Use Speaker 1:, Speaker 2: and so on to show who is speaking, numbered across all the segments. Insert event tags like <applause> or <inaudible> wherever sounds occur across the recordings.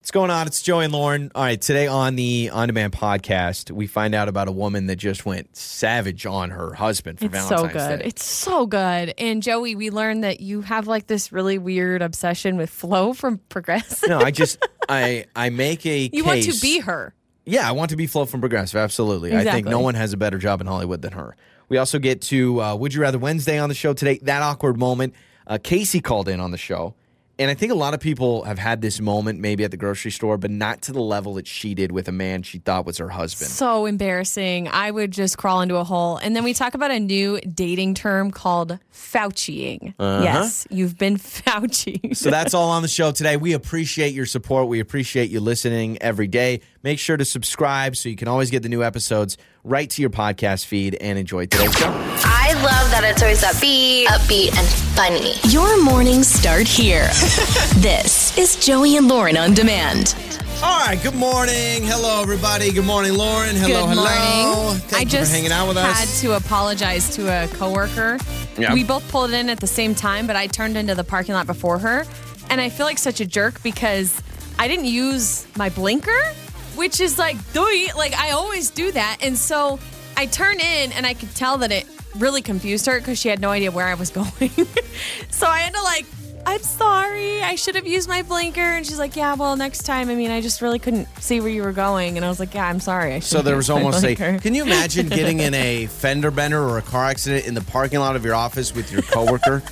Speaker 1: What's going on? It's Joey and Lauren. All right, today on the On Demand podcast, we find out about a woman that just went savage on her husband for
Speaker 2: It's so
Speaker 1: Valentine's
Speaker 2: good.
Speaker 1: Day.
Speaker 2: It's so good. And Joey, we learned that you have like this really weird obsession with Flo from <laughs> Progressive.
Speaker 1: no, I just I I make a
Speaker 2: you want to
Speaker 1: case-
Speaker 2: be her.
Speaker 1: Yeah, I want to be Flo from Progressive. Absolutely. I think
Speaker 2: Exactly.
Speaker 1: no one has a better job in Hollywood than her. We also get to uh, Would You Rather Wednesday on the show today. That awkward moment. Uh, Casey called in on the show. And I think a lot of people have had this moment maybe at the grocery store, but not to the level that she did with a man she thought was her husband.
Speaker 2: So embarrassing. I would just crawl into a hole. And then we talk about a new dating term called Fauciing.
Speaker 1: Uh-huh.
Speaker 2: Yes, you've been <laughs> Fauci.
Speaker 1: So that's all on the show today. We appreciate your support. We appreciate you listening every day. Make sure to subscribe so you can always get the new episodes right to your podcast feed and enjoy today's show.
Speaker 3: I love that it's always upbeat, upbeat and funny.
Speaker 4: Your mornings start here. this is Joey and Lauren on demand.
Speaker 1: All right. Good morning. Hello, everybody. Good morning, Lauren. Hello,
Speaker 2: Good
Speaker 1: hello.
Speaker 2: morning.
Speaker 1: Thank
Speaker 2: I
Speaker 1: you
Speaker 2: just
Speaker 1: for hanging out with
Speaker 2: had
Speaker 1: us.
Speaker 2: to apologize to a coworker.
Speaker 1: Yeah.
Speaker 2: We both pulled in at the same time, but I turned into the parking lot before her, and I feel like such a jerk because I didn't use my blinker, which is like doy, like I always do that, and so I turn in and I could tell that it really confused her because she had no idea where I was <laughs> going, so I had to like. I'm sorry. I should have used my blinker. And she's like, "Yeah, well, next time. I mean, I just really couldn't see where you were going." And I was like, "Yeah, I'm sorry." I
Speaker 1: So there was almost a.
Speaker 2: like her.
Speaker 1: Can you imagine getting in a fender bender or a car accident in the parking lot of your office with your coworker?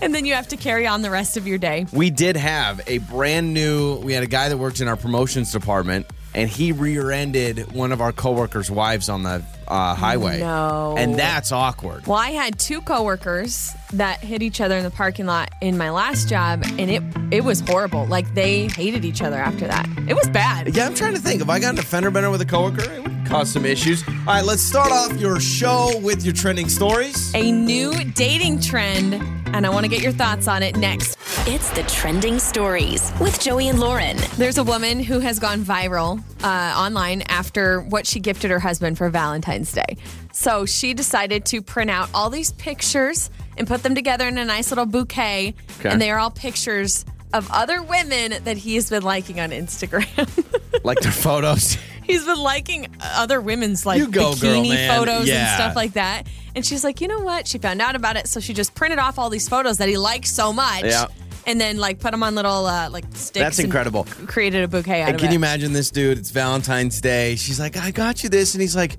Speaker 2: And then you have to carry on the rest of your day.
Speaker 1: We did have a brand new. We had a guy that worked in our promotions department, and he rear-ended one of our coworkers' wives on the uh, highway.
Speaker 2: No.
Speaker 1: and that's awkward.
Speaker 2: Well, I had two coworkers that hit each other in the parking lot in my last job, and it it was horrible. Like they hated each other after that. It was bad.
Speaker 1: Yeah, I'm trying to think. If I got in a fender bender with a coworker, it would cause some issues. All right, let's start off your show with your trending stories.
Speaker 2: A new dating trend, and I want to get your thoughts on it next.
Speaker 4: It's the trending stories with Joey and Lauren.
Speaker 2: There's a woman who has gone viral uh, online after what she gifted her husband for Valentine's Day. So she decided to print out all these pictures and put them together in a nice little bouquet.
Speaker 1: Okay.
Speaker 2: And they are all pictures of other women that he has been liking on Instagram. <laughs>
Speaker 1: Like their photos.
Speaker 2: He's been liking other women's like
Speaker 1: You go, girl,
Speaker 2: bikini
Speaker 1: man.
Speaker 2: photos
Speaker 1: Yeah.
Speaker 2: and stuff like that. And she's like, you know what? She found out about it, so she just printed off all these photos that he likes so much.
Speaker 1: Yeah.
Speaker 2: And then like put them on little uh, like sticks.
Speaker 1: That's
Speaker 2: and
Speaker 1: incredible.
Speaker 2: created a bouquet out
Speaker 1: And
Speaker 2: of
Speaker 1: can
Speaker 2: it.
Speaker 1: you imagine this dude? It's Valentine's Day. She's like, I got you this. And he's like,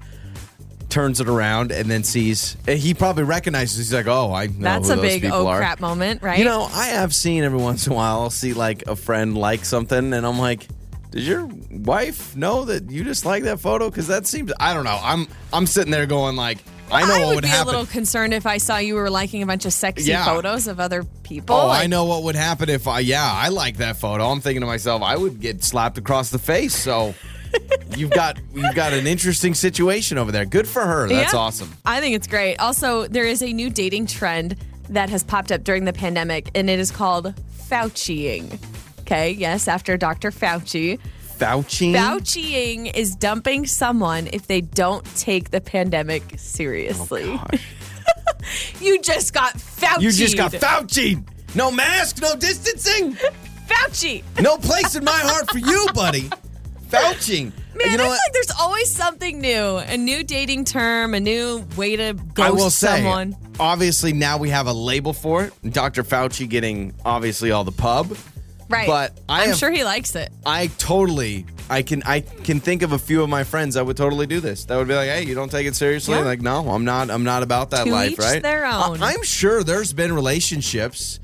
Speaker 1: turns it around and then sees, and he probably recognizes, he's like, oh, I know
Speaker 2: That's
Speaker 1: who
Speaker 2: a
Speaker 1: those
Speaker 2: big
Speaker 1: people
Speaker 2: oh
Speaker 1: are.
Speaker 2: crap moment, right?
Speaker 1: You know, I have seen every once in a while, I'll see like a friend like something, and I'm like, does your wife know that you just like that photo? Because that seems, I don't know. I'm I'm sitting there going like, I know
Speaker 2: I
Speaker 1: what
Speaker 2: would
Speaker 1: would
Speaker 2: be
Speaker 1: happen.
Speaker 2: a little concerned if I saw you were liking a bunch of sexy
Speaker 1: Yeah.
Speaker 2: photos of other people.
Speaker 1: Oh, I
Speaker 2: Like,
Speaker 1: know what would happen if I, yeah, I like that photo. I'm thinking to myself, I would get slapped across the face.
Speaker 2: <laughs>
Speaker 1: So you've got you've got an interesting situation over there. Good for her. That's
Speaker 2: Yeah.
Speaker 1: awesome.
Speaker 2: I think it's great. Also, there is a new dating trend that has popped up during the pandemic, and it is called Fauciing. Okay, yes, after Dr. Fauci.
Speaker 1: Fauci.
Speaker 2: Fauciing is dumping someone if they don't take the pandemic seriously. you just got Fauci.
Speaker 1: Oh, You just got Fauci. No mask, no distancing,
Speaker 2: Fauci.
Speaker 1: no place in my heart for you, buddy. Fauci.
Speaker 2: Man,
Speaker 1: you know
Speaker 2: I feel
Speaker 1: what?
Speaker 2: like there's always something new, a new dating term, a new way to ghost
Speaker 1: I will say,
Speaker 2: someone.
Speaker 1: obviously, now we have a label for it. Dr. Fauci getting obviously all the pub.
Speaker 2: Right.
Speaker 1: but I
Speaker 2: am
Speaker 1: have-
Speaker 2: sure he likes it.
Speaker 1: I totally I can I can think of a few of my friends that would totally do this. That would be like, hey, you don't take it seriously.
Speaker 2: Yeah.
Speaker 1: Like, no, I'm not I'm not about that
Speaker 2: To
Speaker 1: life,
Speaker 2: each
Speaker 1: right?
Speaker 2: their own.
Speaker 1: I, am sure there's been relationships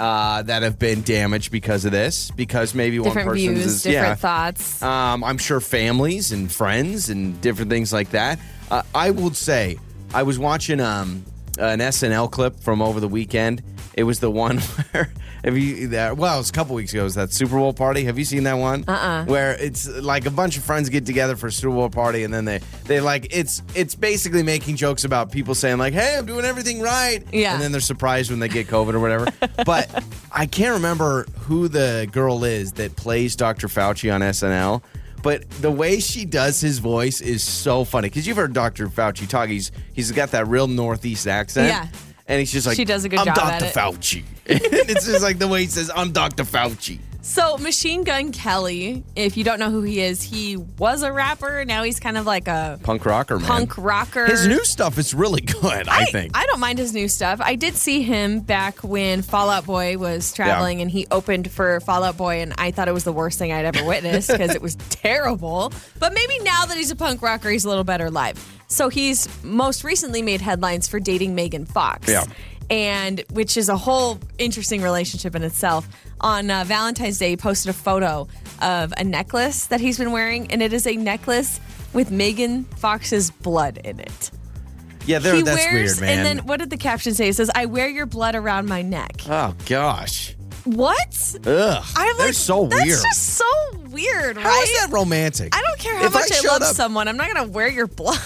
Speaker 1: uh, that have been damaged because of this, because maybe
Speaker 2: Different
Speaker 1: one person's
Speaker 2: views,
Speaker 1: is
Speaker 2: different
Speaker 1: yeah.
Speaker 2: thoughts.
Speaker 1: Um, I'm sure families and friends and different things like that. Uh, I would say I was watching um, an SNL clip from over the weekend. It was the <laughs> one where have you that well, it was a couple weeks ago. It was that Super Bowl party? Have you seen that one? Uh-uh. Where it's like a bunch of friends get together for a Super Bowl party, and then they they like it's it's basically making jokes about people saying like, "Hey, I'm doing everything right,"
Speaker 2: Yeah.
Speaker 1: and then they're surprised when they get COVID or
Speaker 2: <laughs>
Speaker 1: whatever. but I can't remember who the girl is that plays Dr. Fauci on SNL. But the way she does his voice is so funny because you've heard Dr. Fauci talk. He's he's got that real Northeast accent.
Speaker 2: Yeah.
Speaker 1: and he's just like
Speaker 2: She does a good
Speaker 1: I'm
Speaker 2: job
Speaker 1: Dr. <laughs>
Speaker 2: at it."
Speaker 1: Fauci. and it's just like the way he says I'm Dr. Fauci.
Speaker 2: So, Machine Gun Kelly, if you don't know who he is, he was a rapper. Now he's kind of like a
Speaker 1: Punk rocker, man.
Speaker 2: punk rocker.
Speaker 1: His new stuff is really good, I, think.
Speaker 2: I don't mind his new stuff. I did see him back when Fallout Boy was traveling and he opened for Fallout Boy, and I thought it was the worst thing I'd ever witnessed because
Speaker 1: <laughs>
Speaker 2: it was terrible. But maybe now that he's a punk rocker, he's a little better live. So he's most recently made headlines for dating Megan Fox.
Speaker 1: Yeah.
Speaker 2: And which is a whole interesting relationship in itself. On uh, Valentine's Day, he posted a photo of a necklace that he's been wearing, and it is a necklace with Megan Fox's blood in it
Speaker 1: yeah, there,
Speaker 2: he
Speaker 1: that's weird,
Speaker 2: wears,
Speaker 1: man.
Speaker 2: and then what did the caption say? It says, "I wear your blood around my neck."
Speaker 1: oh, gosh.
Speaker 2: What?
Speaker 1: Ugh.
Speaker 2: I'm
Speaker 1: uh, They're
Speaker 2: like,
Speaker 1: so
Speaker 2: that's
Speaker 1: weird.
Speaker 2: just so weird,
Speaker 1: How is
Speaker 2: right?
Speaker 1: that romantic?
Speaker 2: I don't care how
Speaker 1: If
Speaker 2: much I,
Speaker 1: showed
Speaker 2: love
Speaker 1: up-
Speaker 2: someone. I'm not gonna wear
Speaker 1: <laughs>
Speaker 2: your blood.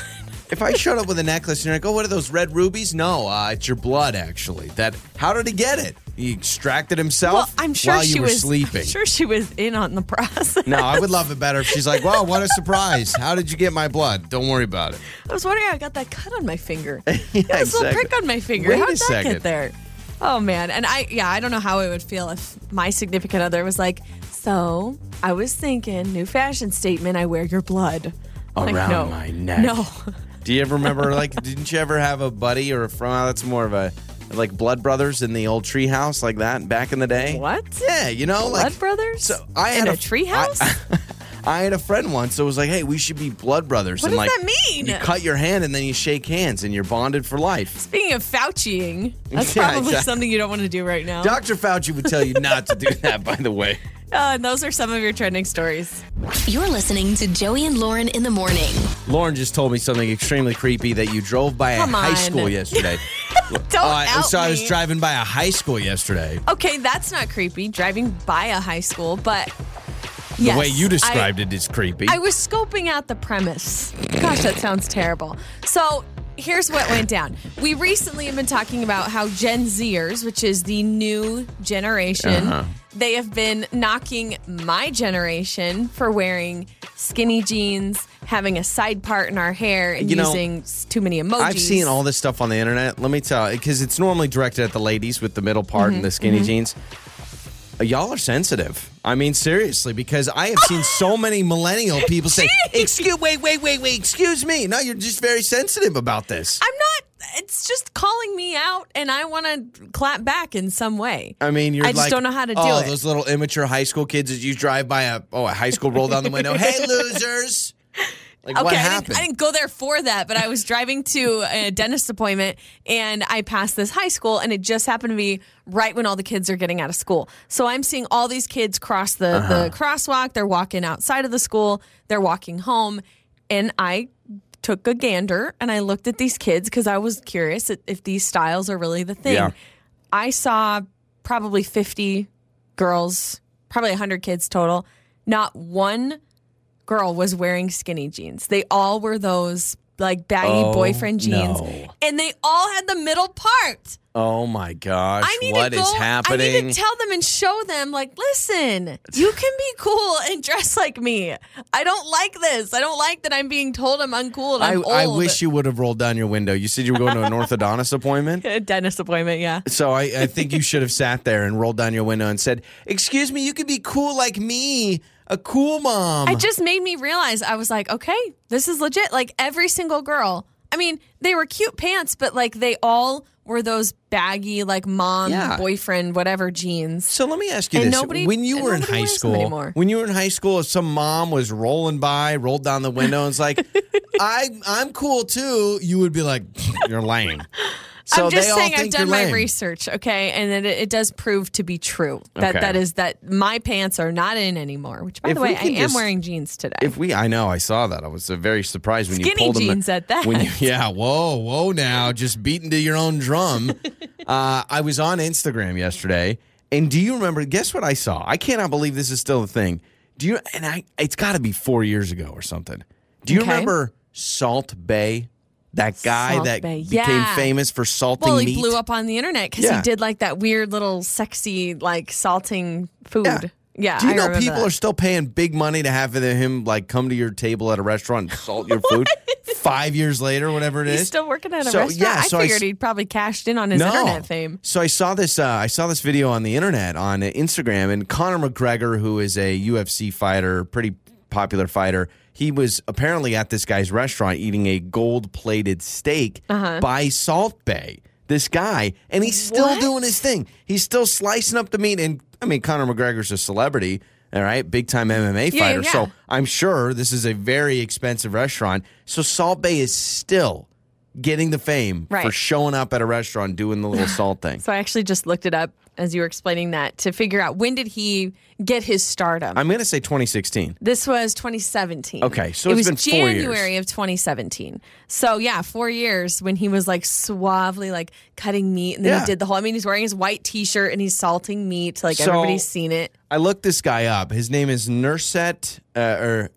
Speaker 1: If I showed up with a necklace and you're like, oh, what are those red rubies? No, uh, it's your blood, actually. That How did he get it? He extracted himself
Speaker 2: Well, I'm sure
Speaker 1: while
Speaker 2: she
Speaker 1: you were
Speaker 2: was
Speaker 1: sleeping.
Speaker 2: I'm sure she was in on the process.
Speaker 1: No, I would love it better if she's like, wow, what a surprise. How did you get my blood? Don't worry about it.
Speaker 2: <laughs> I was wondering how I got that cut on
Speaker 1: <laughs>
Speaker 2: my finger. I got this little
Speaker 1: exactly.
Speaker 2: prick on my finger.
Speaker 1: Wait
Speaker 2: How
Speaker 1: a
Speaker 2: did that
Speaker 1: second.
Speaker 2: get there? Oh man. And I yeah, I don't know how it would feel if my significant other was like, So I was thinking, new fashion statement, I wear your blood. I'm like,
Speaker 1: Around
Speaker 2: no.
Speaker 1: my neck.
Speaker 2: No.
Speaker 1: Do you ever remember, like, didn't you ever have a buddy or a friend that's more of a, like, blood brothers in the old treehouse like that back in the day?
Speaker 2: What?
Speaker 1: Yeah, you know,
Speaker 2: Blood
Speaker 1: like.
Speaker 2: Brothers?
Speaker 1: So I had
Speaker 2: in a,
Speaker 1: a-
Speaker 2: treehouse?
Speaker 1: I <laughs> had a friend once that was like, hey, we should be blood brothers.
Speaker 2: What
Speaker 1: and,
Speaker 2: does
Speaker 1: like,
Speaker 2: that mean?
Speaker 1: You cut your hand and then you shake hands and you're bonded for life.
Speaker 2: Speaking of Fauciing, that's
Speaker 1: Yeah,
Speaker 2: probably
Speaker 1: exactly.
Speaker 2: something you don't want to do right now.
Speaker 1: Dr. Fauci would
Speaker 2: <laughs>
Speaker 1: tell you not to do that, by the way.
Speaker 2: Uh, and those are some of your trending stories.
Speaker 4: You're listening to Joey and Lauren in the morning.
Speaker 1: Lauren just told me something extremely creepy that you drove by
Speaker 2: Come
Speaker 1: a
Speaker 2: on.
Speaker 1: high school yesterday.
Speaker 2: <laughs> Don't
Speaker 1: Uh,
Speaker 2: out
Speaker 1: so I was
Speaker 2: me.
Speaker 1: driving by a high school yesterday.
Speaker 2: Okay, that's not creepy. Driving by a high school, but
Speaker 1: The
Speaker 2: yes,
Speaker 1: way you
Speaker 2: I-
Speaker 1: described it is creepy.
Speaker 2: I was scoping out the premise. Gosh, that sounds terrible. So here's what went down. We recently have been talking about how Gen Zers, which is the new generation,
Speaker 1: Uh-huh.
Speaker 2: they have been knocking my generation for wearing skinny jeans, having a side part in our hair, and
Speaker 1: You know,
Speaker 2: using s- too many emojis.
Speaker 1: I've seen all this stuff on the internet. Let me tell you, because it's normally directed at the ladies with the middle part and
Speaker 2: Mm-hmm.
Speaker 1: the skinny jeans. Uh, Y'all are sensitive. I mean, seriously, because I have seen
Speaker 2: <laughs>
Speaker 1: so many millennial people say, "Excuse, wait, wait, wait, wait, excuse me." No, you're just very sensitive about this.
Speaker 2: I'm not. It's just calling me out, and I want to clap back in some way.
Speaker 1: I mean, you're
Speaker 2: I just
Speaker 1: like,
Speaker 2: don't know how to do
Speaker 1: oh,
Speaker 2: it.
Speaker 1: Those little immature high school kids as you drive by a oh a high school roll down the window.
Speaker 2: <laughs>
Speaker 1: hey, losers! Like what
Speaker 2: I
Speaker 1: happened?
Speaker 2: didn't, I didn't go there for that, but I was driving to a dentist appointment and I passed this high school, and it just happened to be right when all the kids are getting out of school. So I'm seeing all these kids cross the,
Speaker 1: Uh-huh.
Speaker 2: the crosswalk. They're walking outside of the school, they're walking home. And I took a gander and I looked at these kids because I was curious if, if these styles are really the thing.
Speaker 1: Yeah.
Speaker 2: I saw probably 50 girls, probably 100 kids total. Not one girl was wearing skinny jeans. They all were those like baggy
Speaker 1: Oh,
Speaker 2: boyfriend jeans.
Speaker 1: no.
Speaker 2: And they all had the middle part.
Speaker 1: oh my gosh!
Speaker 2: I need
Speaker 1: What
Speaker 2: to
Speaker 1: is
Speaker 2: go,
Speaker 1: happening?
Speaker 2: I need to tell them and show them like, listen, you can be cool and dress like me. I don't like this. I don't like that I'm being told I'm uncool and
Speaker 1: I,
Speaker 2: I'm
Speaker 1: I
Speaker 2: old.
Speaker 1: wish you would have rolled down your window. You said you were going
Speaker 2: <laughs>
Speaker 1: to an orthodontist appointment.
Speaker 2: A <laughs> dentist appointment, yeah.
Speaker 1: So I, I think you should have sat there and rolled down your window and said, Excuse me, you could be cool like me, a cool mom.
Speaker 2: It just made me realize I was like, okay, this is legit. Like every single girl. I mean, they were cute pants, but like they all were those baggy, like mom,
Speaker 1: Yeah.
Speaker 2: boyfriend, whatever jeans.
Speaker 1: so let me ask you
Speaker 2: And
Speaker 1: this.
Speaker 2: nobody-
Speaker 1: when you were in
Speaker 2: nobody
Speaker 1: high
Speaker 2: wears them
Speaker 1: school,
Speaker 2: anymore.
Speaker 1: when you were in high school, if some mom was rolling by, rolled down the window and was
Speaker 2: <laughs>
Speaker 1: like, I, I'm cool too, you would be like, You're lame. So
Speaker 2: I'm just
Speaker 1: they all
Speaker 2: saying I've
Speaker 1: think
Speaker 2: done
Speaker 1: you're
Speaker 2: my
Speaker 1: lame.
Speaker 2: research, okay, and that it, it does prove to be true. That
Speaker 1: Okay.
Speaker 2: that is that my pants are not in anymore. Which, by
Speaker 1: If
Speaker 2: the
Speaker 1: we
Speaker 2: way, I
Speaker 1: could
Speaker 2: am
Speaker 1: just-
Speaker 2: wearing jeans today.
Speaker 1: If we, I know, I saw that. I was uh, very surprised when you
Speaker 2: Skinny
Speaker 1: pulled them.
Speaker 2: jeans at that.
Speaker 1: When you, <laughs> yeah, whoa, whoa, now just beating to your own
Speaker 2: <laughs>
Speaker 1: drum. uh, I was on Instagram yesterday, and do you remember? Guess what I saw? I cannot believe this is still a thing. Do you? And I, it's got to be four years ago or something. Do you
Speaker 2: Okay.
Speaker 1: remember Salt Bay? That guy
Speaker 2: Salt
Speaker 1: that
Speaker 2: Bay,
Speaker 1: became
Speaker 2: yeah.
Speaker 1: famous for salting
Speaker 2: well, he
Speaker 1: meat.
Speaker 2: blew up on the internet because
Speaker 1: Yeah.
Speaker 2: he did like that weird little sexy like salting food.
Speaker 1: Yeah.
Speaker 2: Yeah,
Speaker 1: Do you
Speaker 2: I
Speaker 1: know
Speaker 2: remember
Speaker 1: people
Speaker 2: that. <laughs>
Speaker 1: are still paying big money to have him like come to your table at a restaurant and salt your food? five years later, whatever it is.
Speaker 2: He's still working at a
Speaker 1: so,
Speaker 2: restaurant.
Speaker 1: Yeah, so
Speaker 2: I
Speaker 1: I
Speaker 2: figured
Speaker 1: s-
Speaker 2: he'd probably cashed in on his internet fame.
Speaker 1: So I saw this. Uh, I saw this video on the internet on Instagram, and Conor McGregor, who is a UFC fighter, pretty popular fighter, he was apparently at this guy's restaurant eating a gold-plated steak by Salt Bay. This guy, and he's still
Speaker 2: Uh-huh. What?
Speaker 1: doing his thing. He's still slicing up the meat, and I mean, Conor McGregor's a celebrity. All right, big time MMA
Speaker 2: Yeah,
Speaker 1: fighter. So
Speaker 2: yeah.
Speaker 1: I'm sure this is a very expensive restaurant. So Salt Bay is still getting the fame for
Speaker 2: Right.
Speaker 1: showing up at a restaurant doing the
Speaker 2: <laughs>
Speaker 1: little salt thing.
Speaker 2: So I actually just looked it up as you were explaining that to figure out when did he get his stardom.
Speaker 1: I'm going to say 2016.
Speaker 2: This was 2017.
Speaker 1: Okay, so
Speaker 2: it
Speaker 1: it's
Speaker 2: was
Speaker 1: been four years.
Speaker 2: January of 2017. So yeah, four years when he was like suavely like cutting meat, and then
Speaker 1: Yeah.
Speaker 2: he did the whole. I mean, he's wearing his white T-shirt and he's salting meat. Like
Speaker 1: So-
Speaker 2: everybody's seen it.
Speaker 1: I looked this guy up. His name is Nurset uh, or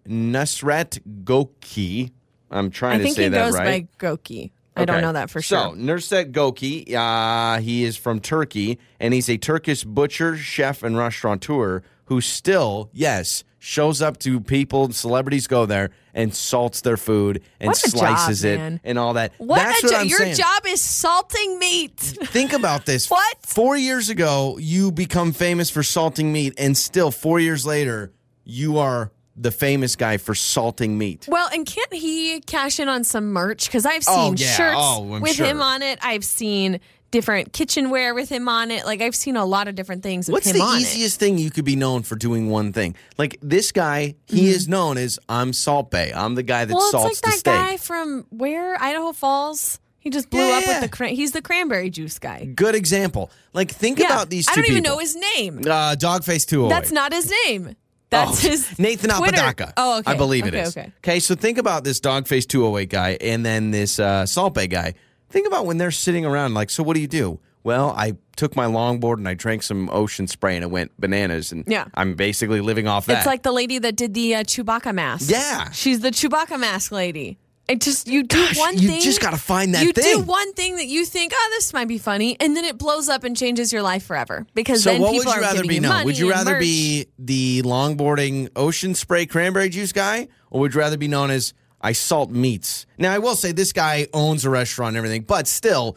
Speaker 1: Nusret Goki. I'm trying
Speaker 2: I
Speaker 1: to
Speaker 2: think
Speaker 1: say
Speaker 2: he
Speaker 1: that
Speaker 2: goes
Speaker 1: right.
Speaker 2: by Goki. I don't
Speaker 1: Okay.
Speaker 2: know that for
Speaker 1: so,
Speaker 2: sure.
Speaker 1: Nurset Goki, uh, he is from Turkey, and he's a Turkish butcher, chef, and restaurateur who still, yes, shows up to people, celebrities go there and salts their food and
Speaker 2: What a job,
Speaker 1: slices it
Speaker 2: man.
Speaker 1: and all that.
Speaker 2: What,
Speaker 1: That's
Speaker 2: a
Speaker 1: what
Speaker 2: jo-
Speaker 1: I'm
Speaker 2: your
Speaker 1: saying.
Speaker 2: job is salting meat.
Speaker 1: Think about this.
Speaker 2: What?
Speaker 1: Four years ago, you become famous for salting meat, and still four years later, you are the famous guy for salting meat.
Speaker 2: Well, and can't he cash in on some merch? Because I've seen
Speaker 1: Oh, yeah.
Speaker 2: shirts
Speaker 1: Oh, I'm
Speaker 2: with
Speaker 1: sure.
Speaker 2: him on it. I've seen different kitchenware with him on it. Like I've seen a lot of different things with
Speaker 1: What's
Speaker 2: him
Speaker 1: the
Speaker 2: on it.
Speaker 1: easiest thing you could be known for doing one thing? Like this guy, he is known as I'm Salt Bay. I'm the guy that
Speaker 2: Mm-hmm. Well, it's like
Speaker 1: salts
Speaker 2: that
Speaker 1: the steak.
Speaker 2: guy from where Idaho Falls. He just blew
Speaker 1: Yeah,
Speaker 2: up
Speaker 1: yeah.
Speaker 2: with the. Cran- he's the cranberry juice guy.
Speaker 1: Good example. Like think
Speaker 2: Yeah,
Speaker 1: about these two
Speaker 2: I don't
Speaker 1: people.
Speaker 2: even know his name.
Speaker 1: uh, Dogface 208.
Speaker 2: That's not his name. That's
Speaker 1: Oh,
Speaker 2: his
Speaker 1: Nathan
Speaker 2: Twitter.
Speaker 1: Apodaca.
Speaker 2: Oh, okay.
Speaker 1: I believe
Speaker 2: okay,
Speaker 1: it is.
Speaker 2: Okay.
Speaker 1: so think about this Dogface 208 guy and then this uh, Salt Bay guy. Think about when they're sitting around, like, so what do you do? Well, I took my longboard and I drank some ocean spray and it went bananas. And
Speaker 2: Yeah.
Speaker 1: I'm basically living off that.
Speaker 2: It's like the lady that did the uh, Chewbacca mask.
Speaker 1: Yeah.
Speaker 2: she's the Chewbacca mask lady. It just you do
Speaker 1: Gosh,
Speaker 2: one
Speaker 1: you
Speaker 2: thing.
Speaker 1: just gotta find that
Speaker 2: you do
Speaker 1: thing.
Speaker 2: one thing that you think, oh, this might be funny, and then it blows up and changes your life forever. Because
Speaker 1: so
Speaker 2: then
Speaker 1: what would
Speaker 2: people
Speaker 1: you
Speaker 2: are
Speaker 1: rather
Speaker 2: giving
Speaker 1: be
Speaker 2: you
Speaker 1: known?
Speaker 2: money
Speaker 1: Would you
Speaker 2: and
Speaker 1: rather
Speaker 2: merch.
Speaker 1: be the longboarding ocean spray cranberry juice guy or would you rather be known as I salt meats? Now, I will say this guy owns a restaurant and everything, but still,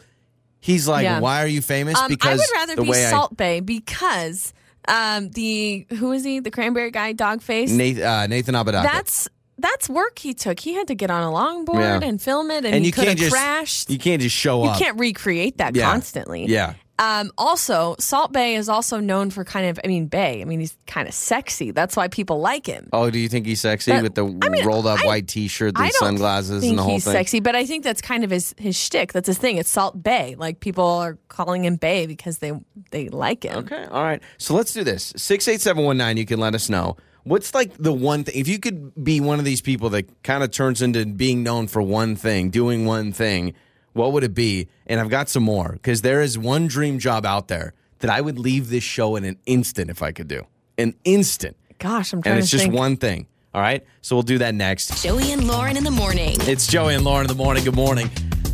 Speaker 1: he's like,
Speaker 2: Yeah.
Speaker 1: why are you famous?
Speaker 2: Um, I
Speaker 1: because
Speaker 2: would rather
Speaker 1: the
Speaker 2: be
Speaker 1: way I-
Speaker 2: Salt Bay because um, the who is he? The cranberry guy, Dogface.
Speaker 1: Nathan, uh, Nathan Abadaka.
Speaker 2: That's that's work he took. He had to get on a longboard
Speaker 1: Yeah.
Speaker 2: and film it, and,
Speaker 1: and
Speaker 2: he
Speaker 1: you
Speaker 2: could
Speaker 1: can't
Speaker 2: have
Speaker 1: just
Speaker 2: crashed.
Speaker 1: you can't just show
Speaker 2: You
Speaker 1: up.
Speaker 2: can't recreate that
Speaker 1: Yeah.
Speaker 2: constantly.
Speaker 1: Yeah.
Speaker 2: Um, also, Salt Bay is also known for kind of, I mean, Bay. I mean, he's kind of sexy. That's why people like him.
Speaker 1: Oh, do you think he's sexy
Speaker 2: But-
Speaker 1: with the
Speaker 2: I mean,
Speaker 1: rolled up
Speaker 2: I-
Speaker 1: white T-shirt,
Speaker 2: I
Speaker 1: the
Speaker 2: don't
Speaker 1: sunglasses,
Speaker 2: think
Speaker 1: and the whole
Speaker 2: he's
Speaker 1: thing?
Speaker 2: sexy, but I think that's kind of his his shtick. That's his thing. It's Salt Bay. Like people are calling him Bay because they they like him.
Speaker 1: Okay, all right. So let's do this. Six eight seven one nine. You can let us know what's like the one thing. If you could be one of these people that kind of turns into being known for one thing, doing one thing, what would it be? And I've got some more because there is one dream job out there that I would leave this show in an instant if I could do an instant,
Speaker 2: Gosh, I'm trying
Speaker 1: and it's
Speaker 2: to
Speaker 1: just
Speaker 2: think.
Speaker 1: one thing. All right, so we'll do that next.
Speaker 4: Joey and Lauren in the morning.
Speaker 1: It's Joey and Lauren in the morning. Good morning.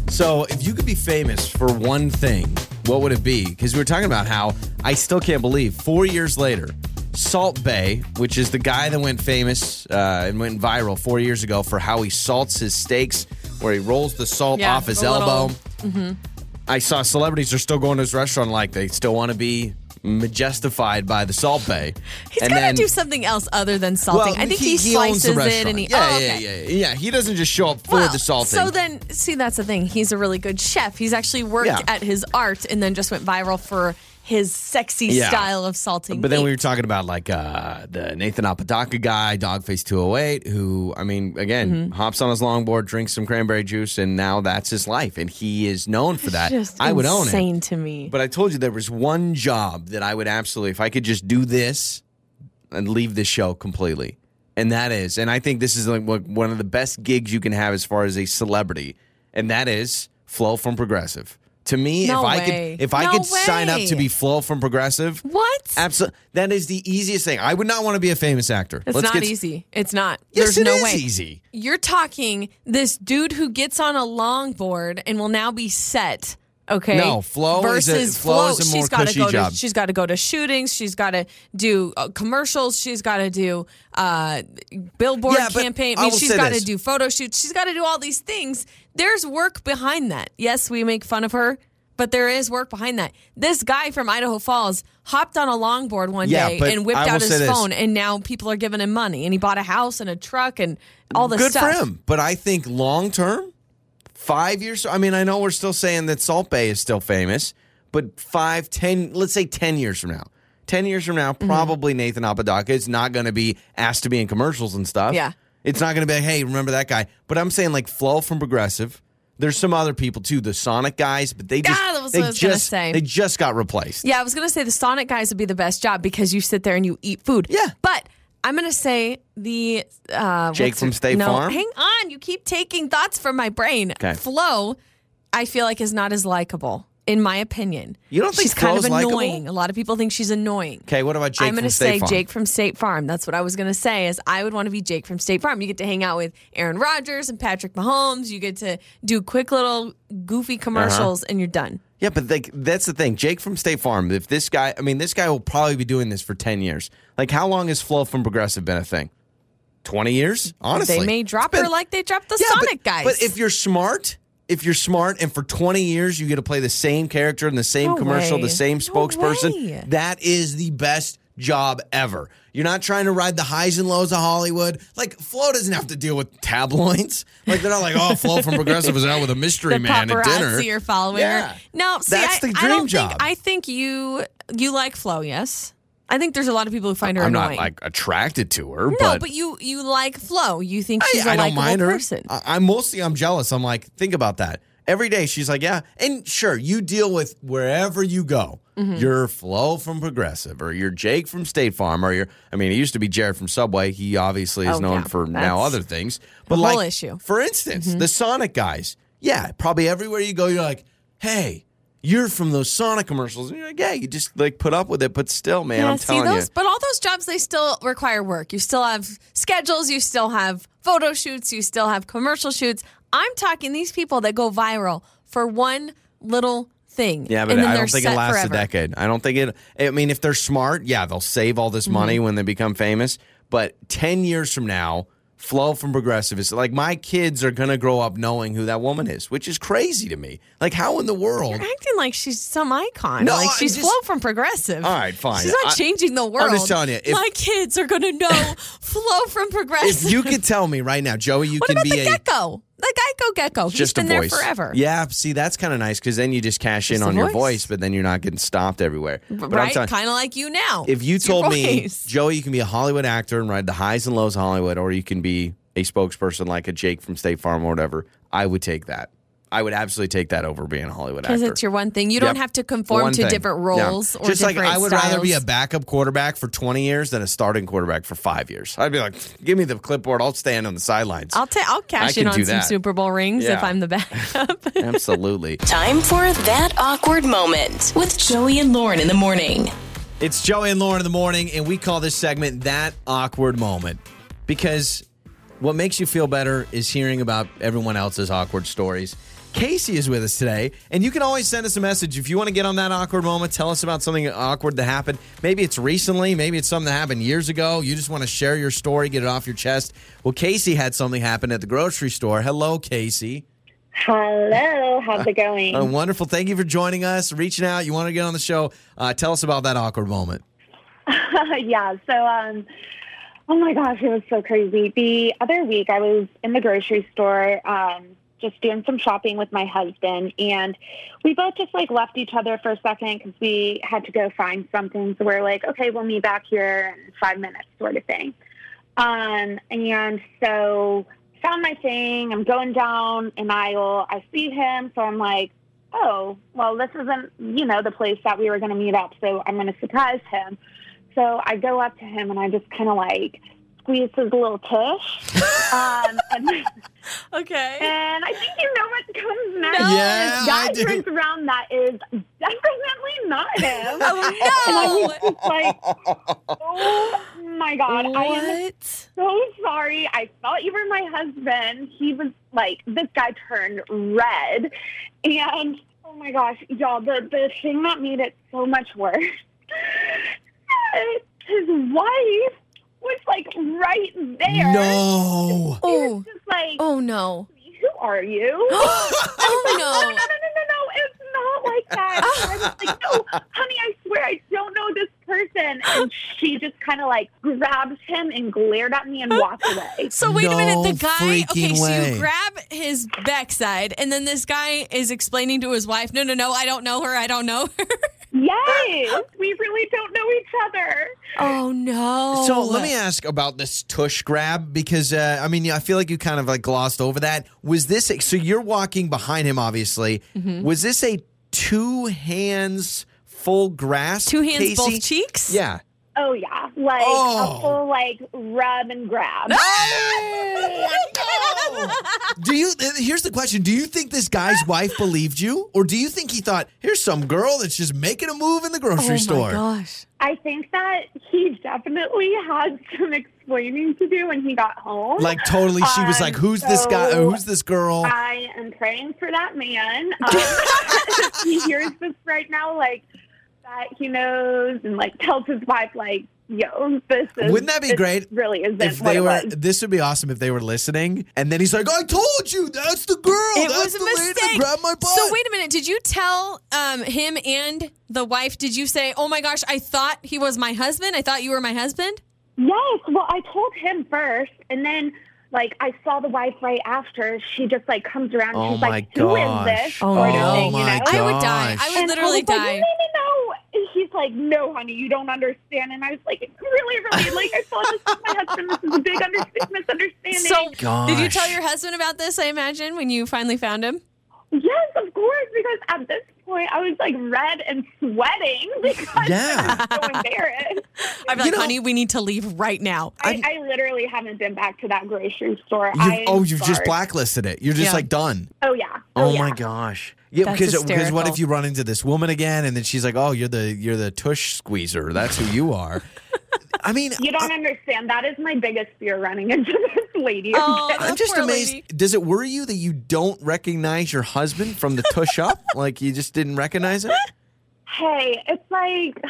Speaker 1: So, if you could be famous for one thing, what would it be? Because we were talking about how I still can't believe four years later, Salt Bay, which is the guy that went famous uh, and went viral four years ago for how he salts his steaks, where he rolls the salt
Speaker 2: Yeah,
Speaker 1: off his
Speaker 2: the little- Mm-hmm.
Speaker 1: elbow. I saw celebrities are still going to his restaurant like they still want to be majestified by the Salt Bay.
Speaker 2: He's
Speaker 1: And
Speaker 2: got to
Speaker 1: then-
Speaker 2: do something else other than salting. I think he,
Speaker 1: owns the
Speaker 2: slices it and
Speaker 1: restaurant.
Speaker 2: he.
Speaker 1: yeah,
Speaker 2: oh,
Speaker 1: yeah,
Speaker 2: okay.
Speaker 1: yeah, yeah, yeah. He doesn't just show up for
Speaker 2: Well,
Speaker 1: the salting.
Speaker 2: So then, see, that's the thing. He's a really good chef. He's actually worked
Speaker 1: Yeah.
Speaker 2: at his art and then just went viral for his sexy
Speaker 1: Yeah.
Speaker 2: style of salting.
Speaker 1: But then
Speaker 2: meat.
Speaker 1: we were talking about like uh, the Nathan Apodaca guy, Dogface 208, who, I mean, again,
Speaker 2: Mm-hmm.
Speaker 1: hops on his longboard, drinks some cranberry juice, and now that's his life. And he is known for that.
Speaker 2: Just
Speaker 1: I would own it.
Speaker 2: Insane to me.
Speaker 1: But I told you there was one job that I would absolutely, if I could just do this and leave this show completely. And that is, and I think this is like what- one of the best gigs you can have as far as a celebrity, and that is Flo from Progressive. To me,
Speaker 2: No
Speaker 1: if I
Speaker 2: way.
Speaker 1: could, if I
Speaker 2: No
Speaker 1: could sign up to
Speaker 2: way.
Speaker 1: be Flo from Progressive,
Speaker 2: what?
Speaker 1: Absolutely. That is the easiest thing. I would not want to be a famous actor.
Speaker 2: It's
Speaker 1: Let's
Speaker 2: not
Speaker 1: get-
Speaker 2: easy. It's not.
Speaker 1: Yes,
Speaker 2: There's
Speaker 1: it
Speaker 2: no
Speaker 1: is
Speaker 2: way.
Speaker 1: easy.
Speaker 2: You're talking this dude who gets on a longboard and will now be set Okay.
Speaker 1: No, Flo is
Speaker 2: versus
Speaker 1: a- Flo is a more
Speaker 2: she's gotta
Speaker 1: cushy
Speaker 2: go
Speaker 1: job.
Speaker 2: To, she's got to go to shootings. She's got to do uh, commercials. She's got to do uh, billboard
Speaker 1: Yeah, but
Speaker 2: campaign.
Speaker 1: I
Speaker 2: I mean,
Speaker 1: will
Speaker 2: she's
Speaker 1: say
Speaker 2: got to
Speaker 1: this.
Speaker 2: do photo shoots. She's got to do all these things. There's work behind that. Yes, we make fun of her, but there is work behind that. This guy from Idaho Falls hopped on a longboard one
Speaker 1: Yeah,
Speaker 2: day
Speaker 1: but
Speaker 2: and whipped
Speaker 1: I will
Speaker 2: out
Speaker 1: say
Speaker 2: his
Speaker 1: this.
Speaker 2: phone, and now people are giving him money, and he bought a house and a truck and all this
Speaker 1: Good
Speaker 2: stuff.
Speaker 1: for him. But I think long term, five years. I mean, I know we're still saying that Salt Bay is still famous, but five, ten, let's say 10 years from now. 10 years from
Speaker 2: Mm-hmm.
Speaker 1: now, probably Nathan Apodaca is not going to be asked to be in commercials and stuff.
Speaker 2: Yeah.
Speaker 1: It's not going to be, like, hey, remember that guy. But I'm saying, like, Flo from Progressive. There's some other people too, the Sonic guys, but they just
Speaker 2: Yeah, that was
Speaker 1: they
Speaker 2: what I was gonna
Speaker 1: just
Speaker 2: say.
Speaker 1: they just got replaced.
Speaker 2: Yeah, I was gonna say the Sonic guys would be the best job because you sit there and you eat food.
Speaker 1: Yeah.
Speaker 2: but I'm gonna say the uh,
Speaker 1: Jake
Speaker 2: what's
Speaker 1: from
Speaker 2: it-
Speaker 1: State
Speaker 2: no,
Speaker 1: Farm?
Speaker 2: Hang on, you keep taking thoughts from my brain.
Speaker 1: 'Kay.
Speaker 2: Flo, I feel like is not as likable in my opinion.
Speaker 1: You don't think
Speaker 2: she's kind of
Speaker 1: Flo's likable?
Speaker 2: annoying? A lot of people think she's annoying.
Speaker 1: Okay, what about Jake
Speaker 2: I'm
Speaker 1: from
Speaker 2: gonna
Speaker 1: State
Speaker 2: say
Speaker 1: Farm?
Speaker 2: Jake from State Farm. That's what I was gonna say. Is I would want to be Jake from State Farm. You get to hang out with Aaron Rodgers and Patrick Mahomes. You get to do quick little goofy
Speaker 1: Uh-huh.
Speaker 2: commercials, and you're done.
Speaker 1: Yeah, but like that's the thing. Jake from State Farm. If this guy, I mean, this guy will probably be doing this for ten years. Like, how long has Flo from Progressive been a thing? Twenty years, honestly.
Speaker 2: They may drop
Speaker 1: It's been-
Speaker 2: her like they dropped the
Speaker 1: Yeah,
Speaker 2: Sonic
Speaker 1: but,
Speaker 2: guys.
Speaker 1: But if you're smart, if you're smart, and for twenty years you get to play the same character in the same
Speaker 2: No
Speaker 1: commercial,
Speaker 2: way.
Speaker 1: the same
Speaker 2: No
Speaker 1: spokesperson,
Speaker 2: way.
Speaker 1: that is the best job ever. You're not trying to ride the highs and lows of Hollywood. Like Flo doesn't have to deal with tabloids. Like they're not like, oh, Flo from Progressive is out with a mystery
Speaker 2: the
Speaker 1: man at dinner.
Speaker 2: paparazzi are following
Speaker 1: Yeah.
Speaker 2: her. No, see,
Speaker 1: That's
Speaker 2: I,
Speaker 1: the
Speaker 2: I
Speaker 1: dream
Speaker 2: don't
Speaker 1: job.
Speaker 2: think I think you you like Flo. Yes, I think there's a lot of people who find her
Speaker 1: I'm
Speaker 2: annoying.
Speaker 1: not like attracted to her,
Speaker 2: no,
Speaker 1: but,
Speaker 2: but, you you like Flo. You think she's a
Speaker 1: I, I don't
Speaker 2: likable
Speaker 1: mind her.
Speaker 2: person.
Speaker 1: I, I'm mostly I'm jealous. I'm like, think about that. Every day she's like, yeah, and sure, you deal with wherever you go.
Speaker 2: Mm-hmm.
Speaker 1: You're Flo from Progressive, or you're Jake from State Farm, or you're. I mean, it used to be Jared from Subway. He obviously is
Speaker 2: Oh,
Speaker 1: known
Speaker 2: yeah.
Speaker 1: for now
Speaker 2: That's
Speaker 1: other things, but
Speaker 2: whole
Speaker 1: like,
Speaker 2: issue. Mm-hmm.
Speaker 1: for instance, the Sonic guys. Yeah, probably everywhere you go, you're like, hey. You're from those Sonic commercials, and you're like, yeah, you just like put up with it, but still, man,
Speaker 2: yeah,
Speaker 1: I'm
Speaker 2: see
Speaker 1: telling you,
Speaker 2: those, but all those jobs they still require work. You still have schedules. You still have photo shoots. You still have commercial shoots. I'm talking these people that go viral for one little thing.
Speaker 1: Yeah, but
Speaker 2: and then
Speaker 1: I
Speaker 2: they're
Speaker 1: don't think it
Speaker 2: set
Speaker 1: lasts
Speaker 2: forever.
Speaker 1: a decade. I don't think it. I mean, if they're smart, yeah, they'll save all this money
Speaker 2: Mm-hmm.
Speaker 1: when they become famous. But ten years from now, Flo from Progressive is like my kids are gonna grow up knowing who that woman is, which is crazy to me. Like, how in the world?
Speaker 2: acting like she's some icon.
Speaker 1: No,
Speaker 2: like
Speaker 1: I'm
Speaker 2: she's
Speaker 1: just-
Speaker 2: Flo from Progressive.
Speaker 1: All right, fine.
Speaker 2: She's not
Speaker 1: I-
Speaker 2: changing the world.
Speaker 1: I'm just telling you, if-
Speaker 2: my kids are gonna
Speaker 1: <laughs>
Speaker 2: know Flo from Progressive.
Speaker 1: If you
Speaker 2: <laughs>
Speaker 1: could tell me right now, Joey, you
Speaker 2: what
Speaker 1: can
Speaker 2: about
Speaker 1: be
Speaker 2: the
Speaker 1: a
Speaker 2: gecko? The Geico gecko. He's
Speaker 1: just
Speaker 2: been
Speaker 1: a
Speaker 2: there
Speaker 1: voice
Speaker 2: forever.
Speaker 1: Yeah, see, that's kind of nice because then you just cash in
Speaker 2: Just a
Speaker 1: on your
Speaker 2: voice.
Speaker 1: voice, but then you're not getting stopped everywhere. But I'm
Speaker 2: right?
Speaker 1: telling-
Speaker 2: Kind of like you now.
Speaker 1: If you
Speaker 2: It's your
Speaker 1: told me,
Speaker 2: voice. <laughs>
Speaker 1: Joey, you can be a Hollywood actor and ride the highs and lows of Hollywood, or you can be a spokesperson like a Jake from State Farm or whatever, I would take that. I would absolutely take that over being a Hollywood actor.
Speaker 2: because it's your one thing, you don't
Speaker 1: Yep.
Speaker 2: have to conform
Speaker 1: One
Speaker 2: to
Speaker 1: thing.
Speaker 2: different
Speaker 1: Yeah.
Speaker 2: roles or
Speaker 1: Just like
Speaker 2: different
Speaker 1: I would rather be a
Speaker 2: styles.
Speaker 1: backup quarterback for 20 years than a starting quarterback for five years. I'd be like, give me the clipboard. I'll stand on the sidelines.
Speaker 2: I'll <laughs> ta- I'll cash
Speaker 1: I
Speaker 2: in
Speaker 1: can
Speaker 2: on
Speaker 1: do
Speaker 2: some
Speaker 1: that.
Speaker 2: Super Bowl rings if
Speaker 1: Yeah.
Speaker 2: I'm the backup. <laughs>
Speaker 1: absolutely.
Speaker 4: Time for that awkward moment with Joey and Lauren in the morning.
Speaker 1: It's Joey and Lauren in the morning, and we call this segment That Awkward Moment because what makes you feel better is hearing about everyone else's awkward stories. Casey is with us today, and you can always send us a message if you want to get on that awkward moment. Tell us about something awkward that happened. Maybe it's recently, maybe it's something that happened years ago. You just want to share your story, get it off your chest. Well, Casey had something happen at the grocery store. Hello, Casey.
Speaker 5: Hello, how's it going?
Speaker 1: Uh, wonderful. Thank you for joining us, reaching out. You want to get on the show. Uh, tell us about that awkward moment.
Speaker 5: <laughs> yeah, so um oh my gosh, it was so crazy. The other week I was in the grocery store um just doing some shopping with my husband and we both just like left each other for a second cuz we had to go find something. So we're like, okay, we'll meet back here in 5 minutes sort of thing. Um and so found my thing. I'm going down an aisle. I see him, so I'm like, "Oh, well, this isn't, you know, the place that we were going to meet up, so I'm going to surprise him." So I go up to him and I just kind of like squeeze his little tush. um, and,
Speaker 2: okay.
Speaker 5: and I think you know what comes next.
Speaker 1: No. Yeah,
Speaker 5: This
Speaker 1: I
Speaker 5: guy
Speaker 1: do.
Speaker 5: turns around. That is definitely not him.
Speaker 1: <laughs>
Speaker 2: Oh no!
Speaker 5: It's like, oh my god! I am
Speaker 2: what?
Speaker 5: so sorry. I thought you were my husband. He was like, this guy turned red. And Oh my gosh, y'all, the, the thing that made it so much worse <laughs> his wife was like right there.
Speaker 1: No.
Speaker 2: Oh,
Speaker 5: Just like,
Speaker 2: oh <laughs> no.
Speaker 5: who
Speaker 2: <gasps>
Speaker 5: are you?
Speaker 2: Oh
Speaker 5: no, no, no, no, no. It's not like that. I was like, no, honey, I swear I don't know this person. And she just kind of like grabbed him and glared at me and walked away.
Speaker 2: So wait
Speaker 1: No
Speaker 2: a minute, the guy. Okay,
Speaker 1: freaking
Speaker 2: so
Speaker 1: way.
Speaker 2: you grab his backside, and then this guy is explaining to his wife, "No, no, no, I don't know her. I don't know her."
Speaker 5: Yes, we really don't know each other.
Speaker 2: oh uh, no.
Speaker 1: So let me ask about this tush grab because uh, I mean I feel like you kind of like glossed over that. Was this so? You're walking behind him, obviously.
Speaker 2: Mm-hmm.
Speaker 1: Was this a two hands full grasp?
Speaker 2: Two hands,
Speaker 1: Casey?
Speaker 2: both cheeks. <laughs>
Speaker 1: Yeah.
Speaker 5: Oh, yeah. Like
Speaker 1: Oh.
Speaker 5: a full like rub and grab.
Speaker 1: do you? th- Here's the question: Do you think this guy's wife believed you, or do you think he thought, "Here's some girl that's just making a move in the
Speaker 2: Oh
Speaker 1: grocery
Speaker 2: my
Speaker 1: store"?
Speaker 2: gosh.
Speaker 5: I think that he definitely had some explaining to do when he got home.
Speaker 1: Like oh. totally, she was
Speaker 5: Um,
Speaker 1: like, "Who's this guy?
Speaker 5: so
Speaker 1: Or who's this girl?"
Speaker 5: I am praying for that man.
Speaker 1: <laughs>
Speaker 5: Um, if <laughs> he hears this right now, like that he knows, and like tells his wife, like, "Yo, this is."
Speaker 1: Wouldn't that be
Speaker 5: this
Speaker 1: great
Speaker 5: Really, isn't
Speaker 1: if
Speaker 5: what
Speaker 1: they
Speaker 5: it
Speaker 1: were,
Speaker 5: was.
Speaker 1: this would be awesome if they were listening, and then he's like, "I told you, that's the girl. Oh,
Speaker 2: It
Speaker 1: that's
Speaker 2: was a
Speaker 1: the lady that
Speaker 2: mistake.
Speaker 1: grabbed my butt."
Speaker 2: So wait a minute. Did you tell um, him and the wife? Did you say, "Oh my gosh, I thought he was my husband. I thought you were my husband"?
Speaker 5: Yes. Well, I told him first, and then like I saw the wife right after. She just like comes around.
Speaker 1: Oh
Speaker 5: she's
Speaker 1: my
Speaker 5: like,
Speaker 1: gosh.
Speaker 5: "Who is this?"
Speaker 2: Oh,
Speaker 5: sort of
Speaker 2: no.
Speaker 5: thing, you
Speaker 1: my
Speaker 5: know?
Speaker 1: God.
Speaker 2: I would die. I
Speaker 1: Gosh.
Speaker 2: would
Speaker 5: And
Speaker 2: literally
Speaker 5: I was
Speaker 2: die.
Speaker 5: Like, no, no, no. And he's like, no, honey, you don't understand. And I was like, really, really, like I saw this with my husband. This is a big under- misunderstanding.
Speaker 2: So did you
Speaker 1: Gosh.
Speaker 2: tell your husband about this? I imagine when you finally found him.
Speaker 5: yes, of course, because at this point I was like red and sweating <laughs> because
Speaker 1: Yeah.
Speaker 5: I was so embarrassed.
Speaker 2: I'd be
Speaker 1: You
Speaker 2: like,
Speaker 1: know-
Speaker 2: honey, we need to leave right now.
Speaker 5: I, I literally haven't been back to that grocery store.
Speaker 1: You've,
Speaker 5: I'm
Speaker 1: oh, you've just
Speaker 5: sorry.
Speaker 1: blacklisted it. You're just
Speaker 2: Yeah.
Speaker 1: like done.
Speaker 5: Oh yeah.
Speaker 1: Oh,
Speaker 5: yeah.
Speaker 1: my gosh. Yeah,
Speaker 2: That's
Speaker 1: because because what if
Speaker 2: hysterical.
Speaker 1: you run into this woman again and then she's like, "Oh, you're the you're the tush squeezer. That's who you are." <laughs> I mean,
Speaker 5: You don't understand. That is my biggest fear running into <laughs> this lady.
Speaker 2: Oh,
Speaker 5: again.
Speaker 1: I'm just
Speaker 2: Poor
Speaker 1: amazed.
Speaker 2: lady.
Speaker 1: Does it worry you that you don't recognize your husband from the tush up? <laughs> like you just didn't recognize him?
Speaker 5: Hey, it's
Speaker 2: <sighs>
Speaker 5: like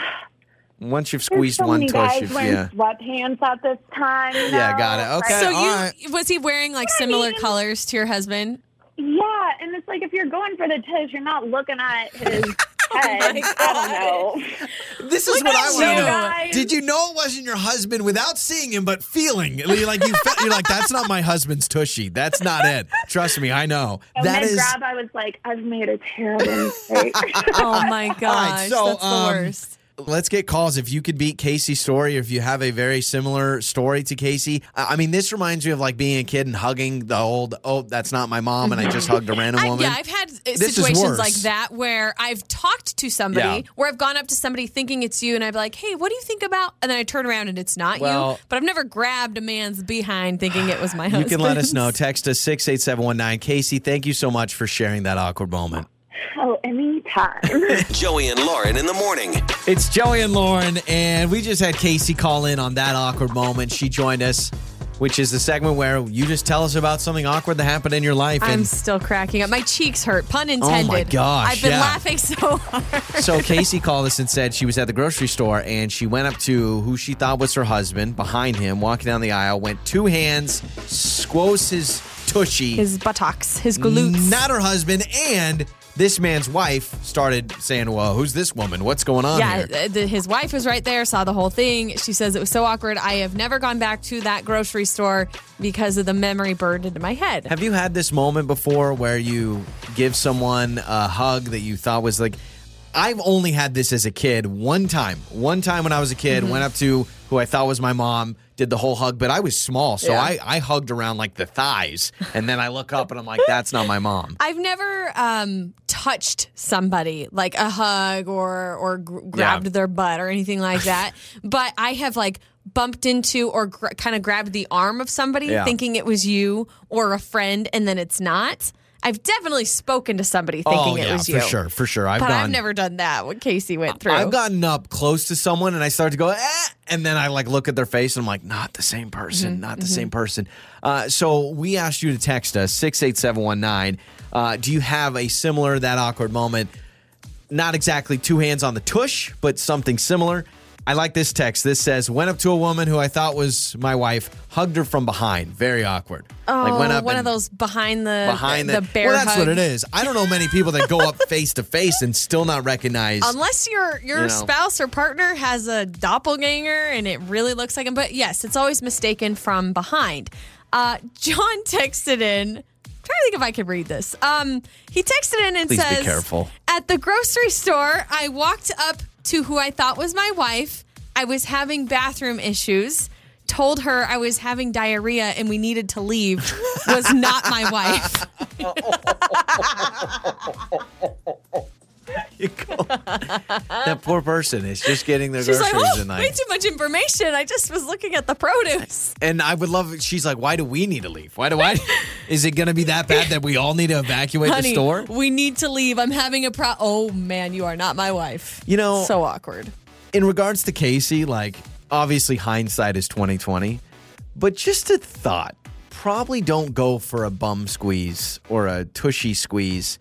Speaker 1: Once you've
Speaker 5: there's
Speaker 1: squeezed
Speaker 5: so
Speaker 1: one
Speaker 5: many
Speaker 1: tush,
Speaker 5: guys
Speaker 1: if,
Speaker 5: wearing
Speaker 1: yeah.
Speaker 5: sweatpants at this time. you
Speaker 1: Yeah,
Speaker 5: know?
Speaker 1: got it. Okay.
Speaker 2: so
Speaker 1: all
Speaker 2: you
Speaker 1: right.
Speaker 2: was he wearing like similar colors to your husband?
Speaker 5: <laughs> Yeah, and it's like if you're going for the toes, you're not looking
Speaker 1: <laughs>
Speaker 5: at his head. I don't know.
Speaker 1: This is what I
Speaker 2: at
Speaker 1: want to
Speaker 2: you
Speaker 1: know.
Speaker 5: guys.
Speaker 1: Did you know it wasn't your husband without seeing him, but feeling? You're like you felt, you're like that's not my husband's tushy. That's not it. Trust me, I know.
Speaker 5: <laughs> And
Speaker 1: that
Speaker 5: then
Speaker 1: is.
Speaker 5: grab, I was like, I've made a terrible mistake. <laughs>
Speaker 2: Oh my gosh,
Speaker 1: so,
Speaker 2: that's the
Speaker 1: um,
Speaker 2: worst.
Speaker 1: Let's get calls if you could beat Casey's story, if you have a very similar story to Casey. I I mean, this reminds me of like being a kid and hugging the old. Oh, that's not my mom, and I just hugged
Speaker 5: <laughs>
Speaker 1: a random
Speaker 2: I-
Speaker 1: woman.
Speaker 2: yeah, I've had uh,
Speaker 1: is worse.
Speaker 2: situations like that where I've talked to somebody
Speaker 1: Yeah.
Speaker 2: where I've gone up to somebody thinking it's you, and I'd be like, "Hey, what do you think about?" And then I turn around and it's not
Speaker 1: Well-
Speaker 2: you. But I've never grabbed a man's behind thinking it was
Speaker 1: <sighs>
Speaker 2: my
Speaker 1: you
Speaker 2: husband.
Speaker 1: can let us know. Text us six eight seven one nine. Casey, thank you so much for sharing that awkward moment.
Speaker 5: oh, anytime. <laughs>
Speaker 6: Joey and Lauren in the morning.
Speaker 1: It's Joey and Lauren, and we just had Casey call in on that awkward moment. She joined us, which is the segment where you just tell us about something awkward that happened in your life.
Speaker 2: I'm
Speaker 1: And
Speaker 2: still cracking up. My cheeks hurt. Pun intended.
Speaker 1: Oh gosh,
Speaker 2: I've been
Speaker 1: yeah.
Speaker 2: laughing so hard. <laughs>
Speaker 1: so Casey called us and said she was at the grocery store and she went up to who she thought was her husband behind him, walking down the aisle, went two hands, squoze his tushy,
Speaker 2: His buttocks, his glutes.
Speaker 1: not her husband, and this man's wife started saying, Well, who's this woman? What's going on
Speaker 2: Yeah,
Speaker 1: here?
Speaker 2: uh, the, his wife was right there, saw the whole thing. She says it was so awkward. I have never gone back to that grocery store because of the memory burned into my head.
Speaker 1: Have you had this moment before where you give someone a hug that you thought was like, I've only had this as a kid one time. One time when I was a kid,
Speaker 2: Mm-hmm.
Speaker 1: went up to who I thought was my mom, did the whole hug, but I was small, so
Speaker 2: Yeah.
Speaker 1: I, I hugged around like the thighs. And then I look up and I'm like, that's not my
Speaker 2: <laughs>
Speaker 1: mom.
Speaker 2: I've never um, touched somebody like a hug or or gr- grabbed their butt or anything
Speaker 1: <laughs>
Speaker 2: like that. but I have like bumped into or gr- kind of grabbed the arm of somebody
Speaker 1: Yeah.
Speaker 2: thinking it was you or a friend, and then it's not. I've definitely spoken to somebody thinking
Speaker 1: oh,
Speaker 2: it
Speaker 1: yeah,
Speaker 2: was
Speaker 1: for
Speaker 2: you.
Speaker 1: sure, for sure. I've
Speaker 2: But
Speaker 1: gone,
Speaker 2: I've never done that. What Casey went through.
Speaker 1: I've gotten up close to someone and I start to go, eh, and then I like look at their face and I'm like, not the same
Speaker 2: Mm-hmm.
Speaker 1: person, not the same person. Uh, so we asked you to text us six eight seven one nine. Uh, do you have a similar that awkward moment? Not exactly two hands on the tush, but something similar. I like this text. This says, went up to a woman who I thought was my wife, hugged her from behind. Very awkward.
Speaker 2: oh,
Speaker 1: like
Speaker 2: one of
Speaker 1: and-
Speaker 2: those behind the
Speaker 1: behind the,
Speaker 2: the, bear.
Speaker 1: Well, that's what
Speaker 2: hug.
Speaker 1: it is. I don't know many people that go up <laughs> face to face and still not recognize.
Speaker 2: Unless your your
Speaker 1: You know.
Speaker 2: spouse or partner has a doppelganger and it really looks like him, but yes, it's always mistaken from behind. Uh, John <laughs> texted in. I'm trying to think if I could read this. Um, he texted in and
Speaker 1: Please be
Speaker 2: says,
Speaker 1: careful.
Speaker 2: At the grocery store, I walked up to who I thought was my wife. I was having bathroom issues. Told her I was having diarrhea and we needed to leave. Was not
Speaker 1: <laughs>
Speaker 2: my wife.
Speaker 1: You go- <laughs> that poor person is just getting their
Speaker 2: She's like,
Speaker 1: groceries
Speaker 2: "Oh,
Speaker 1: tonight.
Speaker 2: way too much information. I just was looking at the produce."
Speaker 1: and I would love. She's like, why do we need to leave? Why do I? <laughs> is it going to be that bad that we all need to evacuate the store?
Speaker 2: We need to leave. I'm having a pro. Oh man, you are not my wife.
Speaker 1: You know-
Speaker 2: so awkward.
Speaker 1: In regards to Casey, like obviously hindsight is twenty twenty, but just a thought. Probably don't go for a bum squeeze or a tushy squeeze,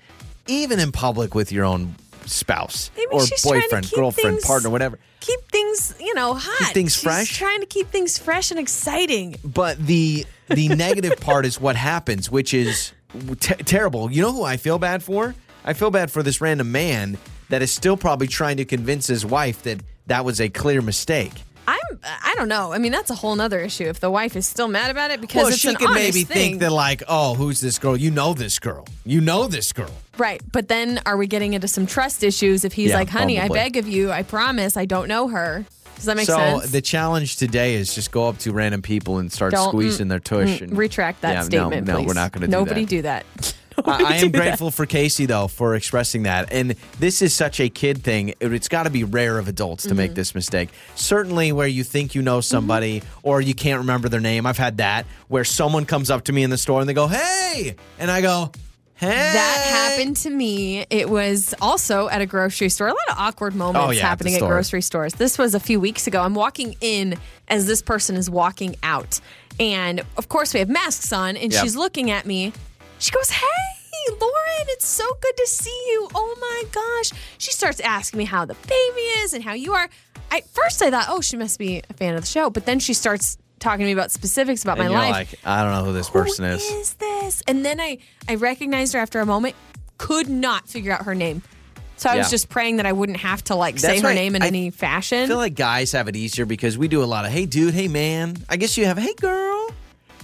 Speaker 1: even in public with your own spouse
Speaker 2: Maybe
Speaker 1: or
Speaker 2: she's trying to
Speaker 1: boyfriend,
Speaker 2: keep
Speaker 1: girlfriend,
Speaker 2: things-
Speaker 1: partner, whatever.
Speaker 2: Keep things, you know, hot.
Speaker 1: things
Speaker 2: She's
Speaker 1: fresh?
Speaker 2: Trying to keep things fresh and exciting.
Speaker 1: but the the <laughs> negative part is what happens, which is te- terrible. You know who I feel bad for? I feel bad for this random man that is still probably trying to convince his wife that that was a clear mistake.
Speaker 2: I'm. I don't know. I mean, that's a whole nother issue. If the wife is still mad about it because
Speaker 1: Well,
Speaker 2: it's
Speaker 1: she
Speaker 2: an
Speaker 1: could
Speaker 2: honest
Speaker 1: maybe
Speaker 2: thing.
Speaker 1: think that like, oh, who's this girl? You know this girl. You know this girl.
Speaker 2: Right. But then are we getting into some trust issues if he's
Speaker 1: Yeah,
Speaker 2: like, honey,
Speaker 1: probably.
Speaker 2: I beg of you, I promise, I don't know her. Does that make
Speaker 1: so
Speaker 2: sense?
Speaker 1: the challenge today is just go up to random people and start
Speaker 2: Don't- mm,
Speaker 1: squeezing their tush. and
Speaker 2: Retract that
Speaker 1: Yeah, no,
Speaker 2: statement,
Speaker 1: No,
Speaker 2: please.
Speaker 1: we're not going to do that.
Speaker 2: Nobody do that. <laughs> Nobody
Speaker 1: I, I am
Speaker 2: do that.
Speaker 1: grateful for Casey though for expressing that, and this is such a kid thing. It, it's got to be rare of adults to
Speaker 2: Mm-hmm.
Speaker 1: make this mistake. Certainly, where you think you know somebody
Speaker 2: Mm-hmm.
Speaker 1: or you can't remember their name. I've had that where someone comes up to me in the store and they go, "Hey," and I go, "Hey."
Speaker 2: That happened to me. It was also at a grocery store. A lot of awkward
Speaker 1: Oh,
Speaker 2: moments
Speaker 1: yeah, at the
Speaker 2: happening at,
Speaker 1: store.
Speaker 2: grocery stores. This was a few weeks ago. I'm walking in as this person is walking out. And of course, we have masks on, and
Speaker 1: Yep.
Speaker 2: she's looking at me. She goes, Hey, Lauren, it's so good to see you. Oh my gosh. She starts asking me how the baby is and how you are. I first I thought, oh, she must be a fan of the show. But then she starts talking to me about specifics about
Speaker 1: And
Speaker 2: my
Speaker 1: you're
Speaker 2: life.
Speaker 1: like, I don't know who this person
Speaker 2: Who
Speaker 1: is.
Speaker 2: this? And then I, I recognized her after a moment, could not figure out her name. So I
Speaker 1: Yeah.
Speaker 2: was just praying that I wouldn't have to like say
Speaker 1: That's
Speaker 2: her
Speaker 1: right.
Speaker 2: name in
Speaker 1: I
Speaker 2: any fashion.
Speaker 1: I feel like guys have it easier because we do a lot of "Hey, dude," "Hey, man." I guess you have "Hey, girl."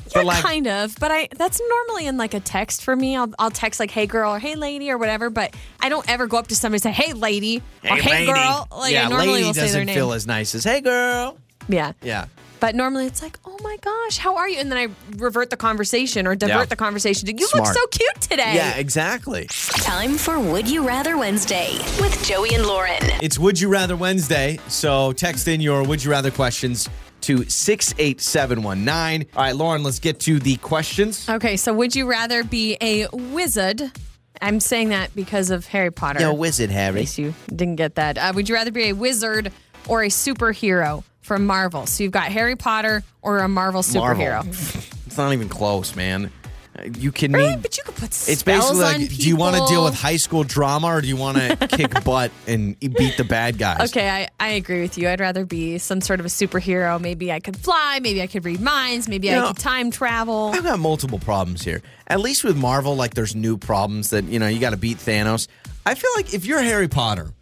Speaker 2: yeah,
Speaker 1: but like-
Speaker 2: kind of. But I that's normally in like a text for me. I'll, I'll text like, "Hey girl" or "Hey lady" or whatever. But I don't ever go up to somebody and say, "Hey lady" or "Hey, girl." Like
Speaker 1: yeah,
Speaker 2: I normally
Speaker 1: lady
Speaker 2: will say
Speaker 1: doesn't
Speaker 2: their name.
Speaker 1: feel as nice as "Hey, girl."
Speaker 2: yeah,
Speaker 1: Yeah.
Speaker 2: But normally it's like, "Oh my gosh, how are you?" And then I revert the conversation or divert
Speaker 1: Yeah.
Speaker 2: the conversation to, "You
Speaker 1: Smart.
Speaker 2: look so cute today."
Speaker 1: Yeah, exactly.
Speaker 4: Time for Would You Rather Wednesday with Joey and Lauren.
Speaker 1: It's Would You Rather Wednesday. So text in your Would You Rather questions to 68719. All right, Lauren, let's get to the questions.
Speaker 2: Okay, so would you rather be a wizard? I'm saying that because of Harry Potter.
Speaker 1: Yo,
Speaker 2: in
Speaker 1: wizard, Harry.
Speaker 2: case you didn't get that. Uh, would you rather be a wizard or a superhero from Marvel? So you've got Harry Potter or a Marvel superhero.
Speaker 1: It's not even close, man. Uh, You kidding
Speaker 2: Really?
Speaker 1: me?
Speaker 2: But you could put spells
Speaker 1: It's basically
Speaker 2: on
Speaker 1: like,
Speaker 2: people.
Speaker 1: do you want to deal with high school drama or do you want
Speaker 2: <laughs>
Speaker 1: to kick butt and beat the bad guys?
Speaker 2: Okay, I, I agree with you. I'd rather be some sort of a superhero. Maybe I could fly. Maybe I could read minds. Maybe
Speaker 1: You
Speaker 2: I
Speaker 1: know,
Speaker 2: could time travel.
Speaker 1: I've got multiple problems here. At least with Marvel, like there's new problems that you know you got to beat Thanos. I feel like if you're Harry Potter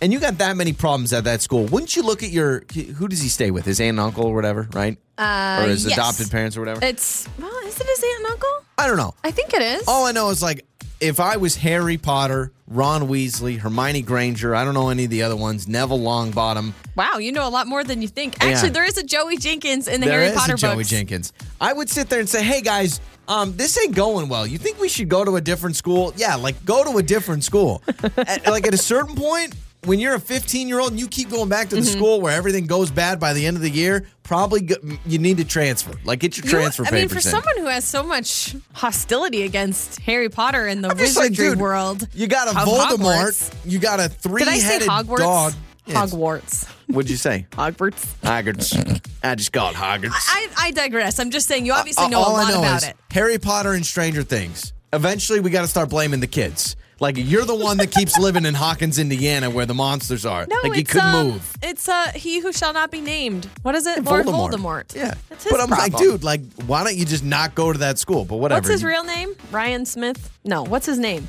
Speaker 1: and you got that many problems at that school, wouldn't you look at your who does he stay with? His aunt and uncle or whatever, right? Uh, or his
Speaker 2: yes.
Speaker 1: adopted parents or whatever.
Speaker 2: It's, well, is it his aunt and uncle?
Speaker 1: I don't know.
Speaker 2: I think it is.
Speaker 1: All I know is like if I was Harry Potter, Ron Weasley, Hermione Granger, I don't know any of the other ones, Neville Longbottom.
Speaker 2: Wow, you know a lot more than you think. Actually,
Speaker 1: Yeah.
Speaker 2: there is a Joey Jenkins in the
Speaker 1: There
Speaker 2: Harry
Speaker 1: is
Speaker 2: Potter
Speaker 1: a Joey
Speaker 2: books.
Speaker 1: Jenkins. I would sit there and say, "Hey guys, um, this ain't going well. You
Speaker 2: <laughs>
Speaker 1: think we should go to a different school? Yeah, like go to a different school. at, like at a certain point, when you're a 15 year old and you keep going back to the
Speaker 2: Mm-hmm.
Speaker 1: school where everything goes bad by the end of the year, probably go, you need to transfer. Like get your
Speaker 2: You-
Speaker 1: transfer
Speaker 2: I
Speaker 1: papers.
Speaker 2: mean, for
Speaker 1: in.
Speaker 2: someone who has so much hostility against Harry Potter and the
Speaker 1: I'm just like,
Speaker 2: wizardry
Speaker 1: dude,
Speaker 2: world,
Speaker 1: you got a
Speaker 2: of
Speaker 1: Voldemort.
Speaker 2: Hogwarts.
Speaker 1: You got a three
Speaker 2: Did I say
Speaker 1: headed
Speaker 2: Hogwarts?
Speaker 1: dog. Yes.
Speaker 2: Hogwarts.
Speaker 1: What'd you say?
Speaker 2: Hogwarts.
Speaker 1: Hogwarts. I just called Hogwarts.
Speaker 2: I, I digress. I'm just saying you obviously know
Speaker 1: Uh, all
Speaker 2: a lot
Speaker 1: I know
Speaker 2: about
Speaker 1: is
Speaker 2: it.
Speaker 1: Harry Potter and Stranger Things. Eventually, we got to start blaming the kids. Like you're the one that keeps living in Hawkins, Indiana, where the monsters are.
Speaker 2: No,
Speaker 1: like
Speaker 2: it's,
Speaker 1: you couldn't
Speaker 2: um,
Speaker 1: move.
Speaker 2: It's uh, he who shall not be named. What is it? Lord Voldemort.
Speaker 1: Yeah,
Speaker 2: That's his
Speaker 1: but I'm like,
Speaker 2: problem.
Speaker 1: dude, like, why don't you just not go to that school? But whatever.
Speaker 2: What's his real name? Ryan Smith? No, what's his name?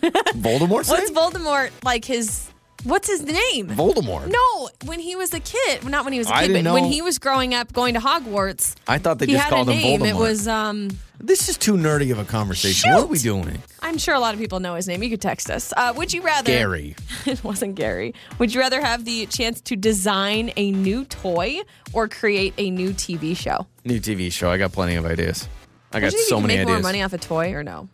Speaker 1: Voldemort?
Speaker 2: What's Voldemort like his what's his name?
Speaker 1: Voldemort?
Speaker 2: no, when he was a kid, well, not when he was a
Speaker 1: I
Speaker 2: kid, but
Speaker 1: didn't
Speaker 2: when
Speaker 1: know-
Speaker 2: he was growing up going to Hogwarts,
Speaker 1: I thought they
Speaker 2: he
Speaker 1: just
Speaker 2: had a
Speaker 1: called him
Speaker 2: name.
Speaker 1: Voldemort.
Speaker 2: It was um
Speaker 1: this is too nerdy of a conversation. What are we
Speaker 2: Shoot.
Speaker 1: doing?
Speaker 2: I'm sure a lot of people know his name. You could text us. Uh, would you rather
Speaker 1: Gary.
Speaker 2: <laughs> it wasn't Gary. Would you rather have the chance to design a new toy or create a new TV show?
Speaker 1: New TV show. I got plenty of ideas. I got
Speaker 2: Imagine if
Speaker 1: so
Speaker 2: you can
Speaker 1: many
Speaker 2: make
Speaker 1: ideas.
Speaker 2: more money off a toy or no?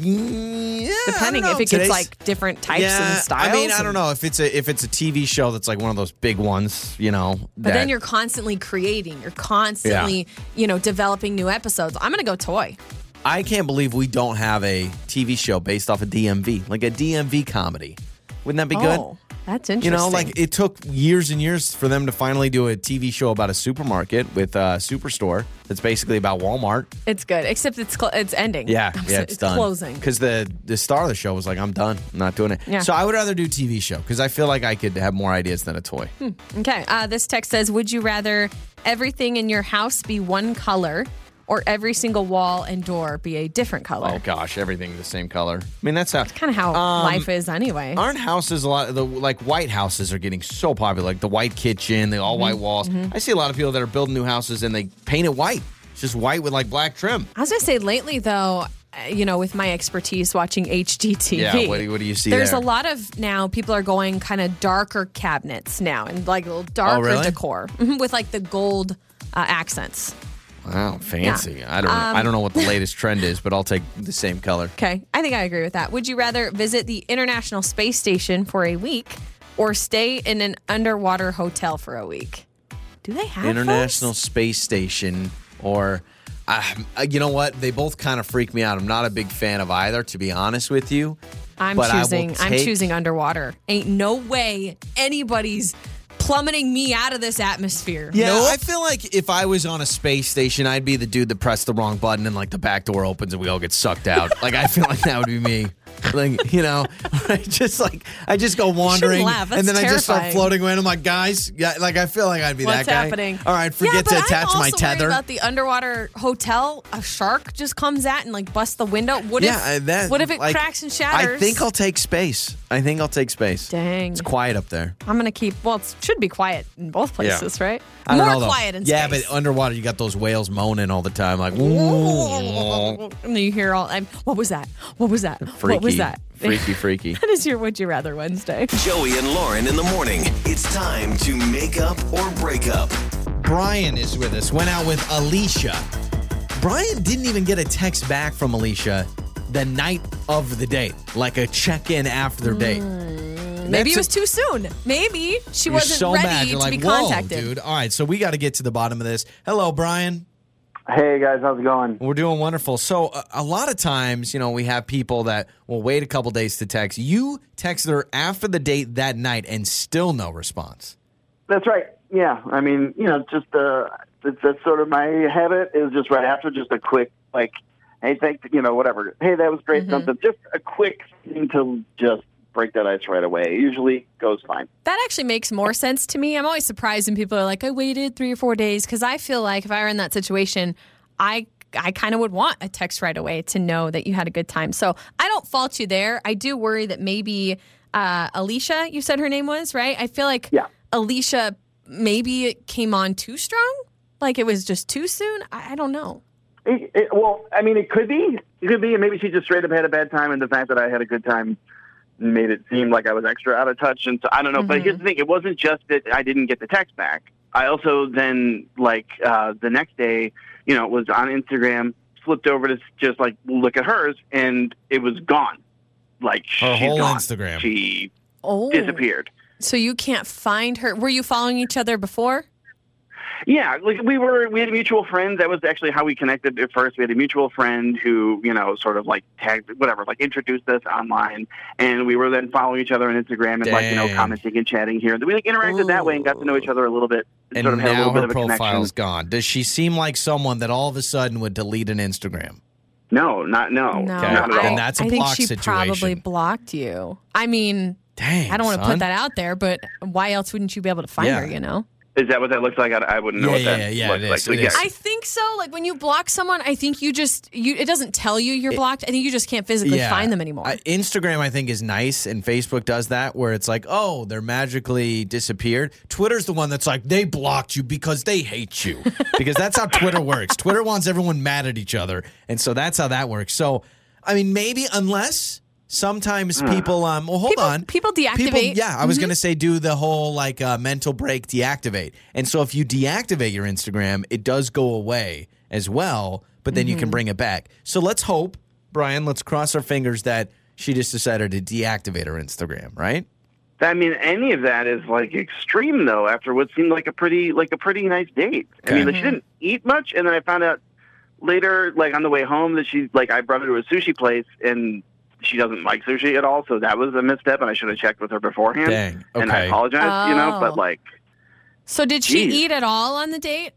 Speaker 1: Yeah, I
Speaker 2: Depending
Speaker 1: don't
Speaker 2: if
Speaker 1: know.
Speaker 2: it
Speaker 1: Today's-
Speaker 2: gets like different types and styles.
Speaker 1: I mean, I
Speaker 2: and-
Speaker 1: don't know if it's a if it's a TV show that's like one of those big ones, you know.
Speaker 2: But then you're constantly creating. You're constantly, you know, developing new episodes. I'm gonna go toy.
Speaker 1: I can't believe we don't have a TV show based off a DMV, like a DMV comedy. Wouldn't that be
Speaker 2: oh,
Speaker 1: good?
Speaker 2: that's interesting.
Speaker 1: You know, like it took years and years for them to finally do a TV show about a supermarket with a superstore that's basically about Walmart.
Speaker 2: it's good, except it's cl- it's ending. <laughs>
Speaker 1: Yeah,
Speaker 2: I'm
Speaker 1: yeah,
Speaker 2: so-
Speaker 1: it's, done.
Speaker 2: closing.
Speaker 1: Because the the star of the show was like, "I'm done. I'm not doing it."
Speaker 2: Yeah.
Speaker 1: So I would rather do TV show because I feel like I could have more ideas than a toy.
Speaker 2: Okay. Uh, this text says, "Would you rather everything in your house be one color, or every single wall and door be a different color?"
Speaker 1: Oh gosh, everything the same color. I mean, that's how
Speaker 2: Kind of how
Speaker 1: Um,
Speaker 2: life is, anyway.
Speaker 1: Aren't houses a lot? The like white houses are getting so popular. Like the white kitchen, the all
Speaker 2: Mm-hmm.
Speaker 1: white walls. I see a lot of people that are building new houses and they paint it white. It's just white with like black trim.
Speaker 2: I was gonna say lately, though, uh, you know, with my expertise watching HGTV,
Speaker 1: Yeah, what do- what do you see
Speaker 2: There's
Speaker 1: there?
Speaker 2: a lot of now people are going kind of darker cabinets now and like a little darker
Speaker 1: Oh, really?
Speaker 2: decor <laughs> Mhm, with like the gold uh, accents.
Speaker 1: Wow, fancy. I don't. I don't know what the <laughs> latest trend is, but I'll take the same color.
Speaker 2: Okay, I think I agree with that. Would you rather visit the International Space Station for a week or stay in an underwater hotel for a week? Do they have
Speaker 1: International
Speaker 2: those?
Speaker 1: Space Station or I you know what? They both kind of freak me out. I'm not a big fan of either, to be honest with you.
Speaker 2: I'm
Speaker 1: But I will
Speaker 2: choosing. I'm
Speaker 1: take-
Speaker 2: choosing underwater. Ain't no way anybody's plummeting me out of this atmosphere.
Speaker 1: Yeah,
Speaker 2: Nope.
Speaker 1: I feel like if I was on a space station, I'd be the dude that pressed the wrong button and like the back door opens and we all get sucked out. like I feel like that would be me. Like you know, <laughs> I just like I just go wandering
Speaker 2: laugh. That's
Speaker 1: and then I just start
Speaker 2: terrifying.
Speaker 1: floating away. And I'm like, guys, yeah, like I feel like I'd be that
Speaker 2: What's
Speaker 1: guy.
Speaker 2: happening?
Speaker 1: All right,
Speaker 2: yeah,
Speaker 1: forget
Speaker 2: but
Speaker 1: to attach
Speaker 2: I'm also
Speaker 1: my
Speaker 2: worried
Speaker 1: tether.
Speaker 2: About the underwater hotel, a shark just comes at and like busts the window. What
Speaker 1: yeah, I-
Speaker 2: if
Speaker 1: that.
Speaker 2: what if it
Speaker 1: like,
Speaker 2: cracks and shatters?
Speaker 1: I think I'll take space. I think I'll take space.
Speaker 2: Dang.
Speaker 1: it's quiet up there.
Speaker 2: I'm gonna keep. Well, it should be quiet in both places, right?
Speaker 1: I don't
Speaker 2: More
Speaker 1: know, though.
Speaker 2: quiet in
Speaker 1: yeah,
Speaker 2: space.
Speaker 1: but uh, underwater you got those whales moaning all the time, like. "Whoa."
Speaker 2: and you hear all. I'm, what was that? What was that? What was that?
Speaker 1: Freaky,
Speaker 2: <laughs>
Speaker 1: freaky.
Speaker 2: that is your Would You Rather Wednesday.
Speaker 6: Joey and Lauren in the morning. It's time to make up or break up.
Speaker 1: <laughs> Brian is with us. Went out with Alicia. Brian didn't even get a text back from Alicia the night of the date, like a check in after their date.
Speaker 2: Mm. Maybe
Speaker 1: That's
Speaker 2: it was
Speaker 1: a-
Speaker 2: too soon. Maybe she
Speaker 1: You're
Speaker 2: wasn't
Speaker 1: so
Speaker 2: ready
Speaker 1: mad.
Speaker 2: to
Speaker 1: You're like,
Speaker 2: be
Speaker 1: "Whoa,
Speaker 2: contacted.
Speaker 1: dude. All right, so we got to get to the bottom of this. Hello, Brian.
Speaker 7: Hey guys, how's it going?
Speaker 1: We're doing wonderful. So a, a lot of times, you know, we have people that will wait a couple days to text. You texted her after the date that night, and still no response.
Speaker 7: That's right. Yeah, I mean, you know, just uh, that's, that's sort of my habit is just right after, just a quick like, hey, thanks, you know, whatever. Hey, that was great, something. Just a quick thing to just break that ice right away. It usually goes fine.
Speaker 2: That actually makes more sense to me. I'm always surprised when people are like, I waited three or four days because I feel like if I were in that situation, I I kind of would want a text right away to know that you had a good time. So I don't fault you there. I do worry that maybe uh, Alicia, you said her name was right. I feel like
Speaker 7: Yeah.
Speaker 2: Alicia maybe it came on too strong, like it was just too soon. I, I don't know.
Speaker 7: It, it, well, I mean, it could be, it could be, and maybe she just straight up had a bad time, and the fact that I had a good time made it seem like I was extra out of touch, and so I don't know. But
Speaker 1: Mm-hmm.
Speaker 7: here's the thing: it wasn't just that I didn't get the text back. I also then, like, uh, the next day, you know, was on Instagram, flipped over to just like look at hers, and it was gone. Like
Speaker 1: Her
Speaker 7: she's
Speaker 1: whole
Speaker 7: gone.
Speaker 1: Instagram.
Speaker 7: She
Speaker 2: Oh.
Speaker 7: disappeared.
Speaker 2: So you can't find her. Were you following each other before?
Speaker 7: Yeah, like we were, we had mutual friends. That was actually how we connected at first. We had a mutual friend who, you know, sort of like tagged, whatever, like introduced us online, and we were then following each other on Instagram and like you know
Speaker 1: Dang.
Speaker 7: commenting and chatting here. We like interacted that way and got to know each other a little bit.
Speaker 1: And
Speaker 7: sort of had a
Speaker 1: now
Speaker 7: little bit
Speaker 1: her
Speaker 7: of a connection.
Speaker 1: profile's gone. Does she seem like someone that all of a sudden would delete an Instagram?
Speaker 7: No, not no,
Speaker 2: no.
Speaker 7: Oh, not at
Speaker 2: I,
Speaker 7: all.
Speaker 1: And that's a
Speaker 2: I think
Speaker 1: block
Speaker 2: she probably
Speaker 1: situation.
Speaker 2: blocked you. I mean,
Speaker 1: Dang.
Speaker 2: I don't want to
Speaker 1: son.
Speaker 2: put that out there, but why else wouldn't you be able to find
Speaker 1: Yeah.
Speaker 2: her, you know?
Speaker 7: Is that what that looks like? I, I wouldn't know
Speaker 1: Yeah,
Speaker 7: what that
Speaker 1: yeah, yeah,
Speaker 7: looks
Speaker 1: it
Speaker 7: like.
Speaker 1: is,
Speaker 7: So,
Speaker 1: it
Speaker 7: yeah.
Speaker 1: is.
Speaker 2: I think so. Like when you block someone, I think you just you it doesn't tell you you're blocked. I think you just can't physically find them anymore.
Speaker 1: I- Instagram, I think, is nice, and Facebook does that, where it's like, oh, they're magically disappeared. Twitter's the one that's like, they blocked you because they hate
Speaker 2: <laughs>
Speaker 1: you, because that's how Twitter works. Twitter wants everyone mad at each other, and so that's how that works. So, I mean, maybe unless sometimes
Speaker 7: Hmm.
Speaker 1: people, um, well, hold
Speaker 2: People-
Speaker 1: on,
Speaker 2: people deactivate. Mm-hmm.
Speaker 1: yeah, I was gonna say do the whole like uh, mental break deactivate, and so if you deactivate your Instagram, it does go away as well, but then
Speaker 2: Mm-hmm.
Speaker 1: you can bring it back. So let's hope, Brian. Let's cross our fingers that she just decided to deactivate her Instagram, right?
Speaker 7: I mean, any of that is like extreme though. After what seemed like a pretty like a pretty nice date. I mean, like, she didn't eat much, and then I found out later, like on the way home, that she like I brought her to a sushi place, and she doesn't like sushi at all. So that was a misstep, and I should have checked with her beforehand.
Speaker 1: Dang,
Speaker 7: And I
Speaker 1: okay.
Speaker 7: apologize, you know.
Speaker 2: Oh.
Speaker 7: But like,
Speaker 2: so did she
Speaker 7: Jeez.
Speaker 2: eat at all on the date?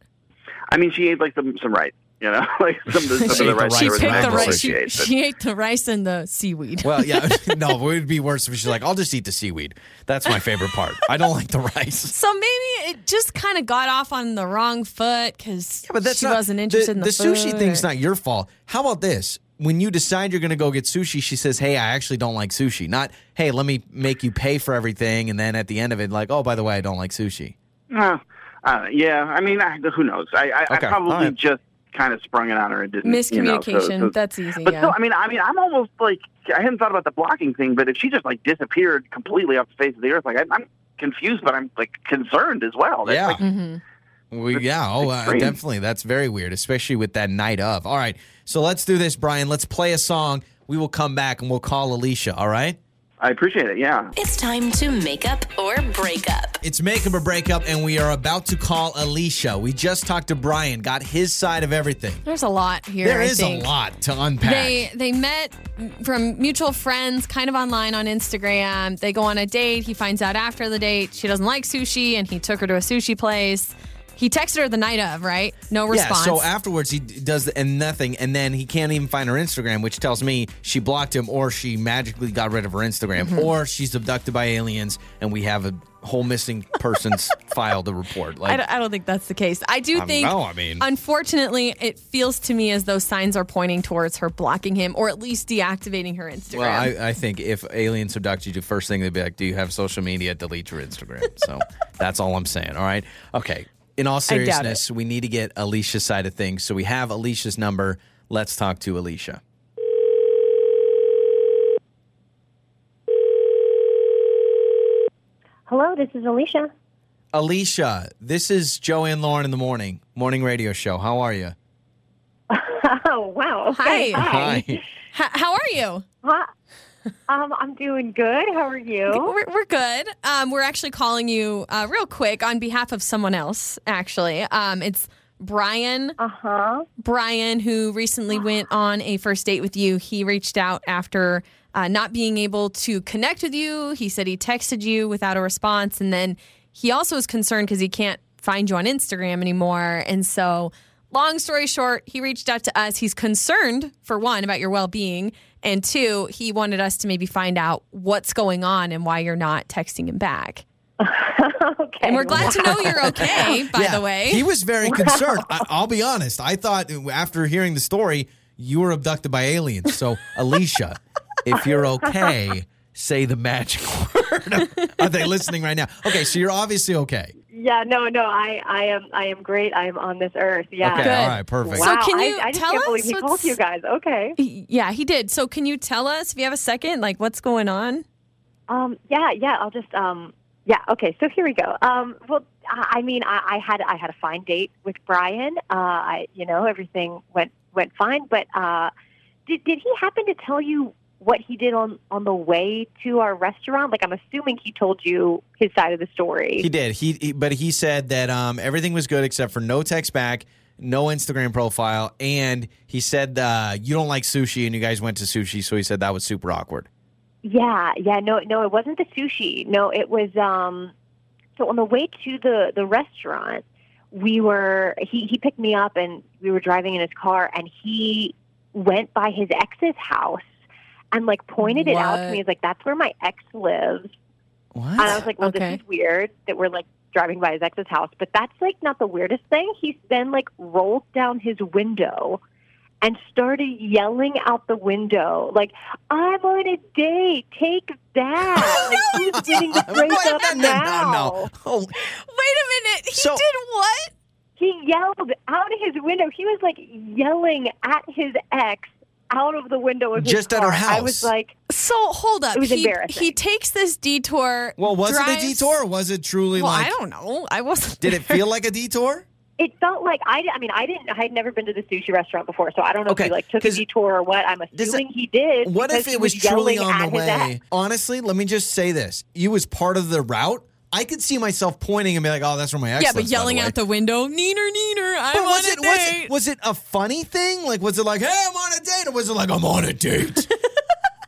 Speaker 7: I mean, she ate like some some rice, you know, <laughs> like some of the,
Speaker 1: She ate
Speaker 7: some of the
Speaker 1: the
Speaker 7: rice.
Speaker 1: rice.
Speaker 7: I
Speaker 2: She
Speaker 7: was
Speaker 1: was
Speaker 2: picked
Speaker 7: not
Speaker 2: the
Speaker 1: able to
Speaker 2: rice. She,
Speaker 7: appreciate, but-
Speaker 2: she ate the rice and the seaweed.
Speaker 1: Well, yeah, <laughs> no, it would be worse if she's like, I'll just eat the seaweed. That's my favorite part. I don't like the rice.
Speaker 2: so maybe it just kind of got off on the wrong foot because
Speaker 1: Yeah, but that's
Speaker 2: she
Speaker 1: not,
Speaker 2: wasn't interested
Speaker 1: the,
Speaker 2: in the,
Speaker 1: the sushi
Speaker 2: food
Speaker 1: thing's
Speaker 2: or-
Speaker 1: not your fault. How about this? When you decide you're going to go get sushi, she says, "Hey, I actually don't like sushi." Not, "Hey, let me make you pay for everything," and then at the end of it, like, "Oh, by the way, I don't like sushi."
Speaker 7: Uh, uh, yeah, I mean, I, who knows? I, I,
Speaker 1: Okay,
Speaker 7: I probably
Speaker 1: all right.
Speaker 7: just kind of sprung it on her and didn't. you know, so-
Speaker 2: miscommunication.
Speaker 7: so-
Speaker 2: That's easy.
Speaker 7: but
Speaker 2: yeah.
Speaker 7: still, I mean, I mean, I'm almost like I hadn't thought about the blocking thing, but if she just like disappeared completely off the face of the earth, like I'm, I'm confused, but I'm like concerned as well. That's,
Speaker 1: yeah.
Speaker 7: like,
Speaker 2: Mm-hmm.
Speaker 1: Well, yeah, oh, uh,
Speaker 7: extreme.
Speaker 1: definitely. That's very weird, especially with that night of. All right, so let's do this, Brian. Let's play a song. We will come back and we'll call Alicia. All right.
Speaker 7: I appreciate it. Yeah.
Speaker 4: It's time to make up or break up.
Speaker 1: It's Makeup or Breakup, and we are about to call Alicia. We just talked to Brian, got his side of everything.
Speaker 2: There's a lot here.
Speaker 1: There
Speaker 2: I
Speaker 1: is
Speaker 2: think.
Speaker 1: a lot to unpack.
Speaker 2: They they met from mutual friends, kind of online on Instagram. They go on a date. He finds out after the date she doesn't like sushi, and he took her to a sushi place. He texted her the night of, right? No response.
Speaker 1: Yeah, so afterwards he d- does the, and nothing, and then he can't even find her Instagram, which tells me she blocked him, or she magically got rid of her Instagram,
Speaker 2: Mm-hmm.
Speaker 1: or she's abducted by aliens, and we have a whole missing
Speaker 2: <laughs>
Speaker 1: persons file to report.
Speaker 2: I,
Speaker 1: Like,
Speaker 2: don't, I don't think that's the case. I do
Speaker 1: don't
Speaker 2: think.
Speaker 1: know, I mean-
Speaker 2: unfortunately, it feels to me as though signs are pointing towards her blocking him, or at least deactivating her Instagram.
Speaker 1: well, I, I think if aliens abduct you, the first thing they'd be like, "Do you have social media? Delete your Instagram."
Speaker 2: <laughs>
Speaker 1: So that's all I'm saying. All right, okay. In all
Speaker 2: doubt it.
Speaker 1: seriousness, we need to get Alicia's side of things. So we have Alicia's number. Let's talk to Alicia.
Speaker 8: Hello, this is Alicia.
Speaker 1: Alicia, this is Joe and Lauren in the morning morning radio show. How are you?
Speaker 8: Oh, wow. Okay.
Speaker 2: Hi.
Speaker 8: <laughs>
Speaker 1: Hi.
Speaker 2: H- how are you? <laughs>
Speaker 8: Hi. Um, I'm doing good. How are you?
Speaker 2: We're, we're good. Um, we're actually calling you uh, real quick on behalf of someone else. Actually, um, it's Brian.
Speaker 8: Uh
Speaker 5: Uh-huh. <laughs>
Speaker 8: huh.
Speaker 2: Brian, who recently went on a first date with you, he reached out after uh, not being able to connect with you. He said he texted you without a response. And then he also is concerned because he can't find you on Instagram anymore. And so, long story short, he reached out to us. He's concerned, for one, about your well being. And two, he wanted us to maybe find out what's going on and why you're not texting him back.
Speaker 8: Okay.
Speaker 2: And we're glad to know you're okay, by
Speaker 1: Yeah,
Speaker 2: the way.
Speaker 1: He was very concerned. I, I'll be honest. I thought after hearing the story, you were abducted by aliens.
Speaker 2: <laughs>
Speaker 1: So, Alicia, if you're okay, say the magic <laughs> word. Are they listening right now? Okay, so you're obviously okay.
Speaker 8: Yeah. No. No. I. I am. I am great. I am on this earth. Yeah.
Speaker 1: Okay,
Speaker 2: Good.
Speaker 1: all right, perfect.
Speaker 8: Wow.
Speaker 2: So can
Speaker 8: I-
Speaker 2: you
Speaker 8: I, just
Speaker 2: tell
Speaker 8: can't believe
Speaker 2: us
Speaker 8: he
Speaker 2: what's-
Speaker 8: called you guys. Okay.
Speaker 2: Yeah, he did. So can you tell us if you have a second, like what's going on?
Speaker 8: Um. Yeah. Yeah. I'll just. Um. Yeah. Okay. So here we go. Um. Well. I I mean, I, I had I had a fine date with Brian. Uh. I. You know, everything went went fine. But uh, did did he happen to tell you what he did on on the way to our restaurant? Like I'm assuming he told you his side of the story.
Speaker 1: He did. He, he- but he said that um, everything was good except for no text back, no Instagram profile, and he said uh, you don't like sushi, and you guys went to sushi, so he said that was super awkward.
Speaker 8: Yeah, yeah, no, no, it wasn't the sushi. No, it was. um So on the way to the the restaurant, we were he he picked me up and we were driving in his car and he went by his ex's house and like pointed it out
Speaker 2: What?
Speaker 8: to me. He's like, "That's where my ex lives."
Speaker 1: What?
Speaker 8: And I was like, well,
Speaker 2: Okay.
Speaker 8: this is weird that we're like driving by his ex's house. But that's like not the weirdest thing. He's then like rolled down his window and started yelling out the window, like, I'm on a date. Take
Speaker 1: <laughs>
Speaker 8: that. <laughs> like, who's getting the breakup
Speaker 1: no,
Speaker 8: now?
Speaker 1: no, no. Oh,
Speaker 2: Wait a minute. He
Speaker 1: So-
Speaker 2: did what?
Speaker 8: He yelled out of his window. He was like yelling at his ex out of the window of his
Speaker 1: Just at her
Speaker 8: car. I
Speaker 1: house.
Speaker 8: was like,
Speaker 2: So hold up.
Speaker 8: It was
Speaker 2: he,
Speaker 8: embarrassing.
Speaker 2: He takes this detour.
Speaker 1: well, was it
Speaker 2: drives-
Speaker 1: a detour? Or was it truly
Speaker 2: Well,
Speaker 1: like?
Speaker 2: I don't know. I wasn't.
Speaker 1: Did it feel like a
Speaker 8: <laughs>
Speaker 1: detour?
Speaker 8: it felt like I, di- I mean I didn't I had never been to the sushi restaurant before, so I don't know
Speaker 1: Okay,
Speaker 8: if he like took a
Speaker 1: 'cause-
Speaker 8: detour or what. I'm
Speaker 1: Does it-
Speaker 8: assuming he did.
Speaker 1: What
Speaker 8: because
Speaker 1: if
Speaker 8: he
Speaker 1: it was truly
Speaker 8: yelling
Speaker 1: on the
Speaker 8: at his ex.
Speaker 1: way? Honestly, let me just say this: you was part of the route. I could see myself pointing and be like, "Oh, that's where my ex."
Speaker 2: <laughs> yeah, but
Speaker 1: lives, by
Speaker 2: yelling
Speaker 1: the way.
Speaker 2: out the window, neener, neener. I'm
Speaker 1: But
Speaker 2: on
Speaker 1: was
Speaker 2: a
Speaker 1: it, was
Speaker 2: date.
Speaker 1: it was it a funny thing? Like was it like, hey, I'm on a date, or was it like I'm on a
Speaker 8: <laughs>
Speaker 1: date?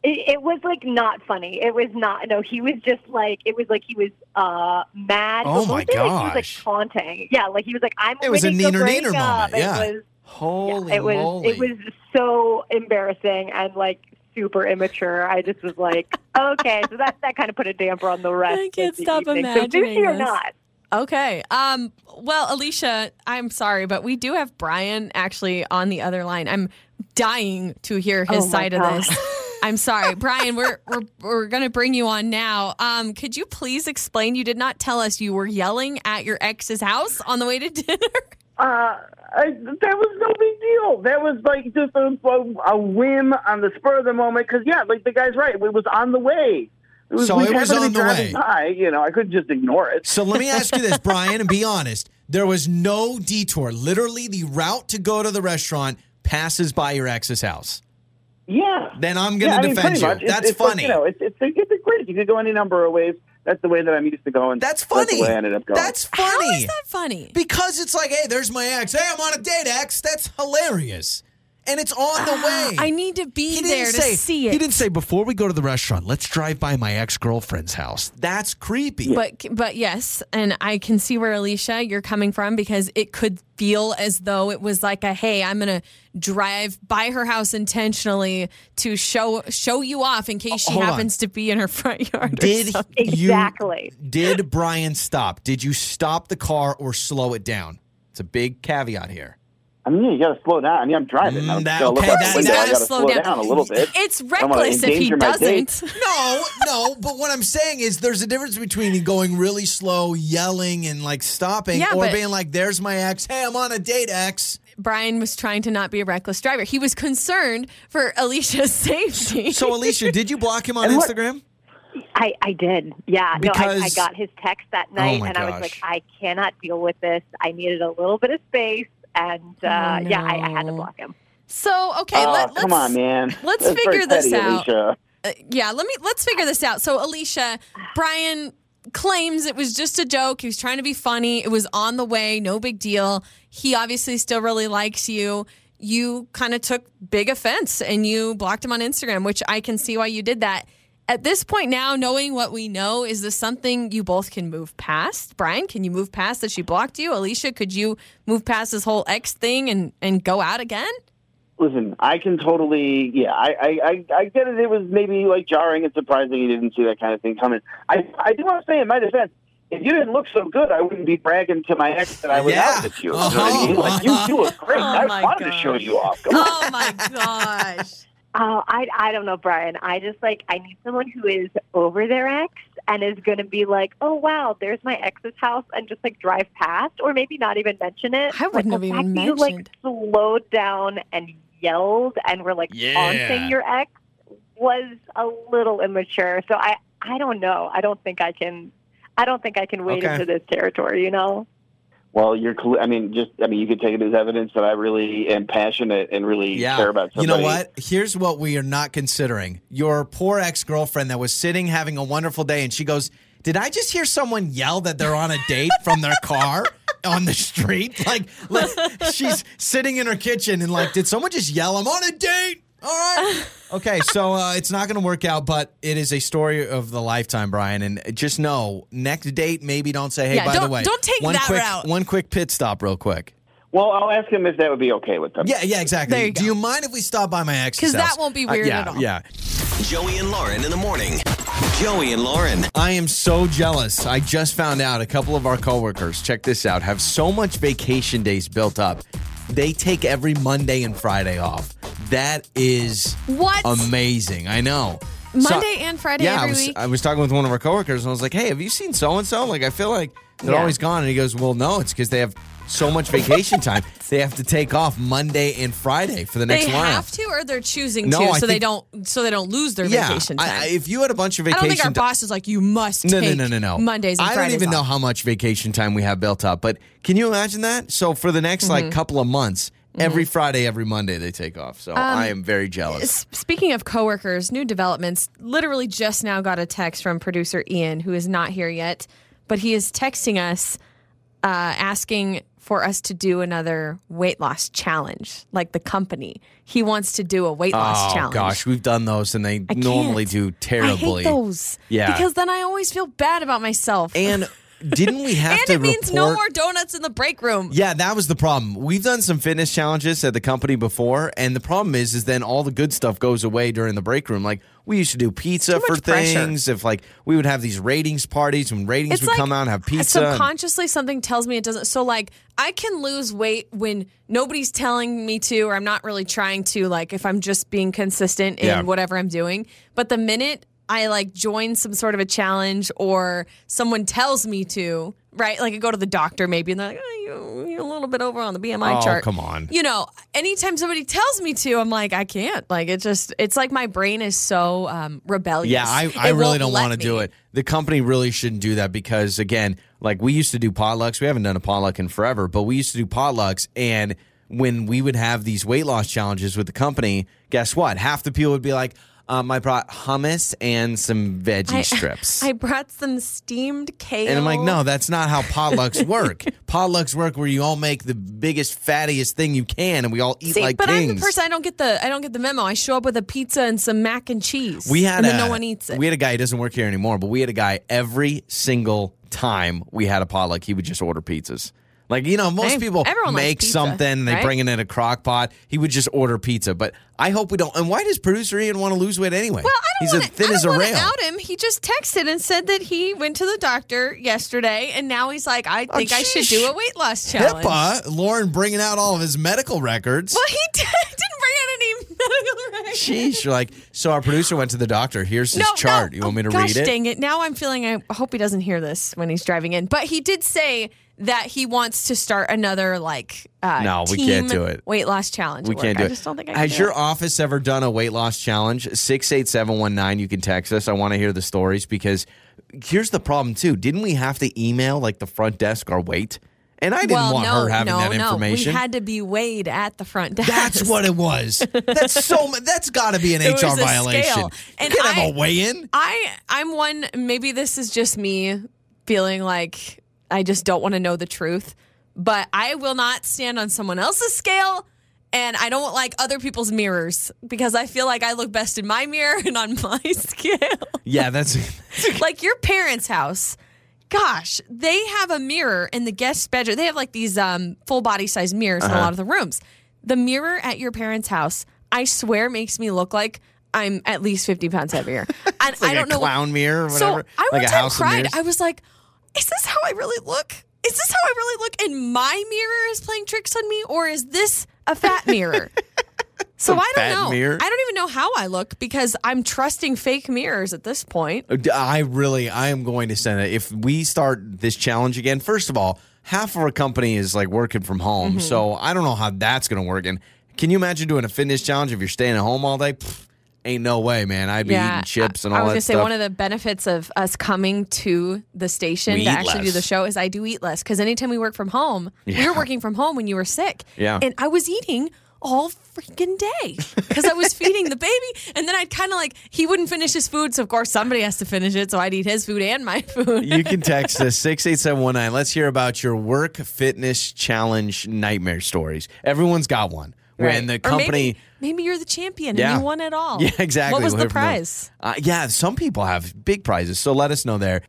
Speaker 8: It, it was like not funny. It was not. No, he was just like it was like he was uh mad.
Speaker 1: Oh,
Speaker 8: but
Speaker 1: my
Speaker 8: mostly, Like, he was like
Speaker 1: gosh.
Speaker 8: taunting. Yeah, like he was like I'm.
Speaker 1: It was a
Speaker 8: winning the
Speaker 1: neener neener
Speaker 8: breakup.
Speaker 1: moment, yeah.
Speaker 8: It was. yeah,
Speaker 1: Holy
Speaker 8: it was. It was so embarrassing and like super immature. I just was like, okay, so that that kind of put a damper on the rest.
Speaker 2: I
Speaker 8: of
Speaker 2: can't
Speaker 8: the
Speaker 2: stop
Speaker 8: evening.
Speaker 2: imagining
Speaker 8: So sushi or
Speaker 2: this.
Speaker 8: not.
Speaker 2: Okay. Um. Well, Alicia, I'm sorry, but we do have Brian actually on the other line. I'm dying to hear his
Speaker 8: Oh, my
Speaker 2: side of
Speaker 8: God.
Speaker 2: this.
Speaker 1: <laughs>
Speaker 2: I'm sorry, Brian. We're we're we're gonna bring you on now. Um, could you please explain? You did not tell us you were yelling at your ex's house on the way to dinner. <laughs>
Speaker 7: Uh, I, that was no big deal. That was like just a, a, a whim on the spur of the moment. Because yeah, like the guy's right. It was on the way. It was,
Speaker 1: So
Speaker 7: we
Speaker 1: it was
Speaker 7: happened to
Speaker 1: on the
Speaker 7: be driving
Speaker 1: way.
Speaker 7: By, you know, I couldn't just ignore it.
Speaker 1: So let me ask you this, Brian, and be honest. There was no detour. Literally, the route to go to the restaurant passes by your ex's house.
Speaker 7: Yeah.
Speaker 1: Then I'm gonna
Speaker 7: yeah, I mean,
Speaker 1: defend
Speaker 7: pretty
Speaker 1: you.
Speaker 7: much. It's-
Speaker 1: That's
Speaker 7: it's like,
Speaker 1: funny.
Speaker 7: you know, it's, it's, it's a quiz. You could go any number of ways. That's the way that I'm used to going.
Speaker 1: That's funny.
Speaker 7: That's the way I ended up going.
Speaker 1: That's funny.
Speaker 2: How is that funny?
Speaker 1: Because it's like, hey, there's my ex. Hey, I'm on a date, ex. That's hilarious. And it's on the way.
Speaker 2: Ah, I need to be there to see it.
Speaker 1: He didn't say before we go to the restaurant, let's drive by my ex girlfriend's house. That's creepy.
Speaker 2: But but yes, and I can see where Alicia you're coming from because it could feel as though it was like a hey, I'm gonna drive by her house intentionally to show show you off in case she
Speaker 1: Hold on.
Speaker 2: happens to be in her <laughs> front yard. or <laughs>
Speaker 1: did
Speaker 2: something.
Speaker 1: you-
Speaker 8: Exactly.
Speaker 1: did Brian stop? Did you stop the car or slow it down? It's a big caveat here.
Speaker 7: I mean, you got to slow down. I mean, I'm driving.
Speaker 1: Mm,
Speaker 7: I'm
Speaker 1: that-
Speaker 7: gonna look
Speaker 1: okay,
Speaker 7: out
Speaker 1: that-
Speaker 7: the window.
Speaker 1: that-
Speaker 7: I got to slow down. a little bit.
Speaker 2: It's
Speaker 7: I don't wanna
Speaker 2: reckless if he
Speaker 7: endanger my date.
Speaker 2: doesn't. <laughs>
Speaker 1: No, no, but what I'm saying is there's a difference between going really slow, yelling, and like stopping,
Speaker 2: Yeah,
Speaker 1: or
Speaker 2: but-
Speaker 1: being like, there's my ex. Hey, I'm on a date, ex.
Speaker 2: Brian was trying to not be a reckless driver. He was concerned for Alicia's <laughs> safety.
Speaker 1: So, Alicia, did you block him on
Speaker 7: And what-
Speaker 1: Instagram?
Speaker 8: I, I did. Yeah. no, I, I
Speaker 1: Because- Oh
Speaker 8: got his text that night,
Speaker 1: my
Speaker 8: and I was like,
Speaker 1: gosh.
Speaker 8: I cannot deal with this. I needed a little bit of space, and uh,
Speaker 2: Oh,
Speaker 8: yeah, I, I had to
Speaker 2: no.
Speaker 8: block him.
Speaker 2: So, okay,
Speaker 7: oh,
Speaker 2: let,
Speaker 7: come
Speaker 2: let's-
Speaker 7: on, man.
Speaker 2: let's
Speaker 7: That's very
Speaker 2: figure this
Speaker 7: petty,
Speaker 2: out.
Speaker 7: Alicia.
Speaker 2: Uh, yeah, let me let's figure this out. So, Alicia, Brian claims it was just a joke. He was trying to be funny. It was on the way, no big deal. He obviously still really likes you. You kind of took big offense and you blocked him on Instagram, which I can see why you did that. At this point now, knowing what we know, is this something you both can move past? Brian, can you move past that she blocked you? Alicia, could you move past this whole ex thing and, and go out again?
Speaker 7: Listen, I can totally, yeah, I, I, I, I get it. It was maybe like jarring and surprising you didn't see that kind of thing coming. I, I do want to say in my defense, if you didn't look so good, I wouldn't be bragging to my ex that I was
Speaker 1: Yeah. Uh-huh.
Speaker 7: out with you. You know what I mean? Like, you,
Speaker 2: <laughs>
Speaker 7: you look great.
Speaker 2: Oh,
Speaker 7: I
Speaker 2: my
Speaker 7: wanted to
Speaker 2: God.
Speaker 7: show you off. Come on.
Speaker 2: Oh my gosh.
Speaker 8: Oh, I, I don't know, Brian. I just like, I need someone who is over their ex and is going to be like, oh, wow, there's my ex's house, and just like drive past, or maybe not even mention
Speaker 2: <laughs>
Speaker 8: it.
Speaker 2: I wouldn't
Speaker 8: But the
Speaker 2: have
Speaker 8: fact
Speaker 2: even
Speaker 8: that you,
Speaker 2: mentioned.
Speaker 8: like slowed down and yelled and were like taunting your ex was a little immature. So I, I don't know. I don't think I can. I don't think I can wade
Speaker 1: Okay.
Speaker 8: into this territory. You know.
Speaker 7: Well, you're. cl- I mean, just. I mean, you could take it as evidence that I really am passionate and really
Speaker 1: Yeah.
Speaker 7: care about.
Speaker 1: you know
Speaker 7: Somebody.
Speaker 1: what? Here's what we are not considering. Your poor ex-girlfriend that was sitting having a wonderful day and she goes, "Did I just hear someone yell that they're on a date from their
Speaker 2: <laughs>
Speaker 1: car?" On the street, like let- she's sitting in her kitchen, and like, did someone just yell, "I'm on a date"? All
Speaker 2: <laughs>
Speaker 1: right, okay, so uh, it's not going to work out, but it is a story of the lifetime, Brian. And just know, next date, maybe don't say, "Hey,
Speaker 2: Yeah,
Speaker 1: by the
Speaker 2: don't-
Speaker 1: way,
Speaker 2: don't take
Speaker 1: one
Speaker 2: that
Speaker 1: quick,
Speaker 2: route.
Speaker 1: One quick pit stop, real quick.
Speaker 7: Well, I'll ask him if that would be okay with them.
Speaker 1: Yeah, yeah, exactly.
Speaker 2: There you
Speaker 1: Do
Speaker 2: go.
Speaker 1: you mind if we stop by my ex's?
Speaker 2: 'Cause that
Speaker 1: house? Uh,
Speaker 2: won't be weird
Speaker 1: yeah,
Speaker 2: at all.
Speaker 1: Yeah.
Speaker 6: Joey and Lauren in the morning. Joey and Lauren.
Speaker 1: I am so jealous. I just found out a couple of our coworkers, check this out, have so much vacation days built up. They take every Monday and Friday off. That is
Speaker 2: What?
Speaker 1: amazing. I know. So-
Speaker 2: Monday and Friday
Speaker 1: yeah,
Speaker 2: every
Speaker 1: I was, uh,
Speaker 2: week.
Speaker 1: I was talking with one of our coworkers and I was like, hey, have you seen so and so? Like, I feel like they're
Speaker 2: Yeah.
Speaker 1: always gone. And he goes, well, no, it's because they have so much
Speaker 2: <laughs>
Speaker 1: vacation time. They have to take off Monday and Friday for the next
Speaker 2: they
Speaker 1: while.
Speaker 2: have to, or they're choosing
Speaker 1: No,
Speaker 2: to,
Speaker 1: I
Speaker 2: so they
Speaker 1: think-
Speaker 2: don't, so they don't lose their
Speaker 1: yeah,
Speaker 2: vacation
Speaker 1: I-
Speaker 2: time.
Speaker 1: I-
Speaker 2: I,
Speaker 1: if you had a bunch of vacation
Speaker 2: don't think our
Speaker 1: ti-
Speaker 2: boss is like, you must
Speaker 1: No, no,
Speaker 2: take
Speaker 1: no, no, no.
Speaker 2: Mondays and
Speaker 1: I
Speaker 2: Fridays
Speaker 1: don't even
Speaker 2: off.
Speaker 1: know how much vacation time we have built up, but can you imagine that? So for the next
Speaker 2: Mm-hmm.
Speaker 1: like couple of months, every Friday, every Monday they take off.
Speaker 2: Um,
Speaker 1: So I am very jealous.
Speaker 2: S- Speaking of coworkers, new developments. Literally just now got a text from producer Ian, who is not here yet, but he is texting us uh, asking for us to do another weight loss challenge, like the company. He wants to do a weight
Speaker 1: Oh
Speaker 2: loss challenge.
Speaker 1: gosh, we've done those and they
Speaker 2: I
Speaker 1: normally
Speaker 2: can't.
Speaker 1: do terribly.
Speaker 2: I hate those.
Speaker 1: Yeah.
Speaker 2: Because then I always feel bad about myself.
Speaker 1: And didn't
Speaker 2: <laughs>
Speaker 1: we have
Speaker 2: And
Speaker 1: to
Speaker 2: it means no
Speaker 1: report-
Speaker 2: more donuts in the break room.
Speaker 1: Yeah, that was the problem. We've done some fitness challenges at the company before, and the problem is, is then all the good stuff goes away during the break room. Like we used to do pizza
Speaker 2: Too
Speaker 1: for
Speaker 2: much pressure.
Speaker 1: things. If like we would have these ratings parties, when ratings would come out and have pizza. and-
Speaker 2: Subconsciously, something tells me it doesn't. So, like, I can lose weight when nobody's telling me to, or I'm not really trying to. Like, if I'm just being consistent in
Speaker 1: Yeah.
Speaker 2: whatever I'm doing, but the minute I like join some sort of a challenge or someone tells me to, right? Like, I go to the doctor maybe, and they're like, oh, you, "You're a little bit over on the BMI
Speaker 1: Oh,
Speaker 2: chart."
Speaker 1: come on.
Speaker 2: You know, anytime somebody tells me to, I'm like, I can't. Like, it just, it's like my brain is so um, rebellious.
Speaker 1: Yeah, I, I
Speaker 2: It
Speaker 1: really
Speaker 2: won't
Speaker 1: don't
Speaker 2: let
Speaker 1: want to
Speaker 2: me.
Speaker 1: do it. The company really shouldn't do that because, again, like we used to do potlucks. We haven't done a potluck in forever, but we used to do potlucks. And when we would have these weight loss challenges with the company, guess what? Half the people would be like, um, I brought hummus and some veggie
Speaker 2: <laughs>
Speaker 1: strips.
Speaker 2: I brought some steamed kale.
Speaker 1: and I'm like, no, that's not how
Speaker 2: <laughs>
Speaker 1: potlucks work. potlucks work where you all make the biggest, fattiest thing you can, and we all eat
Speaker 2: See,
Speaker 1: like
Speaker 2: but
Speaker 1: kings.
Speaker 2: I'm the person. I don't get the. I don't get the memo. I show up with a pizza and some mac and cheese.
Speaker 1: We had
Speaker 2: and
Speaker 1: a,
Speaker 2: then no one eats it.
Speaker 1: We had a guy. He doesn't work here anymore, but we had a guy every single time we had a potluck, he would just order pizzas. Like you know, most
Speaker 2: Hey,
Speaker 1: people
Speaker 2: everyone likes
Speaker 1: make
Speaker 2: pizza,
Speaker 1: something, and they
Speaker 2: right?
Speaker 1: bring it in a crock pot. He would just order pizza. But I hope we don't. And why does producer Ian want to lose weight anyway? Well,
Speaker 2: I don't
Speaker 1: He's
Speaker 2: wanna,
Speaker 1: as thin
Speaker 2: I don't
Speaker 1: as a
Speaker 2: wanna
Speaker 1: rail.
Speaker 2: Out him. He just texted and said that he went to the doctor yesterday, and now he's like, I think I should
Speaker 1: Oh, sheesh.
Speaker 2: do a weight loss challenge.
Speaker 1: HIPAA, Lauren bringing out all of his medical records.
Speaker 2: Well, he <laughs> did, didn't bring out any medical records.
Speaker 1: Sheesh, you're like so. Our producer went to the doctor. Here's his
Speaker 2: No,
Speaker 1: chart.
Speaker 2: no.
Speaker 1: You want me
Speaker 2: Oh,
Speaker 1: to
Speaker 2: gosh,
Speaker 1: read it?
Speaker 2: Dang it! Now I'm feeling. I hope he doesn't hear this when he's driving in. But he did say that he wants to start another like. Uh,
Speaker 1: No, we
Speaker 2: team
Speaker 1: can't do it.
Speaker 2: Weight loss challenge.
Speaker 1: We
Speaker 2: at
Speaker 1: can't
Speaker 2: work.
Speaker 1: do
Speaker 2: I
Speaker 1: it.
Speaker 2: just don't think I can.
Speaker 1: Has
Speaker 2: do
Speaker 1: your
Speaker 2: it.
Speaker 1: office ever done a weight loss challenge? 68719, you can text us. I want to hear the stories because here's the problem, too. Didn't we have to email like the front desk our weight? And I didn't
Speaker 2: well,
Speaker 1: want
Speaker 2: no,
Speaker 1: her having
Speaker 2: no,
Speaker 1: that
Speaker 2: no.
Speaker 1: information.
Speaker 2: We had to be weighed at the front desk.
Speaker 1: that's what it was. That's so. mu- That's got to be an
Speaker 2: <laughs> It was
Speaker 1: HR
Speaker 2: a
Speaker 1: violation.
Speaker 2: scale. And
Speaker 1: you can't have
Speaker 2: I-
Speaker 1: a
Speaker 2: <laughs>
Speaker 1: weigh-in.
Speaker 2: I I'm one maybe this is just me feeling like I just don't want to know the truth, but I will not stand on someone else's scale and I don't like other people's mirrors because I feel like I look best in my mirror and on <laughs> my scale.
Speaker 1: Yeah, that's.
Speaker 2: like your parents' house. Gosh, they have a mirror in the guest bedroom. They have like these um, full body size mirrors
Speaker 1: Uh-huh.
Speaker 2: in a lot of the rooms. The mirror at your parents' house, I swear, makes me look like I'm at least 50
Speaker 1: <laughs>
Speaker 2: pounds heavier. And
Speaker 1: like
Speaker 2: I
Speaker 1: a
Speaker 2: don't know.
Speaker 1: clown mirror or whatever,
Speaker 2: So I one
Speaker 1: like a
Speaker 2: time
Speaker 1: house of
Speaker 2: cried.
Speaker 1: mirrors.
Speaker 2: I was like, is this how I really look? Is this how I really look? And my mirror is playing tricks on me, or is this a
Speaker 1: <laughs>
Speaker 2: fat mirror? so I don't
Speaker 1: fat
Speaker 2: know.
Speaker 1: mirror?
Speaker 2: I don't even know how I look because I'm trusting fake mirrors at this point.
Speaker 1: Uh, I really, I am going to send it. If we start this challenge again, first of all, half of our company is like working from home,
Speaker 2: Mm-hmm.
Speaker 1: so I don't know how that's going to work. And can you imagine doing a fitness challenge if you're staying at home all day? Pfft, ain't no way, man. I'd be eating chips and all
Speaker 2: I was
Speaker 1: that
Speaker 2: gonna say
Speaker 1: stuff.
Speaker 2: one of the benefits of us coming to the station
Speaker 1: We
Speaker 2: to
Speaker 1: eat
Speaker 2: actually do
Speaker 1: less.
Speaker 2: the show is I do eat less because anytime we work from home, we
Speaker 1: Yeah.
Speaker 2: were working from home when you were sick.
Speaker 1: Yeah.
Speaker 2: and I was eating. All freaking day because I was feeding the baby, and then I'd kind of like he wouldn't finish his food, so of course somebody has to finish it. So I'd eat his food and my <laughs> food.
Speaker 1: you can text us 68719. Let's hear about your work fitness challenge nightmare stories. Everyone's got one. When the
Speaker 2: Or maybe-
Speaker 1: company
Speaker 2: maybe, you're the champion
Speaker 1: Yeah.
Speaker 2: and you won it
Speaker 1: <laughs>
Speaker 2: all.
Speaker 1: Yeah, exactly.
Speaker 2: What was
Speaker 1: We'll
Speaker 2: the
Speaker 1: hear from them.
Speaker 2: prize?
Speaker 1: Uh, yeah, some people have big prizes, so let us know there.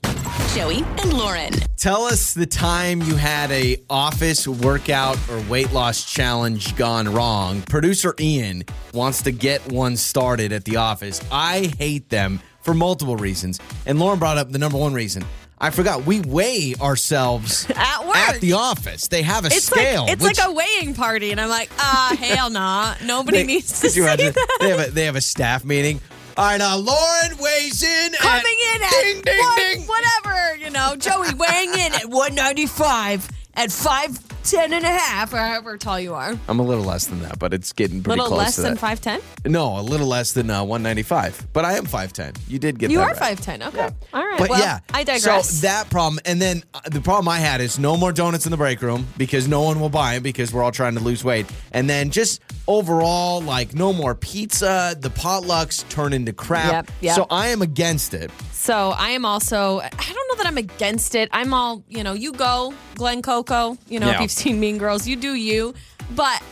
Speaker 4: Joey and Lauren.
Speaker 1: Tell us the time you had a office workout or weight loss challenge gone wrong. Producer Ian wants to get one started at the office. I hate them for multiple reasons, and Lauren brought up the number one reason. I forgot we weigh ourselves
Speaker 2: <laughs> At work.
Speaker 1: the office. They have a
Speaker 2: It's
Speaker 1: scale.
Speaker 2: like it's
Speaker 1: which- <laughs>
Speaker 2: like a weighing party, and I'm like, ah, hell nah. Nobody
Speaker 1: They- <laughs>
Speaker 2: needs to
Speaker 1: could
Speaker 2: see
Speaker 1: you
Speaker 2: <laughs>
Speaker 1: imagine?
Speaker 2: that.
Speaker 1: They have a, they have a staff meeting. All right, now Lauren weighs in. at-
Speaker 2: Coming in at
Speaker 1: ding ding
Speaker 2: one-
Speaker 1: ding.
Speaker 2: whatever, you know, Joey weighing in at 195 at 5'10 and a half, or however tall you are.
Speaker 1: I'm a little less than that, but it's getting
Speaker 2: A
Speaker 1: pretty
Speaker 2: little
Speaker 1: close
Speaker 2: less
Speaker 1: to
Speaker 2: than
Speaker 1: that.
Speaker 2: 5'10?
Speaker 1: No, a little less than uh, 195. But I am 5'10. You did get
Speaker 2: You
Speaker 1: that
Speaker 2: are
Speaker 1: right.
Speaker 2: 5'10. Okay. All right.
Speaker 1: But
Speaker 2: well,
Speaker 1: yeah,
Speaker 2: I digress.
Speaker 1: So that problem, and then uh, the problem I had is no more donuts in the break room because no one will buy it because we're all trying to lose weight. And then just overall, like no more pizza. The potlucks turn into crap.
Speaker 2: Yep, yep.
Speaker 1: So I am against it.
Speaker 2: So I am also, I don't know that I'm against it. I'm all, you know, you go, Glen Coco, you know,
Speaker 1: Yeah.
Speaker 2: if you've seen Mean Girls, you do you. But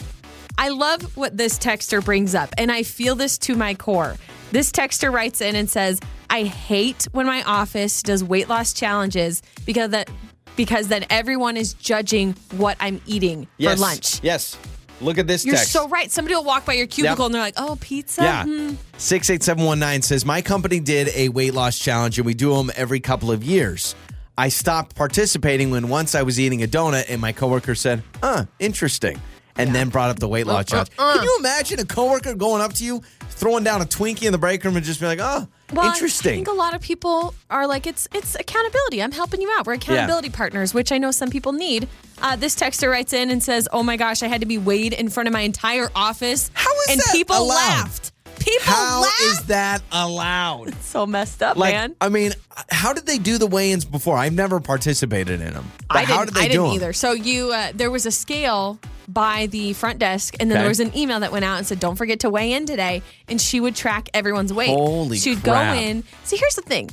Speaker 2: I love what this texter brings up, and I feel this to my core. This texter writes in and says, I hate when my office does weight loss challenges because that because then everyone is judging what I'm eating
Speaker 1: Yes.
Speaker 2: for lunch.
Speaker 1: Yes. Look at this
Speaker 2: You're
Speaker 1: text.
Speaker 2: so right. Somebody will walk by your cubicle and they're like, oh, pizza?
Speaker 1: Yeah.
Speaker 2: Hmm.
Speaker 1: 68719 says, My company did a weight loss challenge and we do them every couple of years. I stopped participating when once I was eating a donut and my coworker said, Huh, interesting. And then brought up the weight
Speaker 2: Uh,
Speaker 1: loss challenge. Can you imagine a coworker going up to you, throwing down a Twinkie in the break room and just be like, Oh,
Speaker 2: Well, I- I
Speaker 1: interesting.
Speaker 2: think a lot of people are like, it's it's accountability. I'm helping you out. We're accountability partners, which I know some people need. Uh, this texter writes in and says, "Oh my gosh, I had to be weighed in front of my entire office,
Speaker 1: How is
Speaker 2: and
Speaker 1: that
Speaker 2: people
Speaker 1: allowed?
Speaker 2: laughed. People
Speaker 1: How
Speaker 2: laughed.
Speaker 1: is that allowed?
Speaker 2: so messed up,
Speaker 1: Like,
Speaker 2: man?
Speaker 1: I mean, how did they do the weigh ins before? I've never participated in them. But
Speaker 2: I didn't.
Speaker 1: how did they
Speaker 2: I
Speaker 1: do
Speaker 2: didn't
Speaker 1: 'em?
Speaker 2: either. So you, uh, there was a scale by the front desk, and then
Speaker 1: Okay.
Speaker 2: there was an email that went out and said, "Don't forget to weigh in today." And she would track everyone's weight.
Speaker 1: Holy
Speaker 2: She'd
Speaker 1: crap.
Speaker 2: go in. See, here's the thing: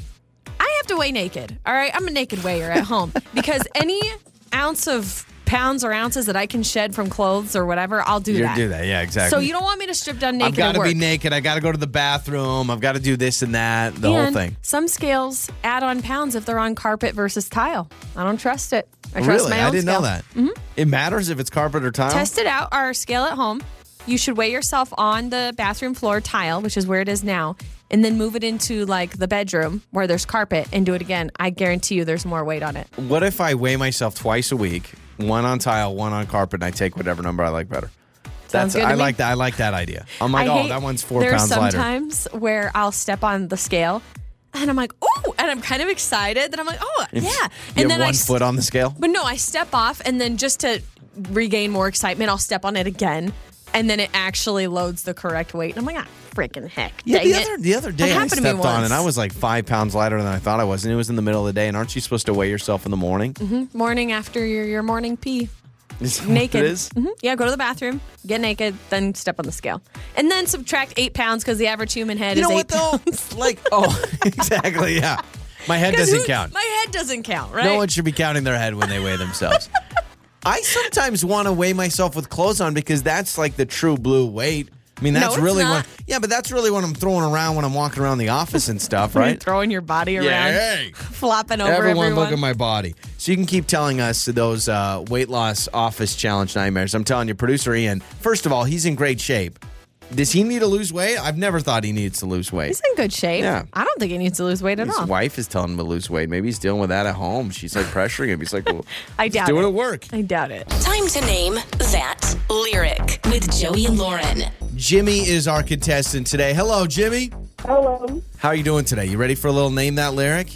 Speaker 2: I have to weigh naked. All right, I'm a naked weigher at
Speaker 1: <laughs>
Speaker 2: home because any ounce of pounds or ounces that I can shed from clothes or whatever, I'll do
Speaker 1: You
Speaker 2: that.
Speaker 1: do that. Yeah, exactly.
Speaker 2: So you don't want me to strip down
Speaker 1: I've
Speaker 2: naked
Speaker 1: got
Speaker 2: at
Speaker 1: to
Speaker 2: work.
Speaker 1: be naked. I got to go to the bathroom. I've got to do this and that. The whole
Speaker 2: And
Speaker 1: thing.
Speaker 2: Some scales add on pounds if they're on carpet versus tile. I don't trust it. I trust
Speaker 1: really?
Speaker 2: my own
Speaker 1: I didn't
Speaker 2: scale.
Speaker 1: know that. It matters if it's carpet or tile.
Speaker 2: Test it out, our scale at home. You should weigh yourself on the bathroom floor tile, which is where it is now, and then move it into like the bedroom where there's carpet and do it again. I guarantee you there's more weight on it.
Speaker 1: What if I weigh myself twice a week, one on tile, one on carpet, and I take whatever number I like better?
Speaker 2: Sounds good to
Speaker 1: I
Speaker 2: me.
Speaker 1: like that. I like that idea. I'm like,
Speaker 2: I
Speaker 1: oh,
Speaker 2: hate-
Speaker 1: that one's four
Speaker 2: there
Speaker 1: pounds
Speaker 2: are
Speaker 1: lighter.
Speaker 2: sometimes where I'll step on the scale and I'm like, oh, and I'm kind of excited that I'm like, oh, yeah.
Speaker 1: You
Speaker 2: and
Speaker 1: have
Speaker 2: I
Speaker 1: one
Speaker 2: s-
Speaker 1: foot on the scale.
Speaker 2: But no, I step off and then just to regain more excitement, I'll step on it again. And then it actually loads the correct weight. And I'm like, ah, freaking heck.
Speaker 1: Yeah, the
Speaker 2: dang it."
Speaker 1: other the other
Speaker 2: That
Speaker 1: day I
Speaker 2: happened to me
Speaker 1: stepped on and I
Speaker 2: once.
Speaker 1: was like five pounds lighter than I thought I was, and it was in the middle of the day. And aren't you supposed to weigh yourself in the morning?
Speaker 2: Mm-hmm. morning after your, your morning pee.
Speaker 1: <laughs> Is that what
Speaker 2: <laughs> Naked.
Speaker 1: It is.
Speaker 2: Mhm. Yeah, go to the bathroom, get naked, then step on the scale. And then subtract eight pounds because the average human head
Speaker 1: You
Speaker 2: is
Speaker 1: know what
Speaker 2: eight
Speaker 1: though? <laughs>
Speaker 2: pounds.
Speaker 1: Like, oh, exactly. Yeah, my head
Speaker 2: <laughs> 'Cause
Speaker 1: doesn't
Speaker 2: who-
Speaker 1: count.
Speaker 2: My head doesn't count, right?
Speaker 1: No one should be counting their head when they weigh themselves. I sometimes want to weigh myself with clothes on because that's like the true blue weight. I mean,
Speaker 2: No,
Speaker 1: that's
Speaker 2: it's
Speaker 1: really
Speaker 2: not.
Speaker 1: what. Yeah, but that's really what I'm throwing around when I'm walking around the office and stuff,
Speaker 2: You're
Speaker 1: right?
Speaker 2: throwing your body around,
Speaker 1: hey.
Speaker 2: flopping over
Speaker 1: Everyone,
Speaker 2: everyone.
Speaker 1: look at my body. So you can keep telling us those uh, weight loss office challenge nightmares. I'm telling you, producer Ian. First of all, he's in great shape. Does he need to lose weight? I've never thought he needs to lose weight.
Speaker 2: He's in good shape.
Speaker 1: Yeah.
Speaker 2: I don't think he needs to lose weight at
Speaker 1: His
Speaker 2: all.
Speaker 1: wife is telling him to lose weight. Maybe he's dealing with that at home. She's like pressuring him. He's like, well,
Speaker 2: <laughs> I
Speaker 1: just
Speaker 2: doubt
Speaker 1: do it
Speaker 2: it.
Speaker 1: at work.
Speaker 2: I doubt it.
Speaker 4: Time to name that lyric with Joey and Lauren.
Speaker 1: Jimmy is our contestant today. Hello, Jimmy.
Speaker 5: Hello.
Speaker 1: How are you doing today? You ready for a little name that lyric?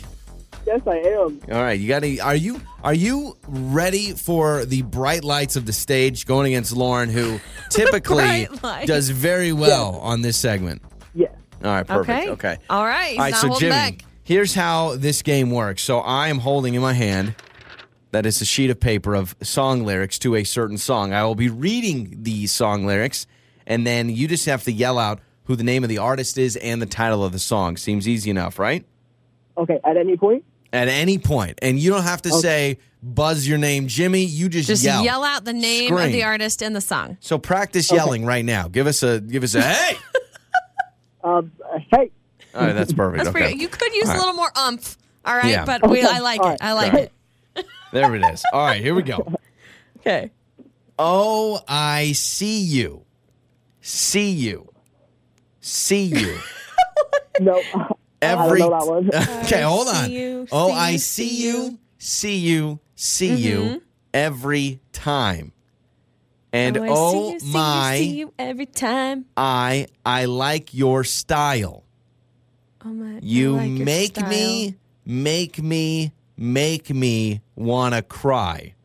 Speaker 5: Yes, I am.
Speaker 1: All right, you got to Are you are you ready for the bright lights of the stage going
Speaker 2: <laughs>
Speaker 1: against Lauren, who typically
Speaker 2: bright lights.
Speaker 1: does very well on this segment?
Speaker 5: Yes.
Speaker 1: All right, perfect.
Speaker 2: Okay.
Speaker 1: Okay.
Speaker 2: All right. He's
Speaker 1: All right,
Speaker 2: not
Speaker 1: so
Speaker 2: holding
Speaker 1: Jimmy,
Speaker 2: back.
Speaker 1: here's how this game works. So I am holding in my hand that is a sheet of paper of song lyrics to a certain song. I will be reading the song lyrics, and then you just have to yell out who the name of the artist is and the title of the song. Seems easy enough, right?
Speaker 8: Okay, at any point?
Speaker 1: At any point, and you don't have to say buzz your name, Jimmy. You just,
Speaker 2: Just
Speaker 1: yell.
Speaker 2: yell, out the name of
Speaker 1: Scream.
Speaker 2: the artist and the song.
Speaker 1: So practice yelling right now. Give us a give us a hey.
Speaker 8: Um, <laughs> uh, hey.
Speaker 1: All right, that's perfect.
Speaker 2: That's
Speaker 1: okay.
Speaker 2: pretty. You could use
Speaker 1: All
Speaker 2: a
Speaker 1: right.
Speaker 2: little more umph. All right,
Speaker 1: Yeah.
Speaker 2: but we, I like
Speaker 8: All
Speaker 2: it.
Speaker 8: right.
Speaker 2: I like
Speaker 1: All
Speaker 2: it.
Speaker 1: right. There it is. All right, here we go.
Speaker 2: Okay.
Speaker 1: Oh, I see you. See you. See <laughs> you.
Speaker 8: No.
Speaker 1: Every
Speaker 8: I don't know that one.
Speaker 1: <laughs> Okay, hold
Speaker 2: see
Speaker 1: on.
Speaker 2: you,
Speaker 1: oh,
Speaker 2: see
Speaker 1: I
Speaker 2: you,
Speaker 1: see
Speaker 2: see you. Mm-hmm.
Speaker 1: you. See you. See you every time. And
Speaker 2: I
Speaker 1: oh,
Speaker 2: see you, see you,
Speaker 1: my
Speaker 2: see you every time.
Speaker 1: I I like your style.
Speaker 2: Oh my. I
Speaker 1: You
Speaker 2: like your
Speaker 1: make
Speaker 2: style.
Speaker 1: me make me make me want to cry.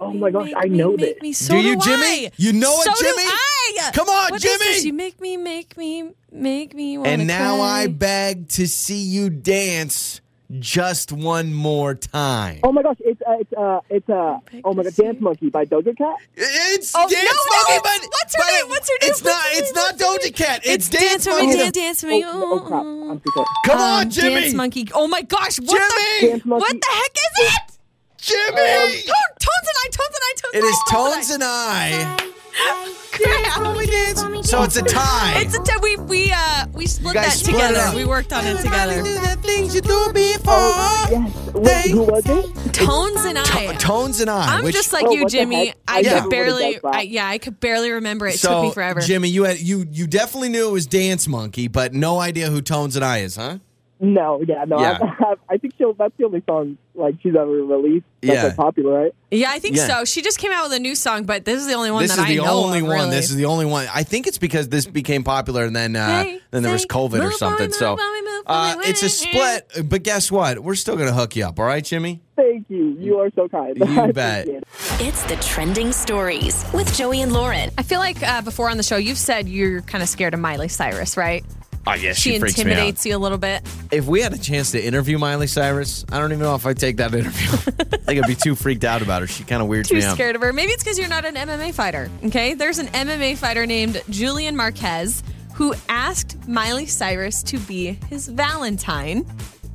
Speaker 8: Oh my gosh,
Speaker 2: Make
Speaker 8: I
Speaker 2: me,
Speaker 8: know
Speaker 2: make
Speaker 8: this.
Speaker 2: Me, so
Speaker 1: do you,
Speaker 2: do
Speaker 1: Jimmy?
Speaker 2: I.
Speaker 1: You know it,
Speaker 2: so
Speaker 1: Jimmy?
Speaker 2: Do I.
Speaker 1: Come on,
Speaker 2: What is
Speaker 1: Jimmy!
Speaker 2: this? You make me, make me, make me. Wanna
Speaker 1: And now
Speaker 2: cry.
Speaker 1: I beg to see you dance just one more time.
Speaker 8: Oh my gosh, it's uh, it's uh, it's uh, oh my god, Dance Monkey by Doja Cat.
Speaker 1: It's
Speaker 2: Oh,
Speaker 1: Dance
Speaker 2: no, no,
Speaker 1: Monkey,
Speaker 2: it's-
Speaker 1: but
Speaker 2: what's her
Speaker 1: but
Speaker 2: name? What's her name?
Speaker 1: It's not.
Speaker 2: What's her
Speaker 1: It's not
Speaker 2: name? What's her
Speaker 1: Doja Cat. It's,
Speaker 2: It's dance for me,
Speaker 1: Monkey.
Speaker 2: dance, dance for
Speaker 8: Oh,
Speaker 2: me.
Speaker 8: oh crap, I'm so sorry.
Speaker 1: Come on,
Speaker 2: Um,
Speaker 1: Jimmy.
Speaker 2: Dance monkey. Oh my gosh! What
Speaker 1: Jimmy!
Speaker 2: the
Speaker 8: Dance
Speaker 2: what
Speaker 8: monkey.
Speaker 2: the heck is it? Oh,
Speaker 1: Jimmy.
Speaker 2: Tones and I, tones and I, tones
Speaker 1: It
Speaker 2: and I,
Speaker 1: is Tones and
Speaker 2: and
Speaker 1: I.
Speaker 2: I. Crap.
Speaker 1: So it's a tie.
Speaker 2: It's a t- we we uh we split
Speaker 1: guys
Speaker 2: that
Speaker 1: split it
Speaker 2: together.
Speaker 1: up.
Speaker 2: We worked on it together. Oh,
Speaker 8: Yes. Wait, who was it?
Speaker 2: Tones and I.
Speaker 1: Tones and I.
Speaker 2: I'm
Speaker 1: which-
Speaker 2: just like
Speaker 8: Oh,
Speaker 2: you,
Speaker 8: what the
Speaker 2: Jimmy.
Speaker 8: heck?
Speaker 2: I
Speaker 8: I
Speaker 1: never
Speaker 2: could
Speaker 1: would've
Speaker 2: barely,
Speaker 8: guessed that.
Speaker 2: I, yeah, I could barely remember. It
Speaker 1: so,
Speaker 2: took me forever.
Speaker 1: Jimmy, you had you you definitely knew it was Dance Monkey, but no idea who Tones and I is, huh?
Speaker 8: No, yeah, no.
Speaker 1: Yeah.
Speaker 8: I, I think she'll. That's the only song like she's ever released. That's
Speaker 1: Yeah.
Speaker 8: like, popular, right?
Speaker 2: yeah, I think
Speaker 1: Yeah.
Speaker 2: so. She just came out with a new song, but this is the only one
Speaker 1: this
Speaker 2: that
Speaker 1: is the
Speaker 2: I know.
Speaker 1: only
Speaker 2: of,
Speaker 1: one.
Speaker 2: really.
Speaker 1: This is the only one. I think it's because this became popular, and then uh,
Speaker 2: Hey,
Speaker 1: then there was
Speaker 2: say,
Speaker 1: COVID or
Speaker 2: move
Speaker 1: something.
Speaker 2: on,
Speaker 1: so
Speaker 2: move on, move
Speaker 1: uh,
Speaker 2: on, move
Speaker 1: it's a
Speaker 2: on.
Speaker 1: split. But guess what? We're still gonna hook you up. All right, Jimmy.
Speaker 8: Thank you. You are so kind.
Speaker 1: You
Speaker 8: <laughs> I
Speaker 1: bet.
Speaker 8: appreciate it.
Speaker 4: It's the trending stories with Joey and Lauren.
Speaker 2: I feel like uh, before on the show, you've said you're kind of scared of Miley Cyrus, right?
Speaker 1: Oh yes,
Speaker 2: She, intimidates you a little bit.
Speaker 1: If we had a chance to interview Miley Cyrus, I don't even know if I'd take that
Speaker 2: <laughs>
Speaker 1: interview. I think I'd be too freaked out about her. She kind of weirds
Speaker 2: Too
Speaker 1: me out.
Speaker 2: scared of her. Maybe it's because you're not an MMA fighter. Okay, there's an MMA fighter named Julian Marquez who asked Miley Cyrus to be his Valentine.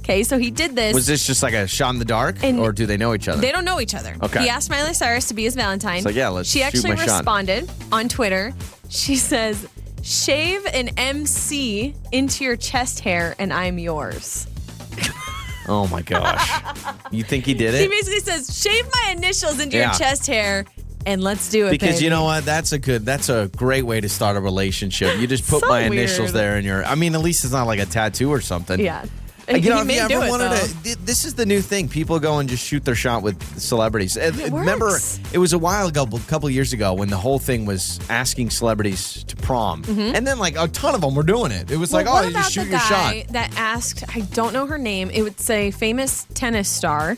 Speaker 2: Okay, so he did this.
Speaker 1: Was this just like a shot in the dark,
Speaker 2: And-
Speaker 1: or do they know each other?
Speaker 2: They don't know each other.
Speaker 1: Okay.
Speaker 2: He asked Miley Cyrus to be his Valentine.
Speaker 1: So, yeah, let's
Speaker 2: She
Speaker 1: shoot
Speaker 2: actually
Speaker 1: my shot.
Speaker 2: responded on Twitter. She says, "Shave an MC into your chest hair, and I'm yours."
Speaker 1: oh my gosh! you think he did
Speaker 2: <laughs> He
Speaker 1: it?
Speaker 2: basically says, "Shave my initials into
Speaker 1: Yeah.
Speaker 2: your chest hair, and let's do it."
Speaker 1: Because
Speaker 2: baby."
Speaker 1: you know what, that's a good, that's a great way to start a relationship. You just put
Speaker 2: So
Speaker 1: my
Speaker 2: weird.
Speaker 1: initials there, and your. I mean, at least it's not like a tattoo or something.
Speaker 2: yeah.
Speaker 1: Like,
Speaker 2: He
Speaker 1: you know, if
Speaker 2: may
Speaker 1: you
Speaker 2: do
Speaker 1: ever
Speaker 2: it,
Speaker 1: wanted
Speaker 2: though.
Speaker 1: to, th- this is the new thing. People go and just shoot their shot with celebrities. And
Speaker 2: It
Speaker 1: Remember,
Speaker 2: works.
Speaker 1: it was a while ago, a couple years ago, when the whole thing was asking celebrities to prom, and then like a ton of them were doing it. It was like,
Speaker 2: Mm-hmm.
Speaker 1: oh,
Speaker 2: Well, what
Speaker 1: you
Speaker 2: about
Speaker 1: just shoot
Speaker 2: the
Speaker 1: your shot.
Speaker 2: guy that asked? I don't know her name. It would say famous tennis star.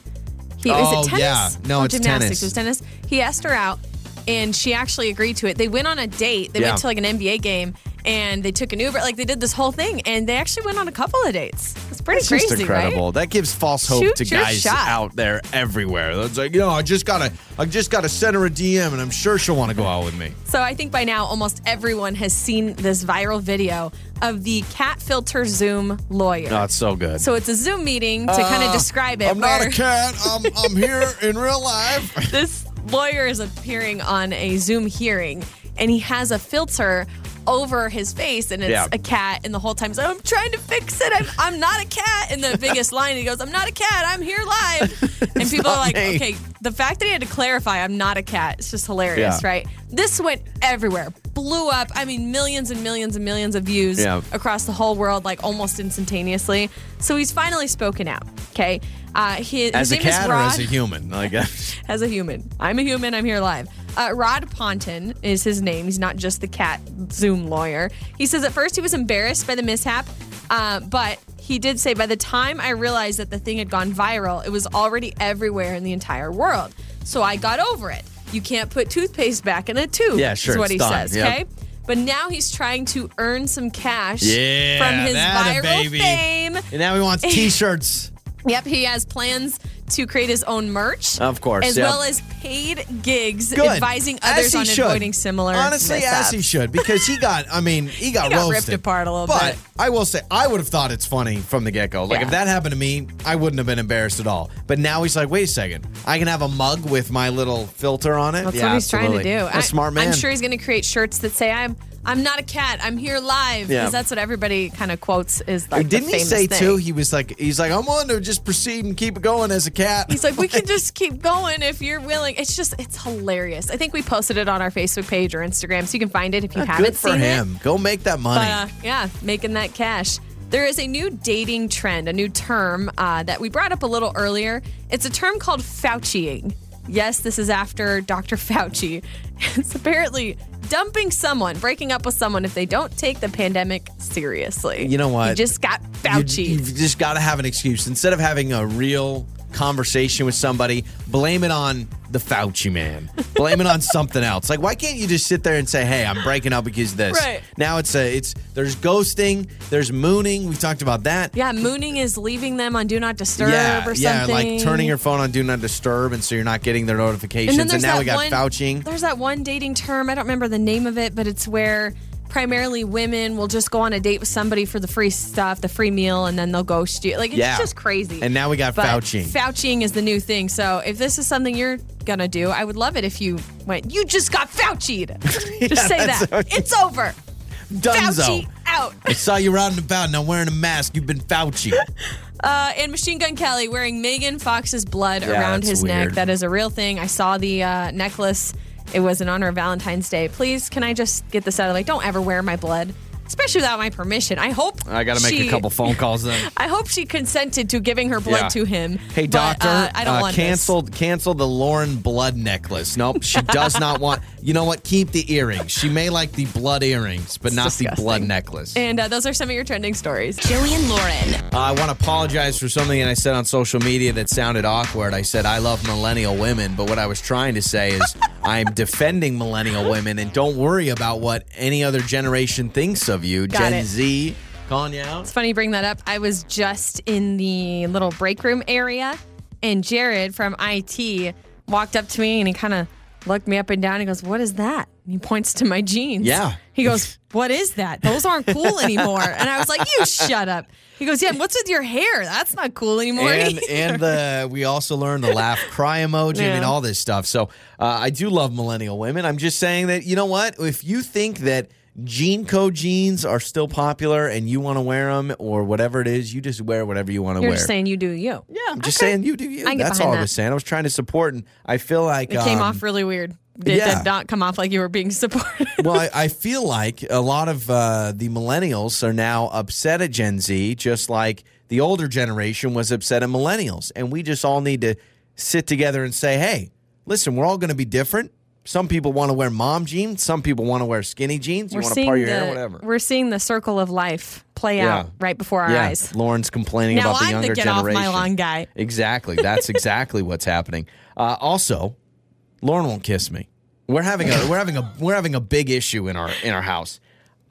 Speaker 2: He
Speaker 1: Oh,
Speaker 2: was it tennis?
Speaker 1: yeah. No,
Speaker 2: Or
Speaker 1: it's
Speaker 2: gymnastics.
Speaker 1: tennis.
Speaker 2: It was tennis. He asked her out, and she actually agreed to it. They went on a date. They
Speaker 1: Yeah.
Speaker 2: went to like an NBA game, and they took an Uber. Like they did this whole thing, and they actually went on a couple of dates. It's pretty
Speaker 1: It's
Speaker 2: crazy,
Speaker 1: just incredible.
Speaker 2: right?
Speaker 1: That gives false hope
Speaker 2: Shoot
Speaker 1: to
Speaker 2: your
Speaker 1: guys
Speaker 2: shot.
Speaker 1: out there everywhere. That's like, you know, I just gotta, I just gotta send her a DM, and I'm sure she'll want to go out with me.
Speaker 2: So I think by now almost everyone has seen this viral video of the cat filter Zoom lawyer.
Speaker 1: Oh, it's so good.
Speaker 2: so it's a Zoom meeting to kind of describe it.
Speaker 1: Uh, I'm not a
Speaker 2: where-
Speaker 1: cat. I'm, I'm here in real
Speaker 2: <laughs>
Speaker 1: life.
Speaker 2: this lawyer is appearing on a Zoom hearing and he has a filter over his face and it's
Speaker 1: Yeah.
Speaker 2: a cat and the whole time he's like, I'm trying to fix it. I'm, I'm not a cat. And the biggest line, he goes, I'm not a cat. I'm here
Speaker 1: <laughs>
Speaker 2: live. And people are
Speaker 1: not
Speaker 2: like,
Speaker 1: me.
Speaker 2: okay, the fact that he had to clarify, I'm not a cat, it's just hilarious,
Speaker 1: Yeah.
Speaker 2: right? This went everywhere, blew up. I mean, millions and millions and millions of views
Speaker 1: Yeah.
Speaker 2: across the whole world, like almost instantaneously. So he's finally spoken out, okay? Uh, his,
Speaker 1: As a
Speaker 2: his name is
Speaker 1: cat or
Speaker 2: Rod
Speaker 1: as a human? Like,
Speaker 2: as a human. I'm a human. I'm here live. Uh, Rod Ponton is his name. He's not just the cat Zoom lawyer. He says at first he was embarrassed by the mishap, uh, but he did say by the time I realized that the thing had gone viral, it was already everywhere in the entire world. So I got over it. You can't put toothpaste back in a tube.
Speaker 1: Yeah, sure,
Speaker 2: Is what
Speaker 1: it's
Speaker 2: he
Speaker 1: done.
Speaker 2: says.
Speaker 1: Yep.
Speaker 2: Okay. But now he's trying to earn some cash
Speaker 1: Yeah,
Speaker 2: from his
Speaker 1: that a
Speaker 2: viral
Speaker 1: baby.
Speaker 2: fame.
Speaker 1: And now he
Speaker 2: <laughs>
Speaker 1: wants t-shirts.
Speaker 2: Yep, he has plans to create his own merch.
Speaker 1: Of course,
Speaker 2: As
Speaker 1: yeah.
Speaker 2: well as paid gigs
Speaker 1: Good.
Speaker 2: advising
Speaker 1: As
Speaker 2: others
Speaker 1: he
Speaker 2: on
Speaker 1: should.
Speaker 2: avoiding similar.
Speaker 1: Honestly, as
Speaker 2: mishaps.
Speaker 1: he should, because he got, I mean, he got,
Speaker 2: <laughs> He got
Speaker 1: roasted.
Speaker 2: ripped apart a little
Speaker 1: but
Speaker 2: bit.
Speaker 1: I will say, I would have thought it's funny from the get go. Like, if
Speaker 2: Yeah.
Speaker 1: that happened to me, I wouldn't have been embarrassed at all. But now he's like, wait a second, I can have a mug with my little filter on it.
Speaker 2: That's
Speaker 1: yeah,
Speaker 2: what he's
Speaker 1: absolutely.
Speaker 2: trying to do.
Speaker 1: A smart man.
Speaker 2: I'm sure he's going to create shirts that say, "I'm I'm not a cat. I'm here live." Because
Speaker 1: Yeah.
Speaker 2: that's what everybody kind of quotes is like.
Speaker 1: Didn't
Speaker 2: the
Speaker 1: he
Speaker 2: famous
Speaker 1: say
Speaker 2: thing.
Speaker 1: too? He was like, he's like, I'm willing to just proceed and keep it going as a cat.
Speaker 2: He's like, we can just keep going if you're willing. It's just, it's hilarious. I think we posted it on our Facebook page or Instagram, so you can find it if you haven't
Speaker 1: Ah, Good for
Speaker 2: seen it.
Speaker 1: him. Go make that money.
Speaker 2: But uh, yeah, making that cash. There is a new dating trend, a new term uh, that we brought up a little earlier. It's a term called Fauciing. Yes, this is after Dr. <laughs> Fauci. It's apparently dumping someone, breaking up with someone if they don't take the pandemic seriously.
Speaker 1: You know what?
Speaker 2: You just got Fauci.
Speaker 1: You, have just got to have an excuse. Instead of having a real conversation with somebody, blame it on the Fauci man. Blame
Speaker 2: <laughs>
Speaker 1: it on something else. Like, why can't you just sit there and say, "Hey, I'm breaking up because of this."
Speaker 2: Right.
Speaker 1: Now it's a it's there's ghosting, there's mooning. We talked about that.
Speaker 2: yeah, mooning is leaving them on do not disturb
Speaker 1: Yeah,
Speaker 2: or something.
Speaker 1: yeah, like turning your phone on do not disturb, and so you're not getting their notifications. And, now we got Fauciing.
Speaker 2: There's that one dating term. I don't remember the name of it, but it's where primarily women will just go on a date with somebody for the free stuff, the free meal, and then they'll ghost you. Like it's
Speaker 1: Yeah.
Speaker 2: just crazy.
Speaker 1: And now we got
Speaker 2: But
Speaker 1: Fauciing.
Speaker 2: Fauciing is the new thing. So if this is something you're gonna do, I would love it if you went. You just
Speaker 1: <laughs>
Speaker 2: got Faucied. just say
Speaker 1: that's
Speaker 2: that. It's over.
Speaker 1: Dunzo.
Speaker 2: Fauci out.
Speaker 1: I saw you out and about, and I'm wearing a mask. You've been
Speaker 2: <laughs>
Speaker 1: Fauci.
Speaker 2: Uh, and Machine Gun Kelly wearing Megan Fox's blood
Speaker 1: Yeah,
Speaker 2: around
Speaker 1: that's
Speaker 2: his
Speaker 1: weird.
Speaker 2: neck. That is a real thing. I saw the uh, necklace. It was in honor of Valentine's Day. Please, can I just get this out of the way? Don't ever wear my blood, especially without my permission. I hope
Speaker 1: I got to make
Speaker 2: she-
Speaker 1: a couple phone calls then.
Speaker 2: I hope she consented to giving her blood
Speaker 1: Yeah.
Speaker 2: to him.
Speaker 1: Hey
Speaker 2: But,
Speaker 1: doctor,
Speaker 2: uh, I don't
Speaker 1: uh,
Speaker 2: want this.
Speaker 1: cancel cancel the Lauren blood necklace. Nope, she
Speaker 2: <laughs>
Speaker 1: does not want. You know what? Keep the earrings. She may like the blood earrings, but not the blood necklace.
Speaker 2: And uh, those are some of your trending stories.
Speaker 4: Joey and Lauren.
Speaker 1: Uh, I want to apologize for something that I said on social media that sounded awkward. I said I love millennial women, but what I was trying to say
Speaker 2: <laughs>
Speaker 1: is I'm defending millennial women, and don't worry about what any other generation thinks of you.
Speaker 2: Got
Speaker 1: Gen
Speaker 2: it.
Speaker 1: Z, calling you out.
Speaker 2: It's funny you bring that up. I was just in the little break room area, and Jared from IT walked up to me and he kind of looked me up and down. He goes, What is that? And he points to my jeans.
Speaker 1: Yeah.
Speaker 2: He goes, What is that? Those
Speaker 1: <laughs>
Speaker 2: aren't cool anymore. And I was like, You shut up. He goes, Yeah, what's with your hair? That's not cool anymore. <laughs>
Speaker 1: and and the we also learned the laugh cry emoji I mean,
Speaker 2: Yeah.
Speaker 1: all this stuff. So uh, I do love millennial women. I'm just saying that you know what? If you think that jean code jeans are still popular and you want to wear them or whatever it is, you just wear whatever you want to
Speaker 2: You're
Speaker 1: wear.
Speaker 2: just saying you do you.
Speaker 1: yeah, I'm just saying you do you.
Speaker 2: I can get
Speaker 1: That's
Speaker 2: behind
Speaker 1: all I
Speaker 2: that.
Speaker 1: was saying. I was trying to support, and I feel like
Speaker 2: It came
Speaker 1: um,
Speaker 2: off really weird. Did
Speaker 1: yeah.
Speaker 2: that not come off like you were being supportive?
Speaker 1: well, I, I feel like a lot of uh, the millennials are now upset at Gen Z, just like the older generation was upset at millennials. And we just all need to sit together and say, hey, listen, we're all going to be different. Some people want to wear mom jeans. Some people want to wear skinny jeans. <laughs> You want to part your hair, whatever.
Speaker 2: we're seeing the circle of life play
Speaker 1: Yeah.
Speaker 2: out right before our
Speaker 1: yeah.
Speaker 2: eyes.
Speaker 1: Lauren's complaining
Speaker 2: Now
Speaker 1: about the
Speaker 2: I'm
Speaker 1: younger
Speaker 2: the get
Speaker 1: generation.
Speaker 2: off my lawn guy.
Speaker 1: Exactly. That's exactly what's happening. Uh, also, Lauren won't kiss me. We're having a we're having a we're having a big issue in our in our house.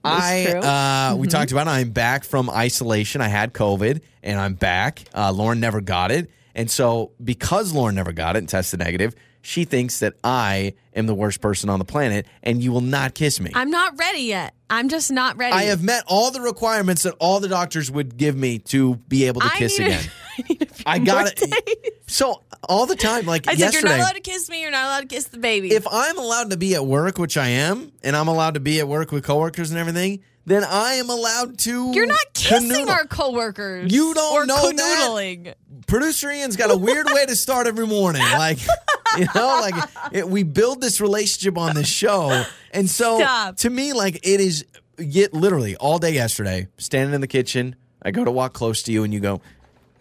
Speaker 1: I
Speaker 2: true.
Speaker 1: uh, we talked about it. I'm back from isolation. I had COVID and I'm back. Uh, Lauren never got it, and so because Lauren never got it and tested negative, she thinks that I am the worst person on the planet, and you will not kiss me.
Speaker 2: I'm not ready yet. I'm just not ready.
Speaker 1: I have met all the requirements that all the doctors would give me to be able to
Speaker 2: I
Speaker 1: kiss
Speaker 2: need a-
Speaker 1: again.
Speaker 2: <laughs> I need a few
Speaker 1: I got
Speaker 2: more days.
Speaker 1: it. So all the time, like
Speaker 2: I said,
Speaker 1: yesterday,
Speaker 2: you're not allowed to kiss me. You're not allowed to kiss the baby.
Speaker 1: if I'm allowed to be at work, which I am, and I'm allowed to be at work with coworkers and everything, then I am allowed to.
Speaker 2: you're not kissing
Speaker 1: canoodle.
Speaker 2: our coworkers,
Speaker 1: You don't
Speaker 2: or
Speaker 1: know that?
Speaker 2: canoodling.
Speaker 1: Producer Ian's got a weird way to start every morning. Like, <laughs> you know, like it, we build this relationship on this show, and so
Speaker 2: Stop.
Speaker 1: to me, like it is yet literally all day yesterday, standing in the kitchen. I go to walk close to you, and you go,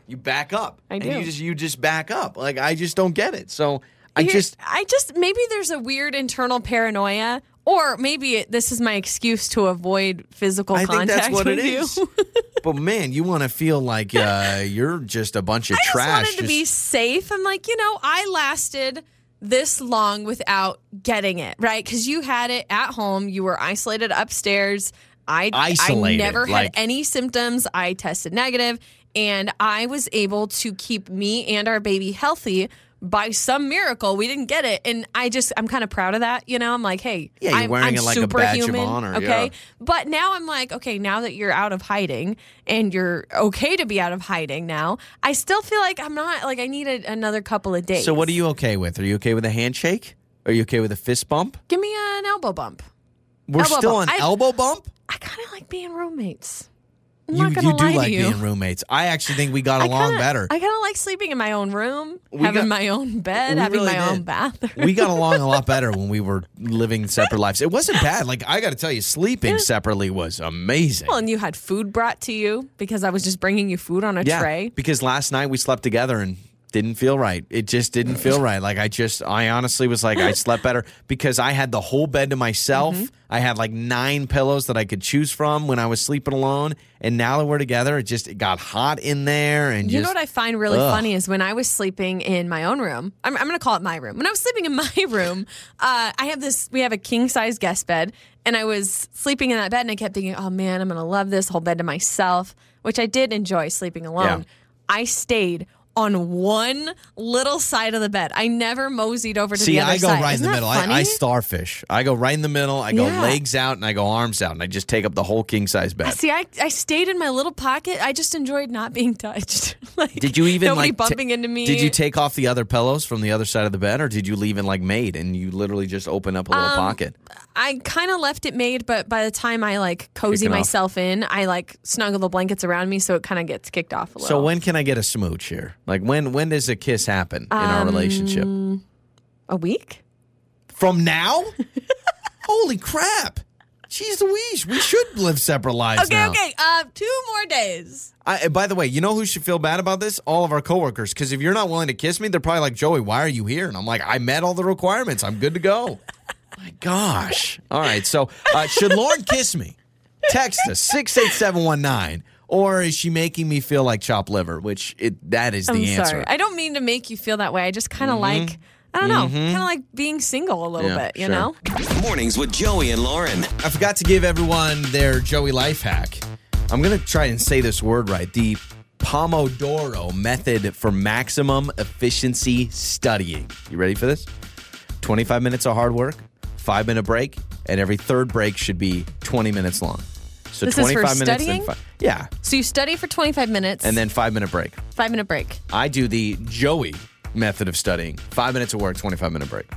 Speaker 1: you back up.
Speaker 2: I
Speaker 1: And
Speaker 2: do.
Speaker 1: you just you just back up. Like I just don't get it. So I
Speaker 2: Here-
Speaker 1: just
Speaker 2: I just maybe there's a weird internal paranoia, or maybe it, this is my excuse to avoid physical
Speaker 1: I think
Speaker 2: contact
Speaker 1: that's what it
Speaker 2: with
Speaker 1: is.
Speaker 2: <laughs> you.
Speaker 1: but man, you want to feel like uh, you're just a bunch of
Speaker 2: I just
Speaker 1: trash.
Speaker 2: wanted to be safe. I'm like, you know, I lasted this long without getting it, right? Because you had it at home, you were isolated upstairs. I,
Speaker 1: Isolated,
Speaker 2: I never
Speaker 1: like-
Speaker 2: had any symptoms. I tested negative, and I was able to keep me and our baby healthy by some miracle. We didn't get it, and I just I'm kind of proud of that. You know, I'm like, hey,
Speaker 1: Yeah, you're
Speaker 2: I'm,
Speaker 1: wearing
Speaker 2: I'm
Speaker 1: it like a badge of
Speaker 2: superhuman,
Speaker 1: honor,
Speaker 2: okay?
Speaker 1: yeah.
Speaker 2: But now I'm like, okay, now that you're out of hiding and you're okay to be out of hiding now, I still feel like I'm not like I need a, another couple of days.
Speaker 1: So what are you okay with? Are you okay with a handshake? Are you okay with a fist bump?
Speaker 2: Give me an elbow bump.
Speaker 1: We're
Speaker 2: Elbow
Speaker 1: still on
Speaker 2: bump. I-
Speaker 1: elbow bump.
Speaker 2: I kind of like being roommates. I'm
Speaker 1: You
Speaker 2: not gonna
Speaker 1: you do
Speaker 2: lie
Speaker 1: like
Speaker 2: to you.
Speaker 1: being roommates. I actually think we got
Speaker 2: I
Speaker 1: along
Speaker 2: kinda,
Speaker 1: better.
Speaker 2: I kind of like sleeping in my own room,
Speaker 1: We
Speaker 2: having
Speaker 1: got-
Speaker 2: my own bed,
Speaker 1: we
Speaker 2: having
Speaker 1: really
Speaker 2: my own
Speaker 1: did.
Speaker 2: bathroom.
Speaker 1: <laughs>
Speaker 2: <laughs>
Speaker 1: we got along a lot better when we were living separate lives. It wasn't bad. Like I got to tell you, sleeping separately was amazing.
Speaker 2: Well, and you had food brought to you because I was just bringing you food on a
Speaker 1: yeah,
Speaker 2: tray.
Speaker 1: because last night we slept together and didn't feel right. It just didn't
Speaker 2: Mm.
Speaker 1: feel right. Like I just, I honestly was like, I slept better because I had the whole bed to myself.
Speaker 2: Mm-hmm.
Speaker 1: I had like nine pillows that I could choose from when I was sleeping alone. And now that we're together, it just it got hot in there. And
Speaker 2: You
Speaker 1: just,
Speaker 2: know what I find really
Speaker 1: Ugh.
Speaker 2: funny is when I was sleeping in my own room. I'm, I'm going to call it my room. When I was sleeping in <laughs> my room, uh, I have this. We have a king size guest bed, and I was sleeping in that bed, and I kept thinking, "Oh man, I'm going to love this whole bed to myself," which I did enjoy sleeping alone. I stayed on one little side of the bed. I never moseyed over to
Speaker 1: See,
Speaker 2: the other
Speaker 1: I go
Speaker 2: side.
Speaker 1: right
Speaker 2: Isn't
Speaker 1: in the
Speaker 2: that
Speaker 1: middle. I, I
Speaker 2: funny?
Speaker 1: starfish. I go right in the middle. I go
Speaker 2: Yeah.
Speaker 1: legs out and I go arms out and I just take up the whole king size bed.
Speaker 2: <laughs> See, I, I stayed in my little pocket. I just enjoyed not being <laughs> touched. like,
Speaker 1: Did you even
Speaker 2: nobody
Speaker 1: like ta-
Speaker 2: bumping into me?
Speaker 1: Did you take off the other pillows from the other side of the bed, or did you leave it like made and you literally just open up a
Speaker 2: Um,
Speaker 1: little pocket?
Speaker 2: I kind of left it made, but by the time I like cozy
Speaker 1: Kicking off.
Speaker 2: myself in, I like snuggle the blankets around me, so it kind of gets kicked off a little.
Speaker 1: So when can I get a smooch here? Like when when does a kiss happen in
Speaker 2: Um,
Speaker 1: our relationship?
Speaker 2: a week?
Speaker 1: From now?
Speaker 2: <laughs>
Speaker 1: Holy crap! Jeez Louise, we should live separate lives
Speaker 2: Okay,
Speaker 1: now.
Speaker 2: okay. Uh, two more days.
Speaker 1: I, and by the way, you know who should feel bad about this? All of our coworkers. Because if you're not willing to kiss me, they're probably like, Joey, why are you here? And I'm like, I met all the requirements. I'm good to go. <laughs> My gosh. All right. So, uh, should Lauren kiss me? Text us 68719. Or is she making me feel like chopped liver? Which it, that is the
Speaker 2: I'm
Speaker 1: answer. Mm-hmm.
Speaker 2: sorry. I don't mean to make you feel that way. I just kind of like I don't know, kind of like being single a little
Speaker 1: Yeah,
Speaker 2: bit, you
Speaker 1: sure.
Speaker 2: know.
Speaker 6: Mornings with Joey and Lauren.
Speaker 1: I forgot to give everyone their Joey life hack. I'm going to try and say this word right. The Pomodoro method for maximum efficiency studying. You ready for this? 25 minutes of hard work, 5 minute break, and every third break should be 20 minutes long. So
Speaker 2: This is for
Speaker 1: 25 minutes
Speaker 2: studying?
Speaker 1: then five, Yeah,
Speaker 2: So you study for 25 minutes
Speaker 1: and then 5 minute break.
Speaker 2: 5 minute break.
Speaker 1: I do the Joey method of studying. 5 minutes of work, 25 minute break.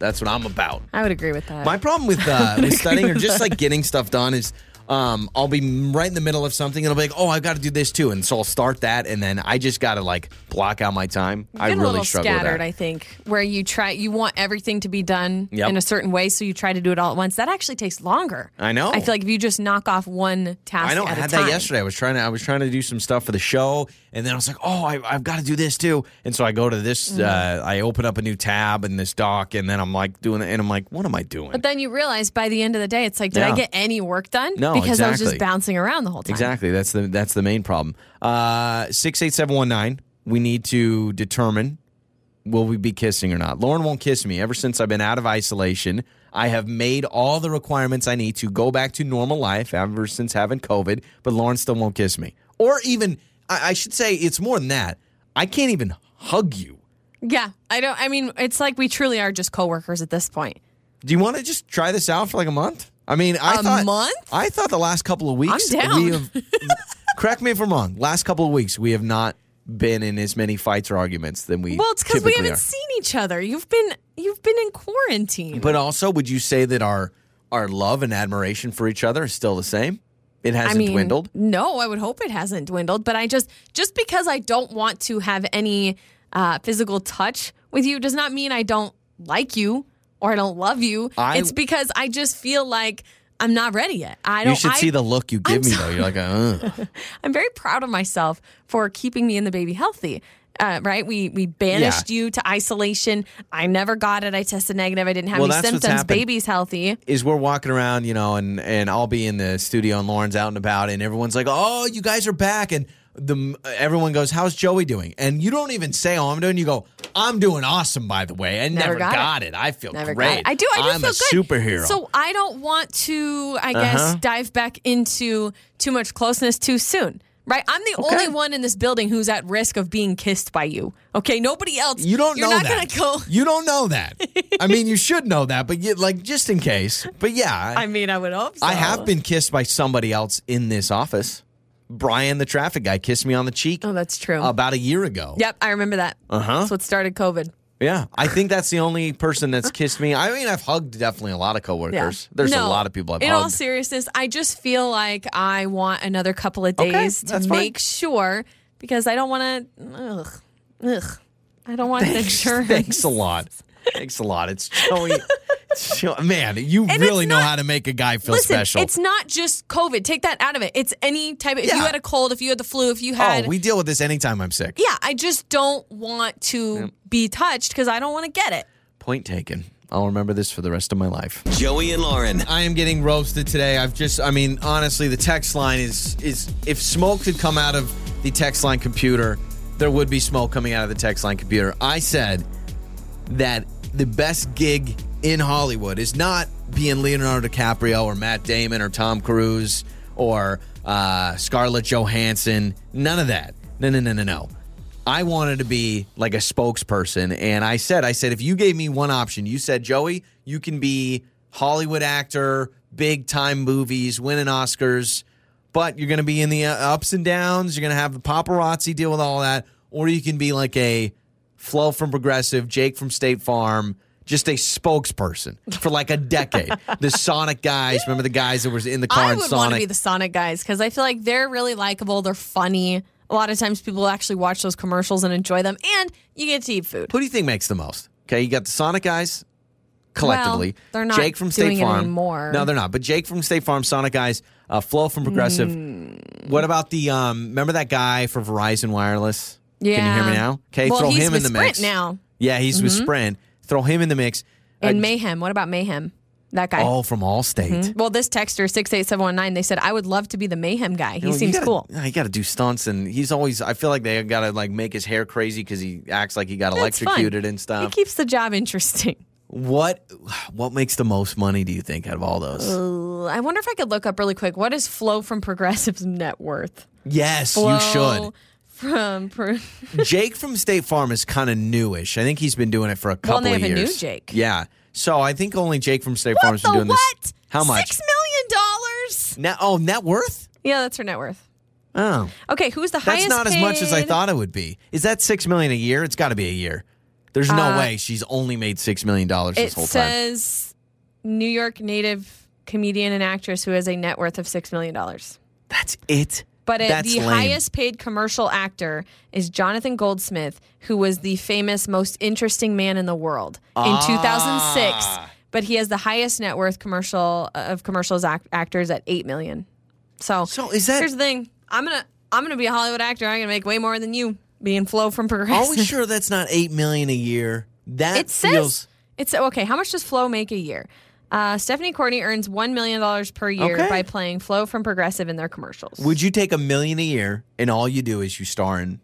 Speaker 1: That's what I'm about.
Speaker 2: I would agree with that.
Speaker 1: My problem with
Speaker 2: <laughs>
Speaker 1: uh, with studying or just like getting stuff done is um, I'll be right in the middle of something and I'll be like, oh, I've got to do this too, and so I'll start that, and then I just got to like block out my time. I
Speaker 2: Been
Speaker 1: really
Speaker 2: a little
Speaker 1: struggle
Speaker 2: scattered,
Speaker 1: with that.
Speaker 2: I think, where you try you want everything to be done
Speaker 1: Yep.
Speaker 2: in a certain way, so you try to do it all at once. That actually takes longer.
Speaker 1: I know.
Speaker 2: I feel like if you just knock off one task,
Speaker 1: I know. I
Speaker 2: at a
Speaker 1: had
Speaker 2: time,
Speaker 1: that yesterday. I was trying to. I was trying to do some stuff for the show, and then I was like, "Oh, I, I've got to do this too." And so I go to this.
Speaker 2: Mm-hmm.
Speaker 1: Uh, I open up a new tab in this doc, and then I'm like doing it, and I'm like, "What am I doing?"
Speaker 2: But then you realize by the end of the day, it's like, did
Speaker 1: Yeah.
Speaker 2: I get any work done?
Speaker 1: No,
Speaker 2: because I was just
Speaker 1: exactly.
Speaker 2: bouncing around the whole time.
Speaker 1: Exactly. That's the that's the main problem. Uh, six eight seven one nine. We need to determine will we be kissing or not. Lauren won't kiss me. Ever since I've been out of isolation, I have made all the requirements I need to go back to normal life. Ever since having COVID, but Lauren still won't kiss me. Or even I, I should say it's more than that. I can't even hug you.
Speaker 2: Yeah, I don't. I mean, it's like we truly are just coworkers at this point.
Speaker 1: Do you want to just try this out for like a month? I mean, I
Speaker 2: A
Speaker 1: thought
Speaker 2: month?
Speaker 1: I thought the last couple of weeks
Speaker 2: I'm down.
Speaker 1: we have. <laughs> correct me if I'm wrong. Last couple of weeks we have not been in as many fights or arguments than we.
Speaker 2: Well, it's because we
Speaker 1: typically
Speaker 2: haven't
Speaker 1: are.
Speaker 2: seen each other. You've been you've been in quarantine.
Speaker 1: But also, would you say that our our love and admiration for each other is still the same? It hasn't dwindled.
Speaker 2: No, I would hope it hasn't dwindled. But I just just because I don't want to have any uh, physical touch with you does not mean I don't like you or I don't love you.
Speaker 1: I-
Speaker 2: it's because I just feel like I'm not ready yet. I don't.
Speaker 1: You should
Speaker 2: I,
Speaker 1: see the look you give
Speaker 2: I'm
Speaker 1: me though. You're
Speaker 2: <laughs>
Speaker 1: like, uh,
Speaker 2: I'm very proud of myself for keeping me and the baby healthy. Uh, right? We we banished you to isolation. I never got it. I tested negative. I didn't have
Speaker 1: Well,
Speaker 2: any
Speaker 1: that's what's
Speaker 2: symptoms.
Speaker 1: happened.
Speaker 2: Baby's healthy.
Speaker 1: is we're walking around, you know, and and I'll be in the studio and Lauren's out and about, and everyone's like, "Oh, you guys are back!" and the everyone goes, "How's Joey doing?" And you don't even say, "Oh, I'm doing." You go, "I'm doing awesome, by the way. I never, got, it. I feel
Speaker 2: Never got
Speaker 1: great.
Speaker 2: it. I do. I do
Speaker 1: am
Speaker 2: feel
Speaker 1: a
Speaker 2: good.
Speaker 1: superhero."
Speaker 2: So I don't want to. I guess
Speaker 1: Uh-huh.
Speaker 2: dive back into too much closeness too soon. Right? I'm the only one in this building who's at risk of being kissed by you. Okay? Nobody else.
Speaker 1: you don't
Speaker 2: You're
Speaker 1: know
Speaker 2: not
Speaker 1: that.
Speaker 2: gonna go.
Speaker 1: <laughs>
Speaker 2: <laughs>
Speaker 1: You don't know that. I mean, you should know that, but you, like just in case. But yeah,
Speaker 2: I mean, I would hope. So.
Speaker 1: I have been kissed by somebody else in this office. Brian, the traffic guy, kissed me on the cheek
Speaker 2: Oh, that's true.
Speaker 1: about a year ago.
Speaker 2: yep, I remember that.
Speaker 1: Uh huh.
Speaker 2: That's what started COVID.
Speaker 1: Yeah. I think that's the only person that's kissed me. I mean, I've hugged definitely a lot of coworkers. There's a
Speaker 2: No,
Speaker 1: lot of people I've
Speaker 2: in all
Speaker 1: hugged.
Speaker 2: seriousness, I just feel like I want another couple of
Speaker 1: Okay,
Speaker 2: days
Speaker 1: that's
Speaker 2: to
Speaker 1: fine.
Speaker 2: make sure because I don't want to. Ugh, ugh. I don't
Speaker 1: <laughs>
Speaker 2: want the insurance.
Speaker 1: Thanks a lot. Thanks a lot. It's Joey. it's Jo- Man, you
Speaker 2: it's
Speaker 1: really know
Speaker 2: not-
Speaker 1: how to make a guy feel
Speaker 2: Listen,
Speaker 1: special.
Speaker 2: it's not just COVID. Take that out of it. It's any type of. If
Speaker 1: Yeah.
Speaker 2: you had a cold, if you had the flu, if you had.
Speaker 1: oh, we deal with this anytime I'm sick.
Speaker 2: yeah, I just don't want to be touched because I don't want to get it.
Speaker 1: Point taken. I'll remember this for the rest of my life.
Speaker 6: Joey and Lauren.
Speaker 1: I am getting roasted today. I've just I mean, honestly, the text line is is if smoke could come out of the text line computer, there would be smoke coming out of the text line computer. I said that the best gig in Hollywood is not being Leonardo DiCaprio or Matt Damon or Tom Cruise or uh, Scarlett Johansson. None of that. No, no, no, no, no. I wanted to be like a spokesperson, and I said, I said, if you gave me one option, you said, Joey, you can be Hollywood actor, big time movies, winning Oscars, but you're going to be in the uh, ups and downs. You're going to have the paparazzi deal with all that, or you can be like a Flo from Progressive, Jake from State Farm, just a spokesperson for like a
Speaker 2: <laughs>
Speaker 1: decade. the Sonic guys, remember the guys that was in the car
Speaker 2: I
Speaker 1: in
Speaker 2: would want to
Speaker 1: Sonic?
Speaker 2: be the Sonic guys because I feel like they're really likable. They're funny. A lot of times people actually watch those commercials and enjoy them, and you get to eat food.
Speaker 1: Who do you think makes the most? Okay, you got the Sonic guys collectively.
Speaker 2: Well, they're not
Speaker 1: Jake from State
Speaker 2: doing it
Speaker 1: Farm.
Speaker 2: anymore.
Speaker 1: No, they're not. But Jake from State Farm, Sonic guys, uh, Flo from Progressive.
Speaker 2: Hmm.
Speaker 1: What about the um? Remember that guy for Verizon Wireless? Can you hear me
Speaker 2: Yeah.
Speaker 1: now? Okay,
Speaker 2: Well,
Speaker 1: throw
Speaker 2: he's
Speaker 1: him
Speaker 2: with
Speaker 1: in the
Speaker 2: Sprint
Speaker 1: mix
Speaker 2: now. Mm-hmm.
Speaker 1: Yeah, he's with Sprint. Throw him in the mix.
Speaker 2: And
Speaker 1: Uh,
Speaker 2: Mayhem. What about Mayhem? That guy.
Speaker 1: Oh, from Allstate.
Speaker 2: Well, this texter, 68719, they said, I would love to be the Mayhem guy. He
Speaker 1: You know, you
Speaker 2: seems
Speaker 1: gotta-
Speaker 2: cool.
Speaker 1: yeah, He got to do stunts, and he's always. I feel like they got to like make his hair crazy because he acts like he got
Speaker 2: That's fun.
Speaker 1: electrocuted and
Speaker 2: It
Speaker 1: stuff.
Speaker 2: keeps the job interesting.
Speaker 1: What what makes the most money? Do you think out of all those?
Speaker 2: Ooh, I wonder if I could look up really quick. What is Flo from Progressive's net worth?
Speaker 1: yes,
Speaker 2: Flo
Speaker 1: you
Speaker 2: <laughs>
Speaker 1: should.
Speaker 2: From Pro-
Speaker 1: Jake from State Farm is kind of newish. I think he's been doing it for a
Speaker 2: Well,
Speaker 1: couple
Speaker 2: they
Speaker 1: of
Speaker 2: have a new
Speaker 1: years.
Speaker 2: Jake.
Speaker 1: Yeah. So I think only Jake from
Speaker 2: <laughs>
Speaker 1: State Farm
Speaker 2: what
Speaker 1: has been
Speaker 2: the
Speaker 1: doing
Speaker 2: what?
Speaker 1: this. How much?
Speaker 2: Six million dollars.
Speaker 1: Net- oh, net worth?
Speaker 2: Yeah, that's her net worth.
Speaker 1: Oh.
Speaker 2: Okay, who's the
Speaker 1: That's
Speaker 2: highest?
Speaker 1: not as much as I
Speaker 2: paid-
Speaker 1: thought it would be. Is that six million a year? It's got to be a year. There's no way she's only made six million dollars
Speaker 2: Uh, It
Speaker 1: this whole time.
Speaker 2: says New York native comedian and actress who has a net worth of six million dollars.
Speaker 1: That's it.
Speaker 2: But it,
Speaker 1: That's
Speaker 2: the
Speaker 1: lame.
Speaker 2: highest paid commercial actor is Jonathan Goldsmith, who was the famous most interesting man in the world in
Speaker 1: Ah.
Speaker 2: 2006. But he has the highest net worth commercial uh, of commercials act- actors at 8 million. So,
Speaker 1: So is that-
Speaker 2: Here's the thing. I'm going to I'm going to be a Hollywood actor. I'm going to make way more than you being Flo from
Speaker 1: Are
Speaker 2: Progressive.
Speaker 1: we sure that's not eight million a year? That
Speaker 2: It says
Speaker 1: feels.
Speaker 2: it's okay. How much does Flo make a year? Uh, Stephanie Courtney earns $1 million per year
Speaker 1: Okay.
Speaker 2: by playing Flo from Progressive in their commercials.
Speaker 1: Would you take a million a year and all you do is you star in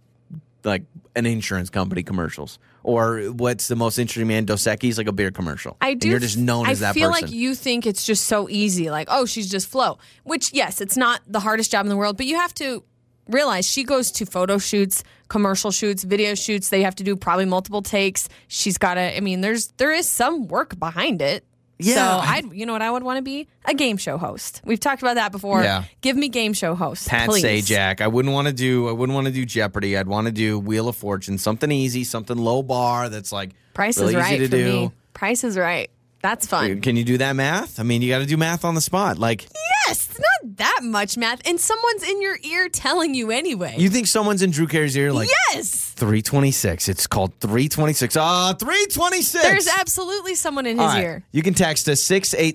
Speaker 1: like an insurance company commercials or what's the most interesting man Dos Equis like a beer commercial?
Speaker 2: I
Speaker 1: And
Speaker 2: do.
Speaker 1: you're just known
Speaker 2: I
Speaker 1: as that
Speaker 2: feel
Speaker 1: person.
Speaker 2: like you think it's just so easy. Like, oh, she's just Flo. Which, yes, it's not the hardest job in the world, but you have to realize she goes to photo shoots, commercial shoots, video shoots. They have to do probably multiple takes. She's got to. I mean, there's there is some work behind it.
Speaker 1: Yeah,
Speaker 2: So
Speaker 1: I-
Speaker 2: I, would you know what I would want to be a game show host. We've talked about that before.
Speaker 1: Yeah.
Speaker 2: Give me game show host,
Speaker 1: Pat
Speaker 2: please.
Speaker 1: Sajak. I wouldn't want to do. I wouldn't want to do Jeopardy. I'd want to do Wheel of Fortune. Something easy, something low bar. That's like
Speaker 2: Price
Speaker 1: really
Speaker 2: is
Speaker 1: easy
Speaker 2: right
Speaker 1: to
Speaker 2: for
Speaker 1: do.
Speaker 2: me. Price is right. That's fun.
Speaker 1: Can you do that math? I mean, you got to do math on the spot. Like,
Speaker 2: Yes, it's not that much math, and someone's in your ear telling you anyway.
Speaker 1: you think someone's in Drew Carey's ear? Like,
Speaker 2: yes.
Speaker 1: 326. It's called 326. Ah, 326.
Speaker 2: There's absolutely someone in his
Speaker 1: All right.
Speaker 2: ear.
Speaker 1: You can text us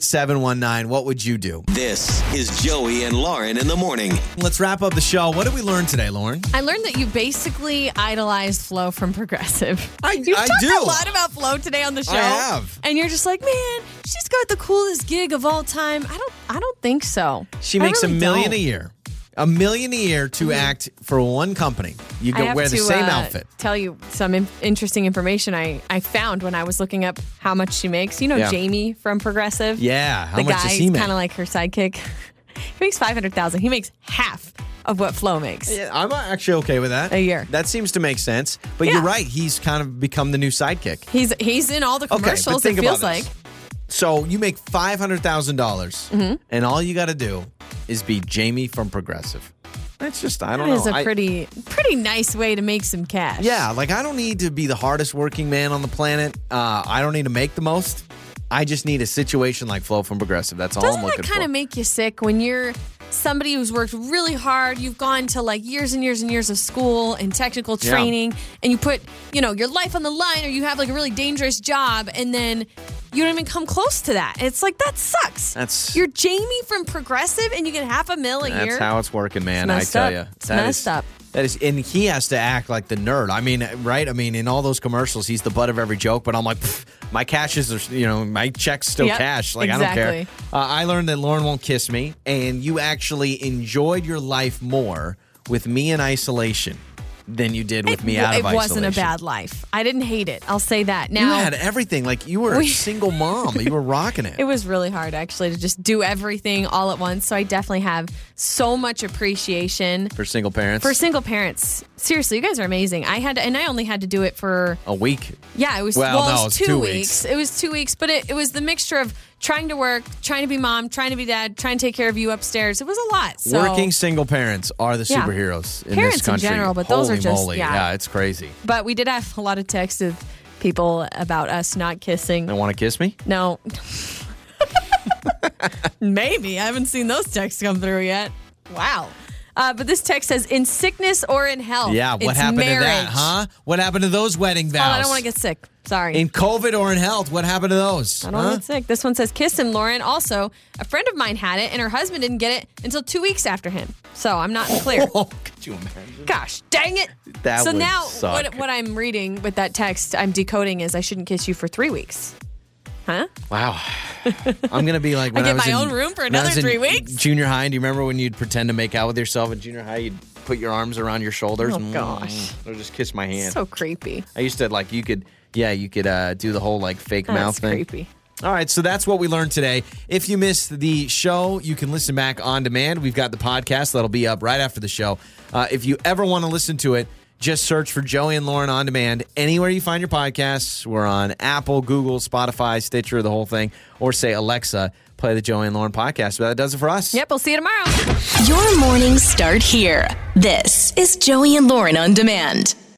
Speaker 1: 68719. What would you do?
Speaker 6: This is Joey and Lauren in the morning.
Speaker 1: Let's wrap up the show. What did we learn today, Lauren?
Speaker 2: I learned that you basically idolized Flo from Progressive.
Speaker 1: <laughs> I-
Speaker 2: You've
Speaker 1: I
Speaker 2: talked
Speaker 1: do.
Speaker 2: a lot about Flo today on the show.
Speaker 1: have.
Speaker 2: And you're just like, man, she's got the coolest gig of all time. I don't I don't think so.
Speaker 1: She
Speaker 2: I
Speaker 1: makes
Speaker 2: really
Speaker 1: a million
Speaker 2: don't.
Speaker 1: a
Speaker 2: Mm-hmm.
Speaker 1: year. a million a year to act for one company. You
Speaker 2: I
Speaker 1: go
Speaker 2: have
Speaker 1: wear the
Speaker 2: to,
Speaker 1: same
Speaker 2: uh,
Speaker 1: outfit.
Speaker 2: Tell you some in- interesting information I, I found when I was looking up how much she makes. You know
Speaker 1: Yeah.
Speaker 2: Jamie from Progressive.
Speaker 1: Yeah, how
Speaker 2: the
Speaker 1: much
Speaker 2: guy
Speaker 1: does he make?
Speaker 2: kind of like her sidekick. <laughs> he makes five hundred thousand. He makes half of what Flo makes.
Speaker 1: Yeah, I'm actually okay with that.
Speaker 2: A year.
Speaker 1: That seems to make sense. But
Speaker 2: Yeah.
Speaker 1: you're right. He's kind of become the new sidekick.
Speaker 2: He's he's in all the
Speaker 1: Okay, but
Speaker 2: commercials.
Speaker 1: think
Speaker 2: it
Speaker 1: about
Speaker 2: feels
Speaker 1: this.
Speaker 2: like
Speaker 1: So you make five dollars,
Speaker 2: Mm-hmm.
Speaker 1: and all you got to do is be Jamie from Progressive. That's just I don't
Speaker 2: that is
Speaker 1: know.
Speaker 2: a
Speaker 1: I-
Speaker 2: pretty pretty nice way to make some cash.
Speaker 1: yeah, like I don't need to be the hardest working man on the planet. Uh, I don't need to make the most. I just need a situation like Flow from Progressive. That's all I'm
Speaker 2: Doesn't
Speaker 1: looking
Speaker 2: that kind
Speaker 1: for.
Speaker 2: of make you sick when you're somebody who's worked really hard? You've gone to like years and years and years of school and technical
Speaker 1: Yeah.
Speaker 2: training, and you put you know your life on the line, or you have like a really dangerous job, and then you don't even come close to that. It's like that sucks.
Speaker 1: That's-
Speaker 2: you're Jamie from Progressive, and you get half a mil a
Speaker 1: That's
Speaker 2: year.
Speaker 1: how it's working, man.
Speaker 2: It's
Speaker 1: I
Speaker 2: messed
Speaker 1: tell
Speaker 2: up.
Speaker 1: you,
Speaker 2: It's messed up.
Speaker 1: That is, and he has to act like the nerd. I mean, right? I mean, in all those commercials, he's the butt of every joke. But I'm like, "Pff, my cashes are, you know, my checks still
Speaker 2: Yep,
Speaker 1: cash. Like I don't
Speaker 2: exactly.
Speaker 1: care. Uh, I learned that Lauren won't kiss me, and you actually enjoyed your life more with me in isolation than you did with me out
Speaker 2: it
Speaker 1: of isolation.
Speaker 2: wasn't a bad life. I didn't hate it. I'll say that now.
Speaker 1: You had everything. Like you were a
Speaker 2: We-
Speaker 1: single mom. You were rocking it.
Speaker 2: <laughs> It was really hard actually to just do everything all at once. So I definitely have so much appreciation
Speaker 1: for single parents.
Speaker 2: for single parents. Seriously, you guys are amazing. I had to, and I only had to do it for
Speaker 1: a week.
Speaker 2: yeah, it was
Speaker 1: Well,
Speaker 2: it
Speaker 1: no,
Speaker 2: was
Speaker 1: it's
Speaker 2: two,
Speaker 1: two
Speaker 2: weeks.
Speaker 1: weeks.
Speaker 2: It was two weeks, but it, it was the mixture of trying to work, trying to be mom, trying to be dad, trying to take care of you upstairs. It was a lot. So
Speaker 1: Working single parents are the
Speaker 2: Yeah.
Speaker 1: superheroes in
Speaker 2: Parents
Speaker 1: this
Speaker 2: in
Speaker 1: country.
Speaker 2: general, but those are
Speaker 1: Holy
Speaker 2: just-
Speaker 1: moly.
Speaker 2: yeah.
Speaker 1: it's crazy.
Speaker 2: but we did have a lot of texts of people about us not kissing.
Speaker 1: They want to kiss me?
Speaker 2: No. <laughs> Maybe. I haven't seen those texts come through yet. Wow. Uh, but this text says, in sickness or in health.
Speaker 1: Yeah, what
Speaker 2: it's
Speaker 1: happened
Speaker 2: marriage.
Speaker 1: to that, huh? What happened to those wedding
Speaker 2: Oh,
Speaker 1: vows?
Speaker 2: I don't want to get sick. Sorry.
Speaker 1: in COVID or in health, what happened to those?
Speaker 2: I don't
Speaker 1: huh? <laughs>
Speaker 2: want to get sick. This one says, kiss him, Lauren. Also, a friend of mine had it, and her husband didn't get it until two weeks after him. So I'm
Speaker 1: <laughs>
Speaker 2: not clear.
Speaker 1: Oh, could you imagine?
Speaker 2: Gosh, dang it.
Speaker 1: That
Speaker 2: so
Speaker 1: would
Speaker 2: now,
Speaker 1: suck.
Speaker 2: What, what I'm reading with that text, I'm decoding is I shouldn't kiss you for three weeks. Huh? <laughs>
Speaker 1: Wow. I'm gonna be like when
Speaker 2: I get
Speaker 1: was
Speaker 2: my
Speaker 1: in-
Speaker 2: own room for
Speaker 1: when I
Speaker 2: another
Speaker 1: was in
Speaker 2: three weeks?
Speaker 1: Junior high. Do you remember when you'd pretend to make out with yourself in junior high? You'd put your arms around your shoulders.
Speaker 2: Oh,
Speaker 1: Mm,
Speaker 2: gosh.
Speaker 1: Or just kiss my hand.
Speaker 2: So creepy.
Speaker 1: I used to like you could yeah you could uh, do the whole like fake mouth
Speaker 2: That's
Speaker 1: thing.
Speaker 2: creepy.
Speaker 1: All right, so that's what we learned today. If you missed the show, you can listen back on demand. We've got the podcast that'll be up right after the show. Uh, if you ever want to listen to it, just search for Joey and Lauren on demand anywhere you find your podcasts. We're on Apple, Google, Spotify, Stitcher, the whole thing, or say Alexa, play the Joey and Lauren podcast. But that does it for us.
Speaker 2: Yep, we'll see you tomorrow.
Speaker 4: Your mornings start here. This is Joey and Lauren on demand.